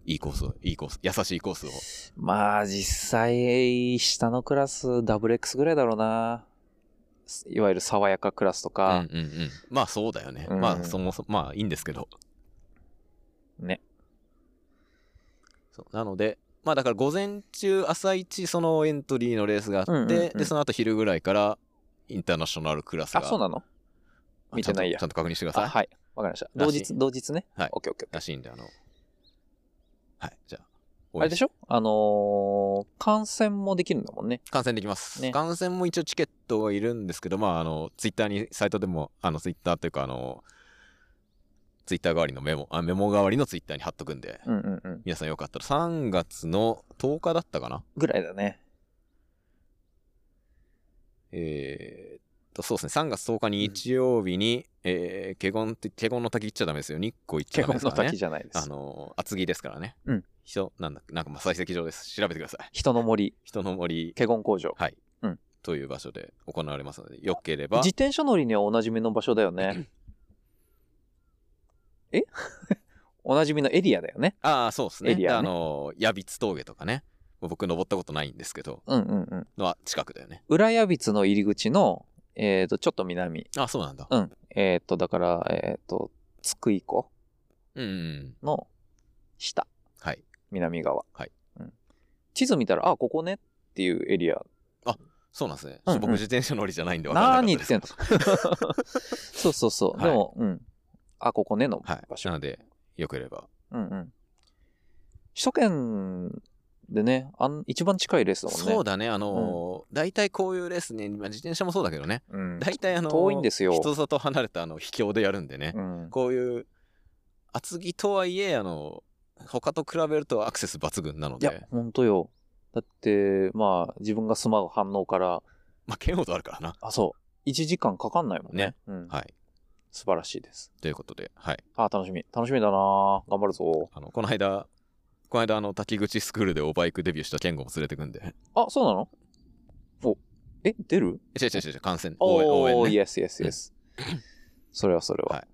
A: いいコースをいいコース優しいコースを
B: まあ実際下のクラスダブル X ぐらいだろうないわゆる爽やかクラスとか、
A: うんうんうん、まあそうだよね、
B: うん
A: まあそもそもまあいいんですけど
B: ね
A: そうなのでまあだから午前中朝一そのエントリーのレースがあって、
B: うんうんうん
A: でその後昼ぐらいからインターナショナルクラスが
B: あそうなの
A: あ
B: 見てないや
A: ちゃんとちゃんと確認してください
B: あはいわかりました
A: ら
B: 同
A: しい
B: 日同日ね
A: はい
B: オッケーオッケー
A: らしいんであのはいじゃあ
B: あれでし
A: ょ
B: ょあのー観戦もできるんだもんね。
A: 観戦できます、
B: ね
A: 観戦も一応チケットはいるんですけどまああのツイッターにサイトでもあのツイッターというかあのツイッター代わりのメモあメモ代わりのツイッターに貼っとくんで、
B: うんうんうん。
A: 皆さんよかったら3月の10日だったかな
B: ぐらいだ ね。
A: えーっと、そうですね、3月10日に日曜日に、えー、華厳って、華厳の滝行っちゃダメですよ。日光行っちゃ
B: 結
A: ダメ
B: 婚
A: です
B: の
A: から
B: 滝
A: ね。
B: じゃないで
A: あ
B: す。
A: のー、厚木ですからね。
B: うん
A: 人、なんだ、なんか、まあ、採石場です。調べてください。
B: 人の森、
A: 人の森、
B: 結婚工場。
A: はい。
B: うん
A: という場所で行われますので、よければ
B: 自、転車乗りにはおなじみの場所だよね。 え おなじみのエリアだよね。
A: ああ、そうですね。
B: エリアね
A: あのー、矢びつ峠とかね。僕、登ったことないんですけど、
B: うんうんうん。
A: のは近くだよね。
B: 浦谷筆の入り口の、えっ、と、ちょっと南。
A: あそうなんだ。
B: うん。えっ、と、だから、えっ、と、津久井湖
A: うん、うん。
B: の下、
A: はい。
B: 南側。
A: はい
B: うん、地図見たら、あ、ここねっていうエリア
A: そうなんですね。
B: うんうん
A: 僕、自転車乗りじゃないんで分かんなか
B: 何
A: った
B: 言
A: で
B: っ
A: す
B: てんの そうそうそう。
A: はい
B: でも、うん。あ、ここねの
A: はい
B: 場。所。
A: なので、よければ。
B: うんうん。首都圏でね、あん一番近いレースだもんね。
A: そうだね、あのー大体こういうレースね、まあ、自転車もそうだけどね、
B: うん。
A: 大体あのー
B: 遠いんですよ。
A: 人里離れたあの秘境でやるんでね、
B: うん、
A: こういう厚木とはいえ、あの他と比べるとアクセス抜群なの
B: いや
A: で、、
B: ほんとよ。だって、まあ、自分が住まう反応から、
A: まあ、嫌悪度あるからな。
B: あ、そう。1時間かかんないもんね。
A: ね
B: うん。
A: はい、
B: 素晴らしいです。
A: ということで、はい、
B: あ、楽しみ。楽しみだな頑張るぞ。
A: あのこの間、この間あの滝口スクールでおバイクデビューした健吾も連れてくん で、
B: あ、そうなのお、え、出る
A: え違う違う違う違う、観戦、応援
B: お
A: 応援
B: ー、
A: ね
B: イエスイエスイエス。それはそれは。
A: はい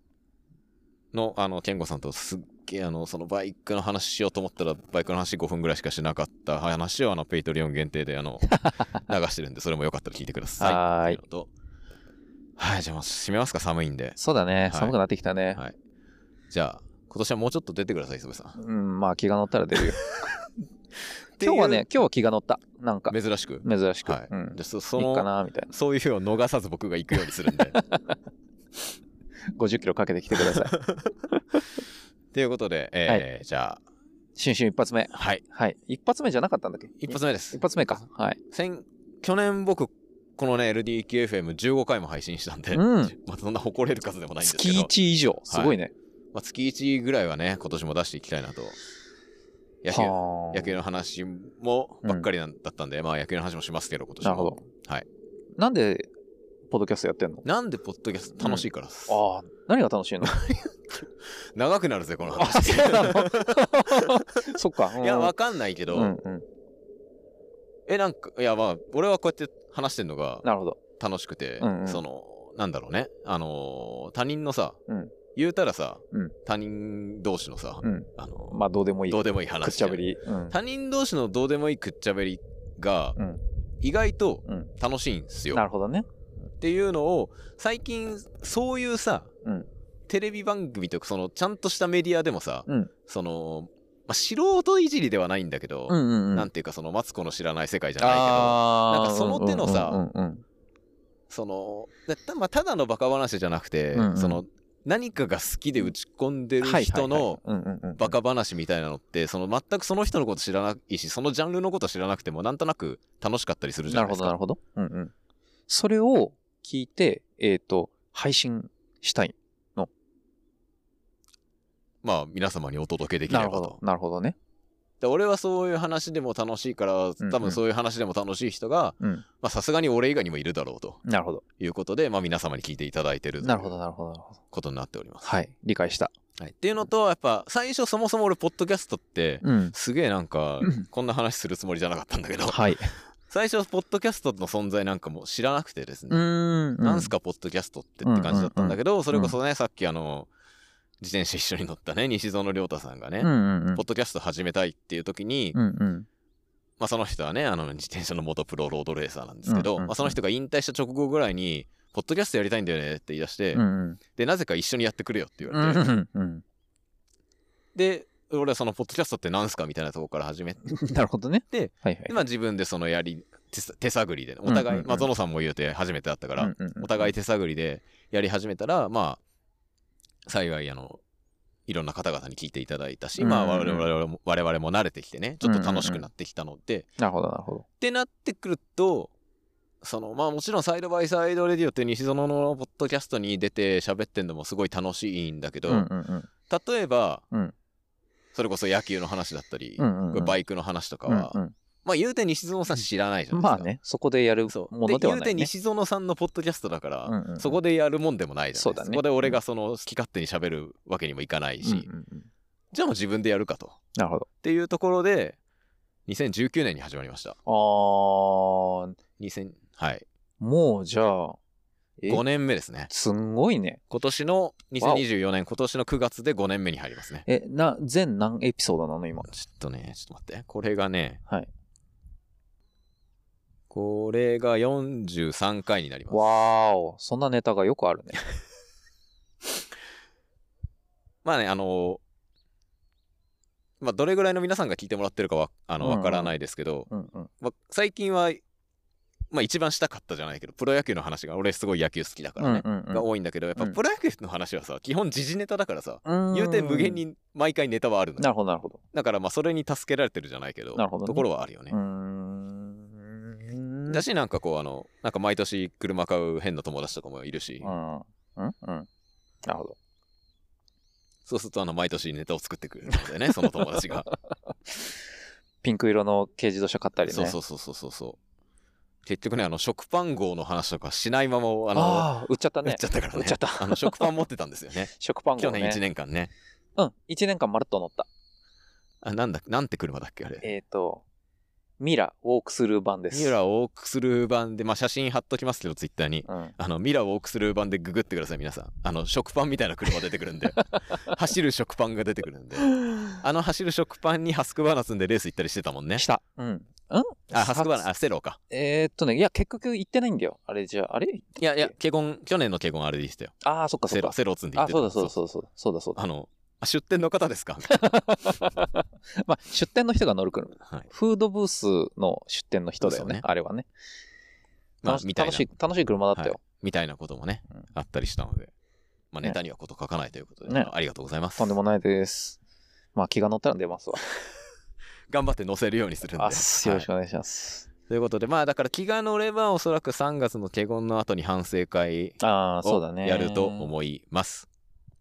A: のあの健吾さんとすっげえあのそのバイクの話しようと思ったらバイクの話5分ぐらいしかしなかった話をあのペイトリオン限定であ の流してるんでそれもよかったら聞いてください。
B: はーい
A: ってうのとはいじゃあもう閉めますか寒いんで
B: そうだね、
A: い
B: 寒くなってきたね。
A: はいじゃあ今年はもうちょっと出てください磯部さん。
B: うん、まあ気が乗ったら出 るよ。今日はね、今日は気が乗った。なんか
A: って、いう珍しく、
B: 珍しく。
A: はい
B: うん
A: じゃあそそ
B: いいか
A: の
B: なみたいな。
A: そういう日を逃さず僕が行くようにするんで。
B: 50キロかけてきてく ださい。
A: ということで、えーじゃ
B: 新春一発目。
A: あはい
B: はい。一発目じゃなかったんだっけ
A: 一発目です
B: 一。発目か。はい。
A: 先去年僕このね LDKFM15 回も配信したんで、
B: うん
A: まあそんな誇れる数でもないんです
B: 月
A: けど
B: 1以上。すごいね。
A: まあ、月1ぐらいはね今年も出していきたいなと野球
B: はあ
A: 野球の話もばっかりなんだったんで、まあ野球の話もしますけど今年も
B: なるほど。
A: はい。
B: なんで、ポッドキャストやってんの
A: なんでポッドキャスト楽しいからっす、
B: ああ、何が楽しい の
A: 長くなるぜこの
B: あ、
A: 話
B: そうなの そっか。うん
A: いやわかんないけど、
B: うんうん。
A: えなんかいやまあ俺はこうやって話してんのが
B: なるほど。
A: 楽しくて、
B: うんうん
A: そのなんだろうねあのー他人のさ、
B: うん
A: 言うたらさ、
B: うん
A: 他人同士のさ、
B: うん。
A: あのー
B: まあ、どうでもいい。
A: ど
B: く
A: うでもいい話
B: っちゃぶり。うん。
A: 他人同士のどうでもいいくっちゃべりが、
B: うん
A: 意外と
B: うん
A: 楽しいんすよ、
B: なるほどね。
A: っていうのを最近そういうさ、
B: うん
A: テレビ番組とかそのちゃんとしたメディアでもさ、
B: うん
A: その、まあ、素人いじりではないんだけど、
B: うんうんうん。
A: なん
B: て
A: ていうかそのマツコの知らない世界じゃないけど
B: あ
A: なんかその手のさ
B: うんうんうん
A: そのだた,、まあ、ただのバカ話じゃなくて、
B: うんうん
A: その何かが好きで打ち込んで
B: うん。
A: る
B: はいはいはい
A: 人の
B: うんうんうん
A: バカ話みたいなのってその全くその人のこと知らないしそのジャンルのこと知らなくてもなんとなく楽しかったりするじゃ
B: な
A: な
B: る
A: いで
B: ほ
A: す
B: ど、な
A: か
B: る。ほど。うんうん。それを聞いて、えっ、と、配信したい。
A: まあ皆様にお届けできれ
B: な
A: ば
B: る
A: と。
B: ほど。なるほどね。
A: で俺はそういう話でも楽しいから
B: うん
A: 多分そういう話でも楽しい人が
B: うん。
A: まあさすがに俺以外にもいるだろうと
B: なるほど。
A: いうことで、まあ、皆様に聞いていただいてるとい
B: なるほど、
A: う
B: なるほど、なるほど。
A: ことになっております。
B: はい。理解した。
A: はいっていうのとやっぱ最初そもそも俺ポッドキャストって
B: うん。
A: すげえなんか
B: うん
A: こんな話するつもりじゃなかったんだけど
B: はい。
A: 最初ポッドキャストの存在なんかも知らなくてです
B: う
A: ね
B: ーん。
A: なんすかポッドキャストってって感じだったんだけどそれこそねさっきあの自転車一緒に乗ったね西園亮太さんが
B: うんう
A: ね
B: んうん
A: ポッ。ドキャスト始めたいっていう時に
B: うんうん。
A: まあ、その人はねあの自転車の元プロロードレーサーなんですけ
B: う
A: ど、
B: んうんうん
A: まあ、その人が引退した直後ぐらいに「ポッドキャストやりたいんだよね」って言い出して、
B: うん
A: でなぜか一緒にやってくれよって言
B: う
A: われ
B: ん。
A: て、
B: うんうん。
A: で俺はその「ポッドキャストってなんすか?」みたいなとこから始めて
B: なるほどね。
A: で、
B: はいはい。
A: まあ自分でそのやり手さ手探りでお
B: うんうん
A: 互い、
B: うん
A: まあ、ゾノさんも言うて初めて会ったから、
B: うんうんうん
A: お互い手探りでやり始めたらまあ幸いあのいろんな方々に聞いていただいたし、まあ、
B: うんう
A: 我
B: んうん
A: 々も我々も慣れてきてねちょっと楽しくなってきたので、
B: なるほど、なるほど。
A: ってなってくるとそのまあもちろんサイドバイサイドレディオっていう西園のポッドキャストに出て喋ってんのもすごい楽しいんだけど、
B: うんうんうん。
A: 例えば、
B: うん
A: それこそ野球の話だったり、
B: うんうんうん
A: バイクの話とか
B: うん
A: は、まあ言うて西園さん知らないじゃないです
B: ま
A: か。
B: あね、そこでやる
A: そう
B: ものでは
A: 言う
B: な
A: て
B: いね。
A: 西園さんのポッドキャストだから、
B: うんうん
A: そこでやるもんでもないじゃないですか
B: そうだね
A: そこで俺がその好き勝手に喋るわけにもいかないし、
B: うんうんうん
A: じゃあもう自分でやるかと。っ
B: なるほど。
A: ていうところで2019年に始まりました。
B: あー、
A: 2000はい、
B: もうじゃあ、え
A: 5年目ですね。
B: すんごいね。
A: 今年の2024年今年の9月で5年目に入りますね
B: え、な、全何エピソードなの今。
A: ちょっとねちょっと待ってこれがね
B: はい
A: これが43回になります
B: わーお、そんなネタがよくあるね。
A: まあねあのまあどれぐらいの皆さんが聞いてもらってるかはあの
B: うんうん
A: わからないですけど、
B: うんうん。
A: まあ、最近はまあ一番したかったじゃないけどプロ野球の話が俺すごい野球好きだか
B: う
A: ら
B: ん
A: ね、
B: うん
A: が多いんだけどやっぱ
B: うん
A: プロ野球の話はさ基本時事ネタだからさ、
B: うん。
A: 言うて無限。に毎回ネタはあるの
B: な
A: よ
B: るほど、なるほど。
A: だからまあそれに助けられてるじゃないけど
B: なるほどね
A: ところはあるよね
B: うーん。
A: だしなんかこうあのなんか毎年車買う変な友達とかもいるし、
B: うん。うんうん。なるほど。
A: そうするとあの毎年ネタを作ってくれるのでねその友達が、
B: ピンク色の軽自動車買ったりね。
A: そうそうそうそうそうそう結局ねあの食パン号の話とかしないままあの
B: ああ、売っちゃった
A: 売っ
B: ね
A: ち。ゃったからね
B: 売っちゃった
A: あの食パン持ってたんですよ ね
B: 食パン
A: 去
B: 号ね。
A: 年1年間ね
B: うん、1年間まるっと乗った。
A: あなんだなんて車だっけあれ
B: えっ、と、ミラウォークスルー版です。
A: ミラーウォークスルー版でまあ写真貼っときますけどツイッターに
B: うん。
A: あのミラーウォークスルー版でググってください皆さんあの食パンみたいな車出てくるん で走る食パンが出てくるんであの走る食パンにハスクバーナツンでレース行ったりしてたもんね
B: した。うん。ん
A: あ、ハスクバー
B: さ
A: ナ、あ、セローか。
B: えーっとね、いや、結局行ってないんだよ。あれじゃあ、あれ
A: いやいや、ケゴン、去年のケゴンあれでしたよ。
B: ああ、そっかそ
A: セ
B: っ
A: ロ、
B: か。
A: セロー積んで行っ
B: あ、
A: てた
B: そうだそうだそうだそうだそうだそうだ。
A: あの、あ出店の方です か
B: まあ、出店の人が乗る車。
A: はい。
B: フードブースの出店の人だよ
A: そう
B: ね
A: ね、
B: あれはね。
A: まあ
B: 楽、し
A: みたいな
B: 楽し、い、楽しい車だったよ。
A: みたいなこともね
B: うん、
A: あったりしたので。まあ、
B: ね
A: ネタにはこと書かないということで、
B: ね
A: ありがとうございます。
B: とんでもないです。 まあ、気が乗ったら出ますわ。
A: 頑張って載せるようにするんで。
B: あっすよろしく
A: はい
B: お願いします。
A: とということで、まあだから気が乗ればおそらく3月の華厳の後に反省会
B: ああ、そうだ
A: を
B: ね。
A: やると思います。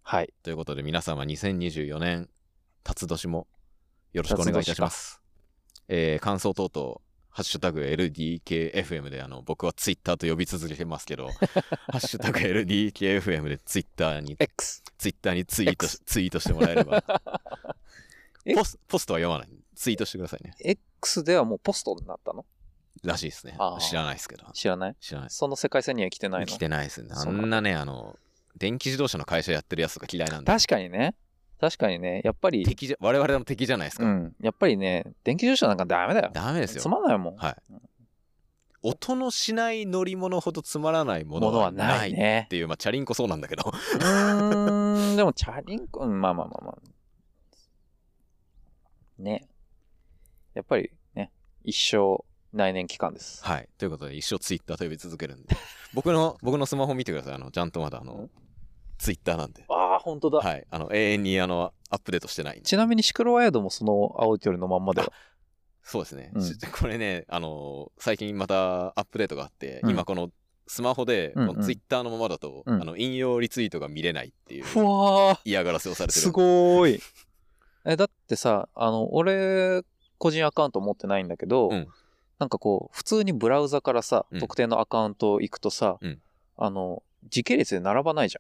B: はい。
A: ということで皆様2024年、辰年もよろしくお願いいたします。えー感想等々、ハッシュタグ LDKFM で、あの、僕はツイッターと呼び続けてます けど、ハッシュタグ LDKFM でツイッターに、
B: X。
A: ツイッターにツイートし、ツイートしてもらえれ ば。ポスポストは読まない。ツイートしてくださいね。
B: X ではもうポストになったの
A: らしいですね
B: あ。ー
A: 知らないですけど。
B: 知らない
A: 知らないです
B: その世界線には来てない
A: 生
B: の
A: きてないですね。あ
B: そうなんだ
A: んなね、あの、電気自動車の会社やってるやつとか嫌いなんで。
B: 確かにね。確かにね。やっぱり、
A: 敵じゃ、我々の敵じゃないです
B: う
A: か。
B: ん。やっぱりね、電気自動車なんかダメだよ。
A: ダメです
B: つ
A: よ。
B: まんないもん。
A: はい。音のしない乗り物ほどつまらないもの
B: もの
A: は
B: は
A: な
B: ないい
A: っ
B: ね。
A: ていう、まあ、チャリンコそうなんだけど。
B: うーん。でも、チャリンコ、うんまあまあまあまあ。ね。やっぱりね、一生内燃期間です。
A: はい。ということで、一生ツイッターと呼び続けるんで。 僕の、僕のスマホ見てください。あの、ちゃんとまだ、あの
B: ん、
A: ツイッターなんで。
B: ああ、本当だ。
A: はい。あの、永遠に、あの、アップデートしてないんで。
B: ちなみにシクロワイドもその青い鳥のまんまだよ。
A: そうですね、
B: うん
A: し これね、あのー最近またアップデートがあって、
B: うん
A: 今このスマホで、
B: うんうん
A: ツイッターのままだと、
B: うん
A: あの引用リツイートが見れないって いう
B: ふわー。
A: 嫌がらせをされてる
B: すごーい。え、だってさ、あの、俺、個人アカウント持ってないんだけど、
A: うん
B: なんかこう、普通にブラウザからさ
A: う、ん
B: 特定のアカウント行くとさ、
A: うん
B: あの、時系列で並ばないじ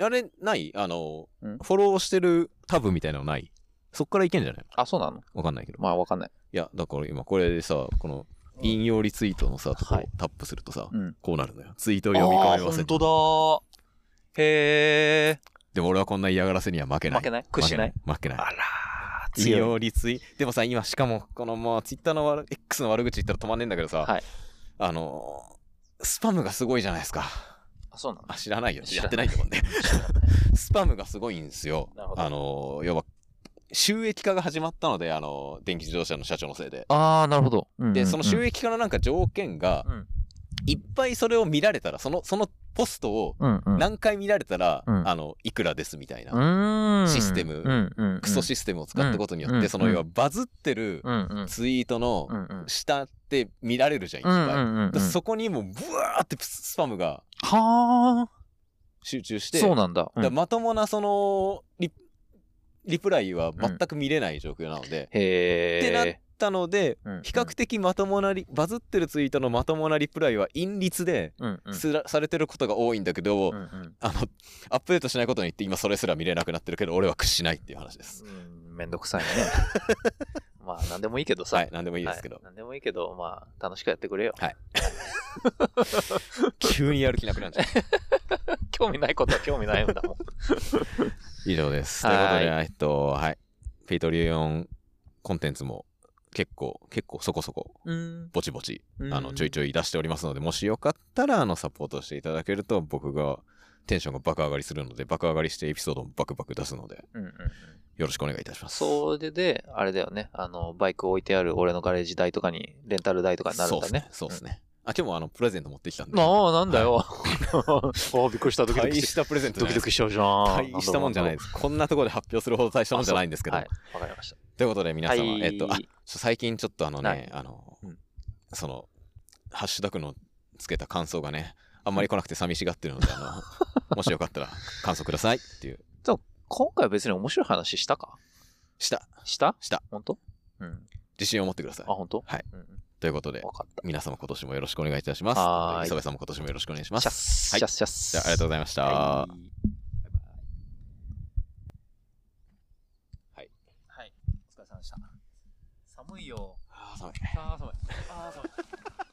A: あれないあのー
B: うん
A: フォローしてるタブみたいなのないそっからいけんじゃない
B: ゃん。あ、そうなの
A: わかんないけど、
B: まあ、わかんない。
A: いやだから今これでさこの
B: うん
A: 引用リツイートのさとこ
B: はい
A: タップするとさ、
B: うん。
A: こうなるのよツイートを読み込めません
B: 本当だへ
A: でも俺はこんな嫌がらせには負け
B: ー。
A: ない
B: 負けない屈しない
A: 負けない負けない
B: あらー、
A: 引
B: 強い。
A: 用リツイでもさ今しかもこのもうツイッターの悪 X の悪口言ったら止まんねえんだけどさ、
B: はい
A: あのースパムがすごいじゃないですか
B: あ、そうなの
A: あ知らないよ
B: 知
A: や
B: らな
A: っ
B: い
A: てないと思うんでスパムがすごいんですよ
B: なるほど
A: あのー要は収益化が始まったのであのー電気自動車の社長のせいで
B: あー、なるほど。うんうんうん
A: でその収益化のなんか条件が、
B: うん
A: いっぱいそれを見られたらそのそのポストを
B: うんうん。
A: 何回見られたら、
B: うん
A: あのいくらですみたいな、
B: うーん
A: システム
B: うんうんうん
A: クソシステムを使ったことによって、
B: うん
A: その要はバズってる
B: うんうん
A: ツイートの、
B: うんうん
A: 下って見られるじゃん、いっ
B: う
A: ぱい。
B: んうんうんうん
A: だからそこにもうブワーってスパムが
B: はあ
A: 集中して、
B: そうなんだ,、う
A: だ
B: ん
A: からまともなそのリリプライは全く見れない状況なので、っ
B: へ
A: て
B: え
A: なったので、
B: うんうん
A: 比較的まともなリバズってるツイートのまともなリプライは陰律で、
B: うんうん
A: すらされてることが多いんだけど、
B: うんうん
A: あのアップデートしないことによって今それすら見れなくなってるけど俺は屈しないっていう話です。
B: うんめんどくさいね まあ何でもいいけどさ、
A: はい、何でもいいです けど、
B: はい何でもいいけどまあ楽しくやってくれよ
A: 急にやる気なくなっちゃう。
B: 興味ないことは 興味ないんだもん
A: 以上です。と
B: はいいう
A: ことで、えっと、はい。ペイトリオンコンテンツも結構、結構そこそこ、
B: うん
A: ぼちぼち、あの、ちょい
B: ょ
A: ちょい出しておりますので、もしよかったら、あの、サポートしていただけると、僕がテンションが爆上がりするので、爆上がりしてエピソードもバクバク出すので、
B: い、うんうんうん、
A: よろしくお願いいたします。
B: それであれだよねあのバイク置いてある俺のガレージ代とかにレンタル代とかになるん
A: そ
B: だね
A: うですね。そうですね。あ、今日もあの、プレゼント持ってきたんで。
B: ああなんだ よ、ああびっくりしたドキド
A: 大
B: キし
A: したプレゼントじ
B: ド
A: ゃな
B: キ
A: いで
B: ド
A: す
B: キしちゃうじゃん。
A: 大したもんじゃない
B: で
A: です。こんなところで発表するほど大したもんじゃないんですけど。
B: はい、わかりました。
A: ということで、皆様、
B: はい
A: えっと、あそう最近ちょっとあの
B: は
A: ね
B: い、
A: あの、
B: うん
A: その、ハッシュタグのつけた感想がね、あんまり来なくて寂しがってるので、あ の、もしよかったら感想くださいっていう。
B: 今回は別に面白い話したか
A: した、
B: した
A: した。
B: 本当うん。
A: 自信を持ってください
B: あ、。本当
A: はい。
B: うんうん
A: ということで
B: わ、かっ
A: 皆様今年もよろしくお願いいたします。
B: はーい。
A: 磯部さんも今年もよろしくお願いしたま
B: シャ
A: す。はい
B: ッス、シャッス、シャッス。
A: じゃあ、ありがとうございました。
B: はいバ
A: は
B: イバイ
A: い。
B: はい。お疲れ様でした。寒いよ。
A: あー寒い
B: あー寒い。あー寒い。